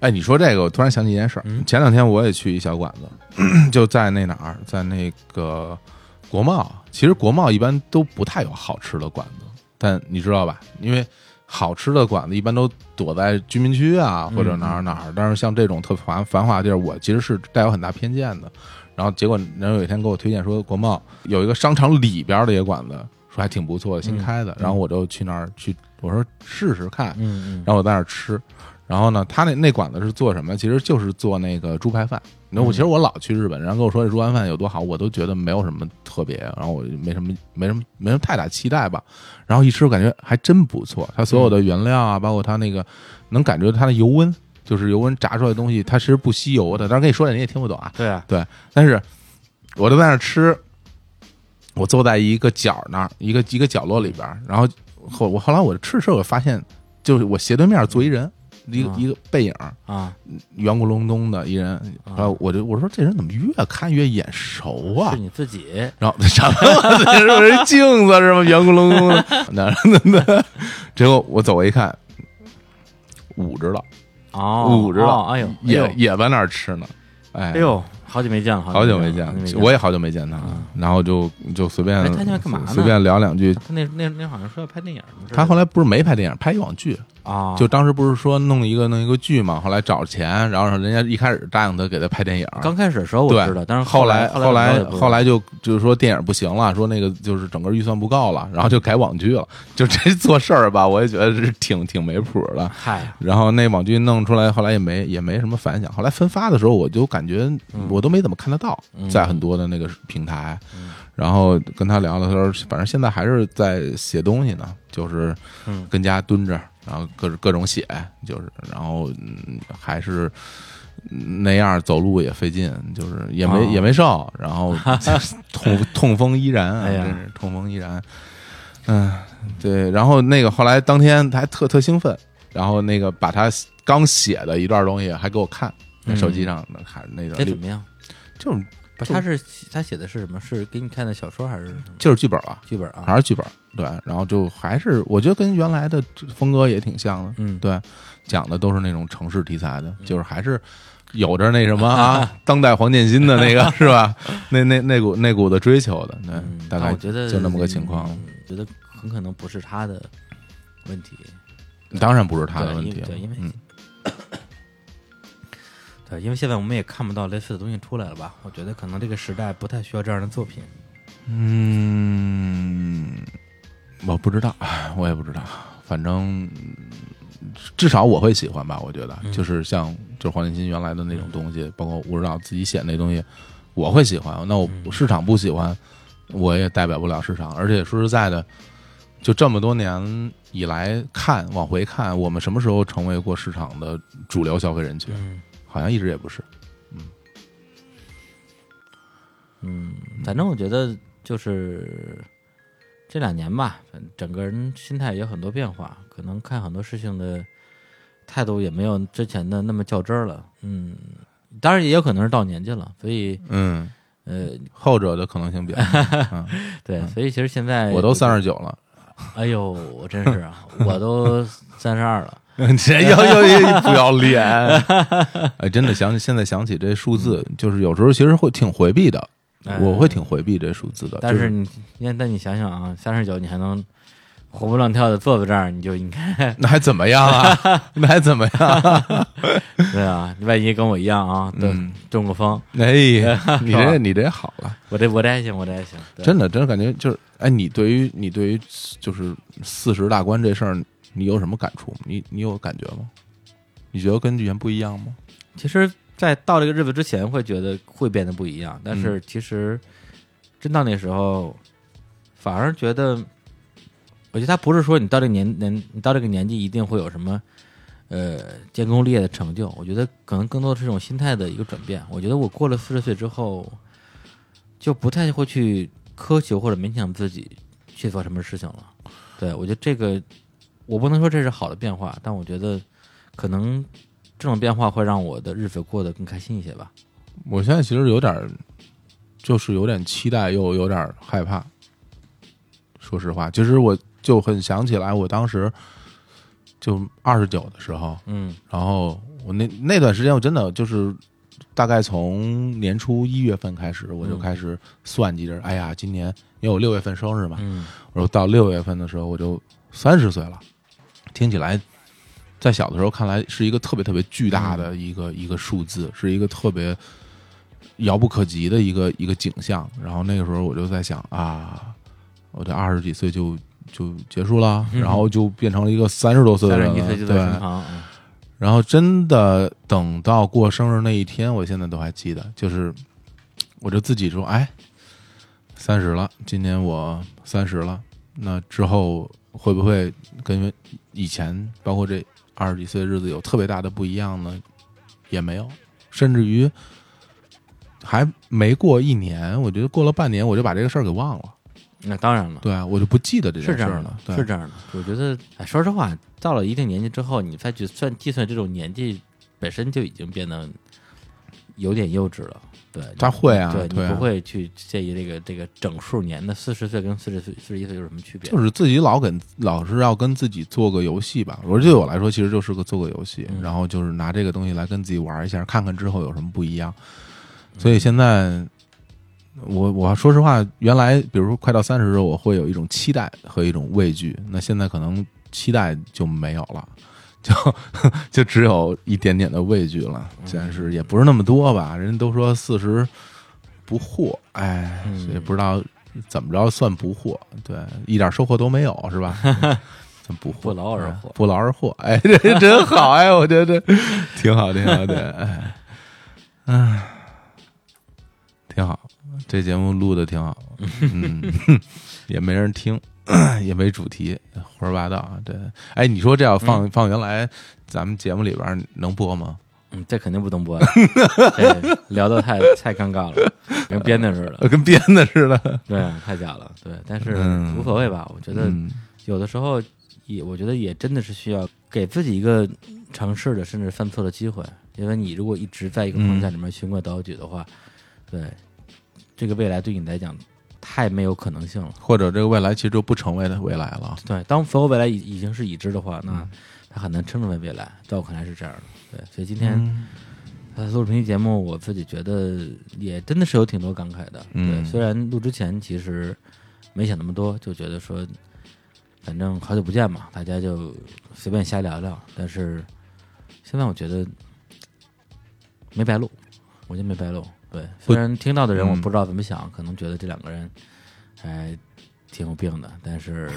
[SPEAKER 2] 哎，你说这个，我突然想起一件事儿。
[SPEAKER 1] 嗯
[SPEAKER 2] 前两天我也去一小馆子， (clears throat) 就在那哪儿，在那个国贸。其实国贸一般都不太有好吃的馆子，但你知道吧？因为好吃的馆子一般都躲在居民区啊，或者哪儿哪儿。但是像这种特繁繁华地儿，我其实是带有很大偏见的。然后结果人有一天给我推荐说，国贸有一个商场里边儿的一个馆子，说还挺不错，新开的。然后我就去那儿去，我说试试看。
[SPEAKER 1] 嗯嗯
[SPEAKER 2] 然后我在那儿吃。然后呢，他那那馆子是做什么？其实就是做那个猪排饭。那我其实我老去日本，然后跟我说这猪排饭有多好，我都觉得没有什么特别，然后我就没什么没什么没什么太大期待吧。然后一吃，我感觉还真不错。它所有的原料啊，包括它那个能感觉到它的油温，就是油温炸出来的东西，它其实不吸油的。当然跟你说的你也听不懂啊，
[SPEAKER 1] 对啊，
[SPEAKER 2] 对，但是我就在那儿吃，我坐在一个角那儿，一个一个角落里边儿，然后后我后来我吃的时候，我发现就是我斜对面坐一人，一个、
[SPEAKER 1] 啊
[SPEAKER 2] 一个背影，
[SPEAKER 1] 啊，
[SPEAKER 2] 圆咕隆咚的一人，
[SPEAKER 1] 啊
[SPEAKER 2] 然后我就我说这人怎么越看越眼熟啊
[SPEAKER 1] 是？你自己，
[SPEAKER 2] 然后什么？这是镜子是吗？圆咕隆咚的，那那那，结果我走过一看，捂着了，
[SPEAKER 1] 哦，
[SPEAKER 2] 捂着了
[SPEAKER 1] 哦哎呦，哎
[SPEAKER 2] 也、
[SPEAKER 1] 呦
[SPEAKER 2] 也在那儿吃呢，哎
[SPEAKER 1] 哎呦，好久没见了，
[SPEAKER 2] 好久没
[SPEAKER 1] 见了，好
[SPEAKER 2] 见，
[SPEAKER 1] 久
[SPEAKER 2] 我也好久没见他了。然后就就随便
[SPEAKER 1] 哎他现在干嘛呢
[SPEAKER 2] 随便聊两句。
[SPEAKER 1] 他那那那好像说要拍电影，是不是
[SPEAKER 2] 他后来不是没拍电影，拍一网剧，
[SPEAKER 1] 啊，
[SPEAKER 2] 就当时不是说弄一个弄一个剧嘛，后来找钱，然后人家一开始答应他给他拍电影，
[SPEAKER 1] 刚开始的时候我
[SPEAKER 2] 对
[SPEAKER 1] 知道，但是
[SPEAKER 2] 后
[SPEAKER 1] 来
[SPEAKER 2] 后
[SPEAKER 1] 来
[SPEAKER 2] 来后来就就是说电影不行了，说那个就是整个预算不够了，然后就改网剧了。就这做事儿吧，我也觉得是挺挺没谱的。
[SPEAKER 1] 嗨，
[SPEAKER 2] 然后那网剧弄出来，后来也没也没什么反响。后来分发的时候，我就感觉
[SPEAKER 1] 嗯
[SPEAKER 2] 我都没怎么看得到，在很多的那个平台。
[SPEAKER 1] 嗯
[SPEAKER 2] 然后跟他聊的时候，反正现在还是在写东西呢，就是
[SPEAKER 1] 嗯
[SPEAKER 2] 跟家蹲着，然后各各种写，就是然后嗯还是。嗯那样走路也费劲，就是也没、
[SPEAKER 1] 哦
[SPEAKER 2] 也没瘦，然后
[SPEAKER 1] (laughs)
[SPEAKER 2] 痛痛风依然啊，
[SPEAKER 1] 哎呀
[SPEAKER 2] 真是痛风依然。嗯，对，然后那个后来当天还特特兴奋，然后那个把他刚写的一段东西还给我看，在
[SPEAKER 1] 嗯
[SPEAKER 2] 手机上看那
[SPEAKER 1] 这
[SPEAKER 2] 种，
[SPEAKER 1] 怎么样？
[SPEAKER 2] 就是
[SPEAKER 1] 不是，
[SPEAKER 2] 就
[SPEAKER 1] 他是他写的是什么？是给你看的小说还是什么
[SPEAKER 2] 就是剧本啊，
[SPEAKER 1] 剧本
[SPEAKER 2] 还
[SPEAKER 1] 啊？
[SPEAKER 2] 是剧本，对，然后就还是我觉得跟原来的风格也挺像的，
[SPEAKER 1] 嗯，
[SPEAKER 2] 对，讲的都是那种城市题材的，就是还是有着那什
[SPEAKER 1] (laughs)
[SPEAKER 2] 么啊，当代黄建新的那个是吧？那那那股那股的追求的，对，
[SPEAKER 1] 嗯
[SPEAKER 2] 大
[SPEAKER 1] 但
[SPEAKER 2] 概
[SPEAKER 1] 我觉得
[SPEAKER 2] 就那么个情况。
[SPEAKER 1] 嗯觉得很可能不是他的问题，
[SPEAKER 2] 当然不是他的
[SPEAKER 1] 嗯对
[SPEAKER 2] 问
[SPEAKER 1] 因
[SPEAKER 2] 题了，
[SPEAKER 1] 对因为
[SPEAKER 2] 嗯，
[SPEAKER 1] 对，因为现在我们也看不到类似的东西出来了吧？我觉得可能这个时代不太需要这样的作品。
[SPEAKER 2] 嗯，我不知道，我也不知道，反正至少我会喜欢吧。我觉得、就是像就是黄建新原来的那种东西，包括吴指导自己写那东西，我会喜欢。那我市场不喜欢，我也代表不了市场。而且说实在的，就这么多年以来看往回看，我们什么时候成为过市场的主流消费人群？
[SPEAKER 1] 嗯
[SPEAKER 2] 好像一直也不是。
[SPEAKER 1] 嗯，反正我觉得就是这两年吧，反整个人心态也有很多变化，可能看很多事情的态度也没有之前的那么较真儿了。嗯，当然也有可能是到年纪了，所以
[SPEAKER 2] 嗯，
[SPEAKER 1] 呃，
[SPEAKER 2] 后者的可能性比较大、
[SPEAKER 1] 对，所以其实现在
[SPEAKER 2] 嗯，我都
[SPEAKER 1] 就是
[SPEAKER 2] 三十九了。
[SPEAKER 1] 哎呦，我真是
[SPEAKER 2] (laughs)
[SPEAKER 1] 啊，我都三十二了。
[SPEAKER 2] 啊这要要要不要脸？ (laughs) 哎，真的想起现在想起这数字，就是有时候其实会挺回避的，
[SPEAKER 1] 哎
[SPEAKER 2] 我会挺回避这数字的。
[SPEAKER 1] 但
[SPEAKER 2] 就是
[SPEAKER 1] 你，但但你想想啊，三十九你还能活蹦乱跳的坐在这儿，你就应该 (laughs)
[SPEAKER 2] 那还怎么样啊？ (laughs) 那还怎么样？
[SPEAKER 1] 对啊，万一跟我一样啊，对，
[SPEAKER 2] 嗯
[SPEAKER 1] 中个风，
[SPEAKER 2] 哎呀，你这你这好了，
[SPEAKER 1] 我这我这还行，我这还行，对
[SPEAKER 2] 真的真的感觉就是，哎，你对于你对于就是四十大关这事儿，你有什么感触？你你有感觉吗？你觉得跟以前不一样吗？
[SPEAKER 1] 其实，在到这个日子之前，会觉得会变得不一样，但是其实真到那时候，反而觉得，我觉得他不是说你到这个年年，你到这个年纪一定会有什么呃建功立业的成就，我觉得可能更多的是一种心态的一个转变。我觉得我过了四十岁之后，就不太会去苛求或者勉强自己去做什么事情了。对我觉得这个，我不能说这是好的变化，但我觉得可能这种变化会让我的日子过得更开心一些吧。
[SPEAKER 2] 我现在其实有点儿，就是有点期待，又有点儿害怕。说实话，其实我就很想起来，我当时就二十九的时候，
[SPEAKER 1] 嗯
[SPEAKER 2] 然后我那那段时间，我真的就是大概从年初一月份开始，我就
[SPEAKER 1] 嗯
[SPEAKER 2] 开始算计着，哎呀，今年因为我六月份生日嘛，
[SPEAKER 1] 嗯
[SPEAKER 2] 我说到六月份的时候，我就三十岁了，听起来，在小的时候看来是一个特别特别巨大的
[SPEAKER 1] 嗯
[SPEAKER 2] 一个、一个数字，是一个特别遥不可及的一个一个景象。然后那个时候我就在想啊，我这二十几岁就就结束
[SPEAKER 1] (laughs)
[SPEAKER 2] 了，
[SPEAKER 1] 嗯
[SPEAKER 2] 然后就变成了一个三十多岁的
[SPEAKER 1] 三十
[SPEAKER 2] 人
[SPEAKER 1] 一
[SPEAKER 2] 了，
[SPEAKER 1] 岁就在身
[SPEAKER 2] 对。
[SPEAKER 1] 旁，
[SPEAKER 2] 然后真的等到过生日那一天，我现在都还记得，就是我就自己说，哎，三十了，今年我三十了，那之后会不会跟以前，包括这二十几岁的日子有特别大的不一样呢？也没有，甚至于还没过一年，我觉得过了半年，我就把这个事儿给忘了。
[SPEAKER 1] 那当然了，
[SPEAKER 2] 对，啊我就不记得这
[SPEAKER 1] 是
[SPEAKER 2] 件
[SPEAKER 1] 这
[SPEAKER 2] 事儿
[SPEAKER 1] 样
[SPEAKER 2] 了。
[SPEAKER 1] 的，
[SPEAKER 2] 对
[SPEAKER 1] 是这样的。我觉得，哎，说实话，到了一定年纪之后，你再去算计算这种年纪，本身就已经变得有点幼稚了。对，
[SPEAKER 2] 他会啊，
[SPEAKER 1] 对你
[SPEAKER 2] 对啊
[SPEAKER 1] 不会去介意这个这个整数年的四十岁跟四十岁四十一岁有什么区别？
[SPEAKER 2] 就是自己老跟老是要跟自己做个游戏吧。我觉得对我来说，其实就是个做个游戏，
[SPEAKER 1] 嗯
[SPEAKER 2] 然后就是拿这个东西来跟自己玩一下，看看之后有什么不一样。
[SPEAKER 1] 嗯
[SPEAKER 2] 所以现在，我我说实话，原来比如说快到三十的时候，我会有一种期待和一种畏惧。那现在可能期待就没有了。就就只有一点点的畏惧了，但是也不是那么多吧。人都说四十不惑，哎，
[SPEAKER 1] 嗯
[SPEAKER 2] 也不知道怎么着算不惑，对，一点收获都没有，是吧？嗯算不惑，
[SPEAKER 1] 不劳而获
[SPEAKER 2] 哎不劳而获，哎，这真好，哎，我觉得这 (laughs) 挺好，挺好 (laughs) 的，哎，唉挺好，这节目录的挺好，嗯， (laughs) 也没人听， (clears throat) 也没主题，胡说八道，对，哎，你说这要放、放原来咱们节目里边儿能播吗？
[SPEAKER 1] 嗯，这肯定不能播
[SPEAKER 2] (laughs)
[SPEAKER 1] 了，对聊的太太尴尬了，跟编的似的。
[SPEAKER 2] 呃跟编的似的，
[SPEAKER 1] 对，太假了。对，但是
[SPEAKER 2] 嗯
[SPEAKER 1] 无所谓吧，我觉得
[SPEAKER 2] 嗯
[SPEAKER 1] 有的时候也，我觉得也真的是需要给自己一个尝试的，甚至犯错的机会。因为你如果一直在一个框架里面循规蹈矩的话，对这个未来对你来讲太没有可能性了。
[SPEAKER 2] 或者这个未来其实就不成为未来了，
[SPEAKER 1] 对，当所有未来已已经是已知的话，
[SPEAKER 2] 嗯
[SPEAKER 1] 那它很难称之为未来。在我看来是这样的。对，所以今天、
[SPEAKER 2] 嗯
[SPEAKER 1] 呃，录这期节目，我自己觉得也真的是有挺多感慨的。
[SPEAKER 2] 嗯
[SPEAKER 1] 对，虽然录之前其实没想那么多，就觉得说，反正好久不见嘛，大家就随便瞎聊聊。但是现在我觉得没白录，我觉得没白录。对，虽然听到的人
[SPEAKER 2] 嗯
[SPEAKER 1] 我不知道怎么想，可能觉得这两个人还挺有病的，但是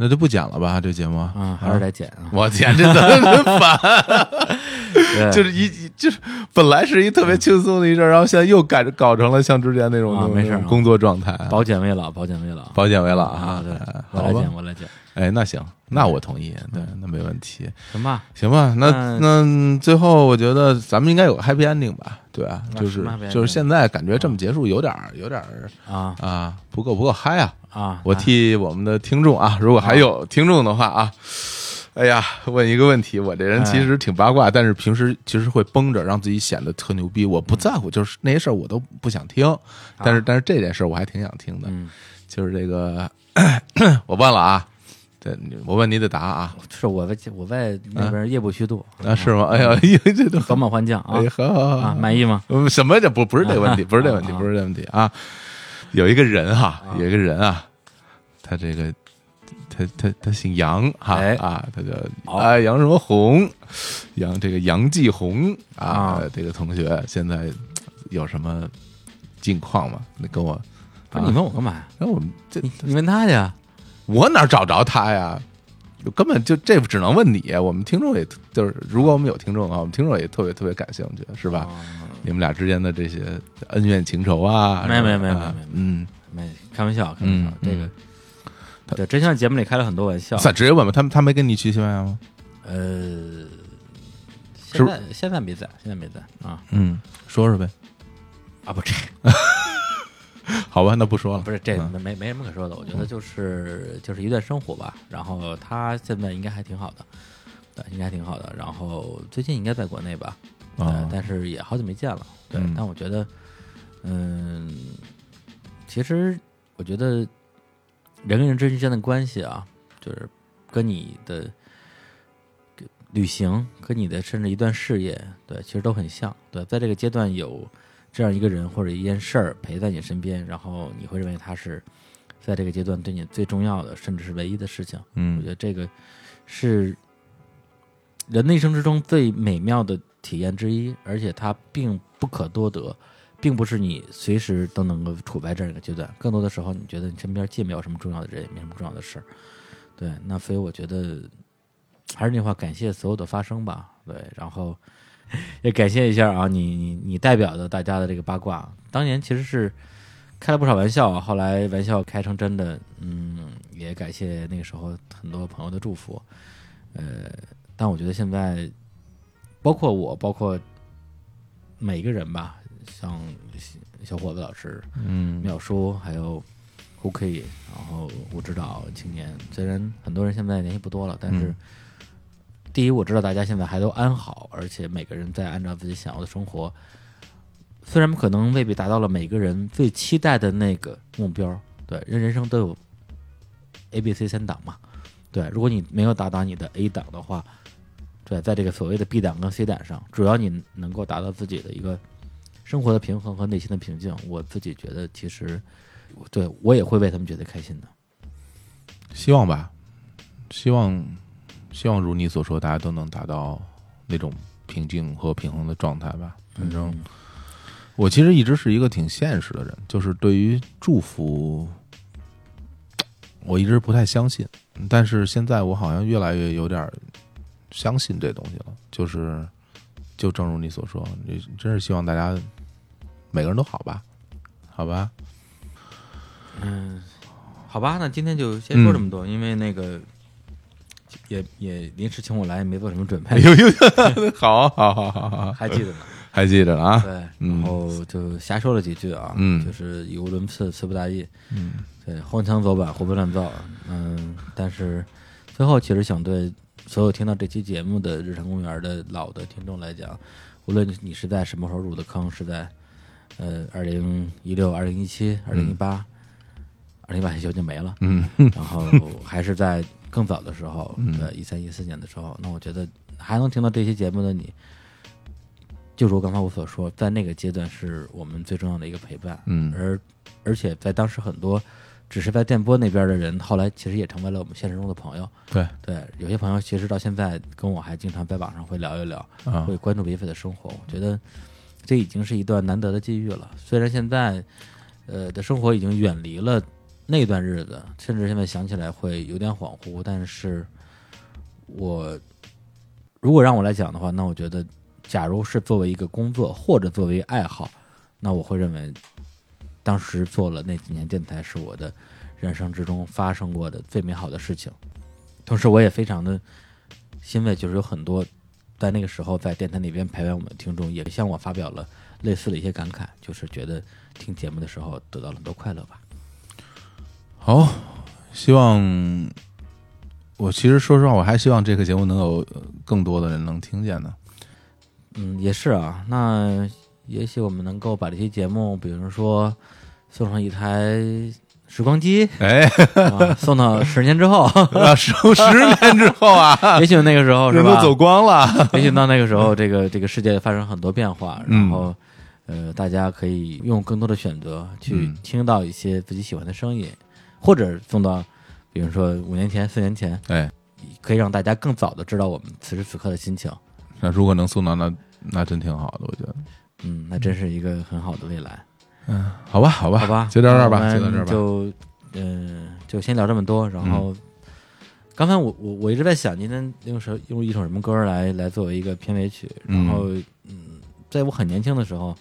[SPEAKER 2] 那就不剪了吧，这节目
[SPEAKER 1] 啊，还是得剪啊。
[SPEAKER 2] (laughs) 我天，这怎么这么烦？
[SPEAKER 1] 对
[SPEAKER 2] 就是一一就是本来是一特别轻松的一阵儿，然后现在又改搞成了像之前那种
[SPEAKER 1] 啊
[SPEAKER 2] 那种
[SPEAKER 1] 没事儿
[SPEAKER 2] 那种工作状态。啊
[SPEAKER 1] 保剪未老，保剪未老。
[SPEAKER 2] 保险为了啊，
[SPEAKER 1] 对
[SPEAKER 2] 哎，
[SPEAKER 1] 我
[SPEAKER 2] 好
[SPEAKER 1] 来
[SPEAKER 2] 吧
[SPEAKER 1] 剪，，我来剪，
[SPEAKER 2] 哎，那行，那我同意，对，
[SPEAKER 1] 嗯
[SPEAKER 2] 那没问题，
[SPEAKER 1] 行吧？
[SPEAKER 2] 行吧，那
[SPEAKER 1] 那
[SPEAKER 2] 那最后我觉得咱们应该有个 happy ending 吧，对吧？
[SPEAKER 1] 那
[SPEAKER 2] 就
[SPEAKER 1] 什
[SPEAKER 2] 是
[SPEAKER 1] 么 happy
[SPEAKER 2] 就是
[SPEAKER 1] ending？
[SPEAKER 2] 现在感觉这么结束有点儿有点儿
[SPEAKER 1] 啊
[SPEAKER 2] 啊不够不够嗨啊，
[SPEAKER 1] (laughs) 啊，
[SPEAKER 2] 我
[SPEAKER 1] 啊
[SPEAKER 2] 替我们的听众啊，如果还有听众的话啊，哎呀，问一个问题，我这
[SPEAKER 1] 哎
[SPEAKER 2] 人其实挺八卦，但是平时其实会绷着，让自己显得特牛
[SPEAKER 1] 嗯
[SPEAKER 2] 逼。我不在乎，就是那些事儿我都不想听，但是但是这件事儿我还挺想听的，
[SPEAKER 1] 啊嗯
[SPEAKER 2] 就是这个 (clears throat) 我问了啊，对，我问你得答啊，
[SPEAKER 1] 是我在我在那边夜不虚度，
[SPEAKER 2] 啊是吗？
[SPEAKER 1] (laughs)
[SPEAKER 2] 哎呀，哎呀，这都
[SPEAKER 1] 早马换将啊
[SPEAKER 2] 哎呀，好好好
[SPEAKER 1] 啊，满意吗？
[SPEAKER 2] 呃什么叫不不是这个问题，不是这个问题，不是这个问题啊！有一个人哈，有一个人啊，他这个他他他姓杨哈
[SPEAKER 1] 哎
[SPEAKER 2] 啊，他叫
[SPEAKER 1] 好
[SPEAKER 2] 啊杨什么红，杨这个杨继红啊
[SPEAKER 1] 啊，
[SPEAKER 2] 这个同学现在有什么近况吗？你跟我，
[SPEAKER 1] 不是你问我干嘛呀？
[SPEAKER 2] 那我们这
[SPEAKER 1] 你你问他去啊，
[SPEAKER 2] 我哪找着他呀？就根本就这只能问你，我们听众也就是，如果我们有听众啊的话，我们听众也特别特别感兴趣，是吧？你们俩之间的这些恩怨情仇啊，
[SPEAKER 1] 没没
[SPEAKER 2] 是吧
[SPEAKER 1] 没没
[SPEAKER 2] 啊
[SPEAKER 1] 没没
[SPEAKER 2] 嗯，
[SPEAKER 1] 没开玩笑，开玩笑
[SPEAKER 2] 嗯，
[SPEAKER 1] 这个对，真像节目里开了很多玩笑，
[SPEAKER 2] 算直接问吧，他们他没跟你去西班牙吗？
[SPEAKER 1] 呃，
[SPEAKER 2] 是
[SPEAKER 1] 现
[SPEAKER 2] 不
[SPEAKER 1] 在现在没在，现在没在啊
[SPEAKER 2] 嗯，说说呗，
[SPEAKER 1] 啊，不这
[SPEAKER 2] 好吧，那不说了，
[SPEAKER 1] 不是这
[SPEAKER 2] 嗯
[SPEAKER 1] 没没没什么可说的，我觉得就是就是一段生活吧，然后他现在应该还挺好的。对，应该还挺好的。然后最近应该在国内吧，
[SPEAKER 2] 啊
[SPEAKER 1] 呃对，但是也好久没见了。对，
[SPEAKER 2] 嗯
[SPEAKER 1] 但我觉得，嗯，其实我觉得人跟人之间的关系啊，就是跟你的跟旅行，跟你的甚至一段事业，对，其实都很像。对，在这个阶段有这样一个人或者一件事儿陪在你身边，然后你会认为他是在这个阶段对你最重要的，甚至是唯一的事情。我
[SPEAKER 2] 嗯
[SPEAKER 1] 觉得这个是人的一生之中最美妙的体验之一，而且它并不可多得，并不是你随时都能够处在这样一个阶段。更多的时候，你觉得你身边既没有什么重要的人，也没什么重要的事儿。对，那所以我觉得还是那话，感谢所有的发生吧。对，然后也感谢一下啊，你你你代表的大家的这个八卦，当年其实是开了不少玩笑啊，后来玩笑开成真的，嗯，也感谢那个时候很多朋友的祝福。呃，
[SPEAKER 4] 但我觉得现在，包括我，包括每个人吧，像小伙子老师、
[SPEAKER 1] 嗯
[SPEAKER 4] 淼叔，还有 h o k y 然后我知道青年，虽然很多人现在联系不多了，但是、
[SPEAKER 2] 嗯
[SPEAKER 4] 第一，我知道大家现在还都安好，而且每个人在按照自己想要的生活。虽然可能未必达到了每个人最期待的那个目标，对，人人生都有 A、B、C 三档嘛，对，如果你没有达到你的 A 档的话，对，在这个所谓的 B 档跟 C 档上，只要你能够达到自己的一个生活的平衡和内心的平静，我自己觉得其实，对我也会为他们觉得开心的。
[SPEAKER 2] 希望吧，希望希望如你所说，大家都能达到那种平静和平衡的状态吧。反正我其实一直是一个挺现实的人，就是对于祝福，我一直不太相信，但是现在我好像越来越有点儿相信这东西了。就是，就正如你所说，你真是希望大家每个人都好吧，好吧？
[SPEAKER 1] 嗯，好吧，那今天就先说这么多，
[SPEAKER 2] 嗯
[SPEAKER 1] 因为那个也也临时请我来，也没做什么准备，
[SPEAKER 2] 哎呦呦，好好好好好，
[SPEAKER 1] 还记得呢。
[SPEAKER 2] 还记着了啊。
[SPEAKER 1] 对，
[SPEAKER 2] 嗯
[SPEAKER 1] 然后就瞎说了几句啊，
[SPEAKER 2] 嗯
[SPEAKER 1] 就是语无伦次，词不达意，嗯，对，荒腔走板，胡编乱造，嗯，但是最后其实想对所有听到这期节目的日常公园的老的听众来讲，无论你是在什么时候入的坑，是在呃二零一六、二零一七、二零一八、二零一八也就就没了，
[SPEAKER 2] 嗯，
[SPEAKER 1] 然后还是在更早的时
[SPEAKER 2] (laughs)
[SPEAKER 1] 候，对，一三一四年的时候，那我觉得还能听到这期节目的你，就如刚才我所说，在那个阶段是我们最重要的一个陪伴，
[SPEAKER 2] 嗯
[SPEAKER 1] 而而且在当时很多只是在电波那边的人，后来其实也成为了我们现实中的朋友，
[SPEAKER 2] 对
[SPEAKER 1] 对，有些朋友其实到现在跟我还经常在网上会聊一聊，
[SPEAKER 2] 啊
[SPEAKER 1] 会关注彼此的生活，我觉得这已经是一段难得的际遇了，虽然现在呃的生活已经远离了。那段日子，甚至现在想起来会有点恍惚，但是我如果让我来讲的话，那我觉得，假如是作为一个工作或者作为爱好，那我会认为，当时做了那几年电台是我的人生之中发生过的最美好的事情。同时，我也非常的欣慰，就是有很多在那个时候在电台里边陪伴我们的听众，也向我发表了类似的一些感慨，就是觉得听节目的时候得到了很多快乐吧。
[SPEAKER 2] 好，希望我其实说实话，我还希望这个节目能有呃更多的人能听见呢。
[SPEAKER 1] 嗯，也是啊。那也许我们能够把这期节目，比如说送上一台时光 (laughs) 机
[SPEAKER 2] 哎，
[SPEAKER 1] 啊，送到十年之 (laughs) 后，
[SPEAKER 2] 那十十年之后 (laughs) 啊，
[SPEAKER 1] 也许那个时候是
[SPEAKER 2] 人都
[SPEAKER 1] 吧？
[SPEAKER 2] 走光了。
[SPEAKER 1] 也许到那个时候，这个这个世界发生很多变化，然后、呃，大家可以用更多的选择去
[SPEAKER 2] 嗯
[SPEAKER 1] 听到一些自己喜欢的声音，或者送到，比如说五年前、四年前，
[SPEAKER 2] 哎，
[SPEAKER 1] 可以让大家更早的知道我们此时此刻的心情。
[SPEAKER 2] 那如果能送到那，那真挺好的，我觉得。
[SPEAKER 1] 嗯，那真是一个很好的未来。
[SPEAKER 2] 嗯，好吧，好吧，
[SPEAKER 1] 好吧，
[SPEAKER 2] 就到这儿吧，
[SPEAKER 1] 那
[SPEAKER 2] 就
[SPEAKER 1] 我
[SPEAKER 2] 到
[SPEAKER 1] 们
[SPEAKER 2] 这儿吧。嗯
[SPEAKER 1] 就嗯、就先聊这么多。然后，刚才我我我一直在想，今天用什用一首什么歌来来作为一个片尾曲。然后，嗯，在我很年轻的时候，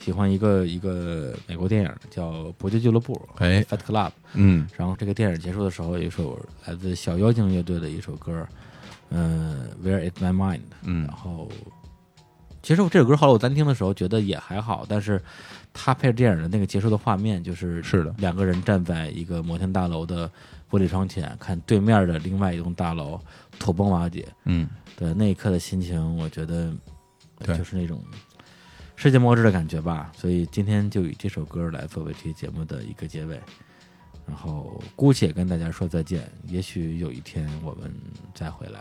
[SPEAKER 1] 喜欢一个一个美国电影叫《搏击俱乐部
[SPEAKER 2] 哎》，
[SPEAKER 1] （Fight Club）。
[SPEAKER 2] 嗯
[SPEAKER 1] 然后这个电影结束的时候，有一首来自小妖精乐队的一首歌，嗯、w h e r e Is My Mind》。
[SPEAKER 2] 嗯
[SPEAKER 1] 然后，其实我这首歌后来我单听的时候觉得也还好，但是它配着电影的那个结束的画面，就是
[SPEAKER 2] 是的
[SPEAKER 1] 两个人站在一个摩天大楼的玻璃窗前，看对面的另外一栋大楼土崩瓦解，
[SPEAKER 2] 嗯，
[SPEAKER 1] 对那一刻的心情，我觉得
[SPEAKER 2] 对
[SPEAKER 1] 就是那种世界末日的感觉吧。所以今天就以这首歌来作为这期节目的一个结尾。然后姑且跟大家说再见，也许有一天我们再回来，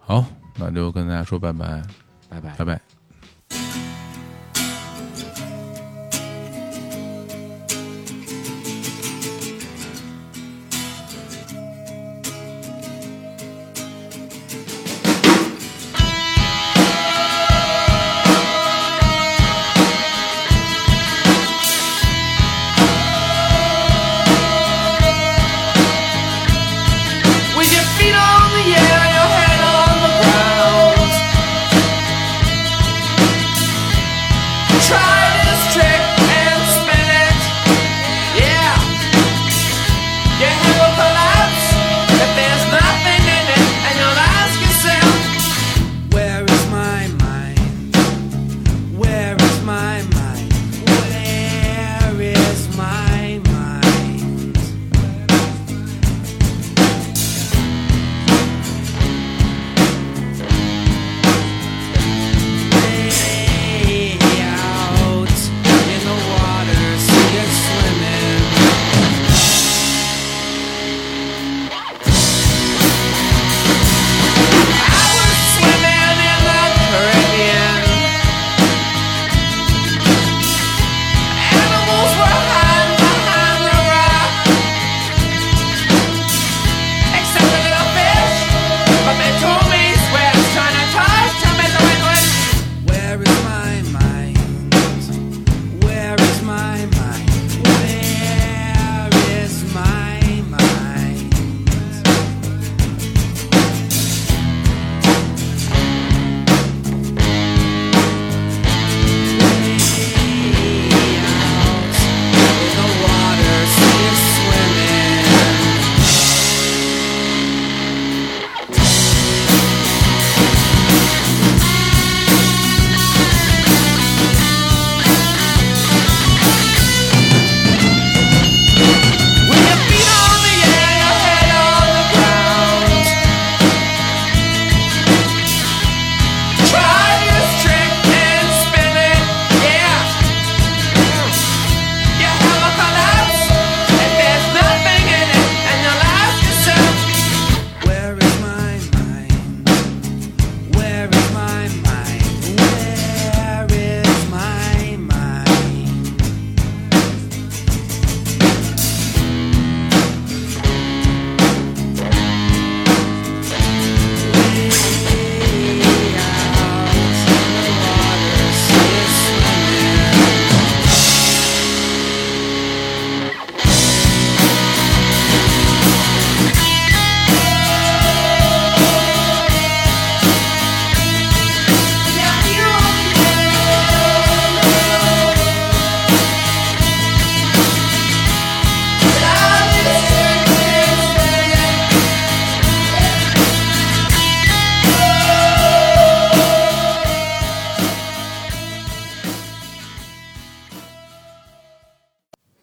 [SPEAKER 2] 好，那就跟大家说拜拜，
[SPEAKER 1] 拜拜
[SPEAKER 2] 拜。拜。
[SPEAKER 5] With your feet on the air, your head on the ground.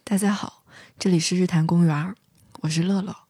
[SPEAKER 6] 大家好，这里是日坛公园，我是乐乐。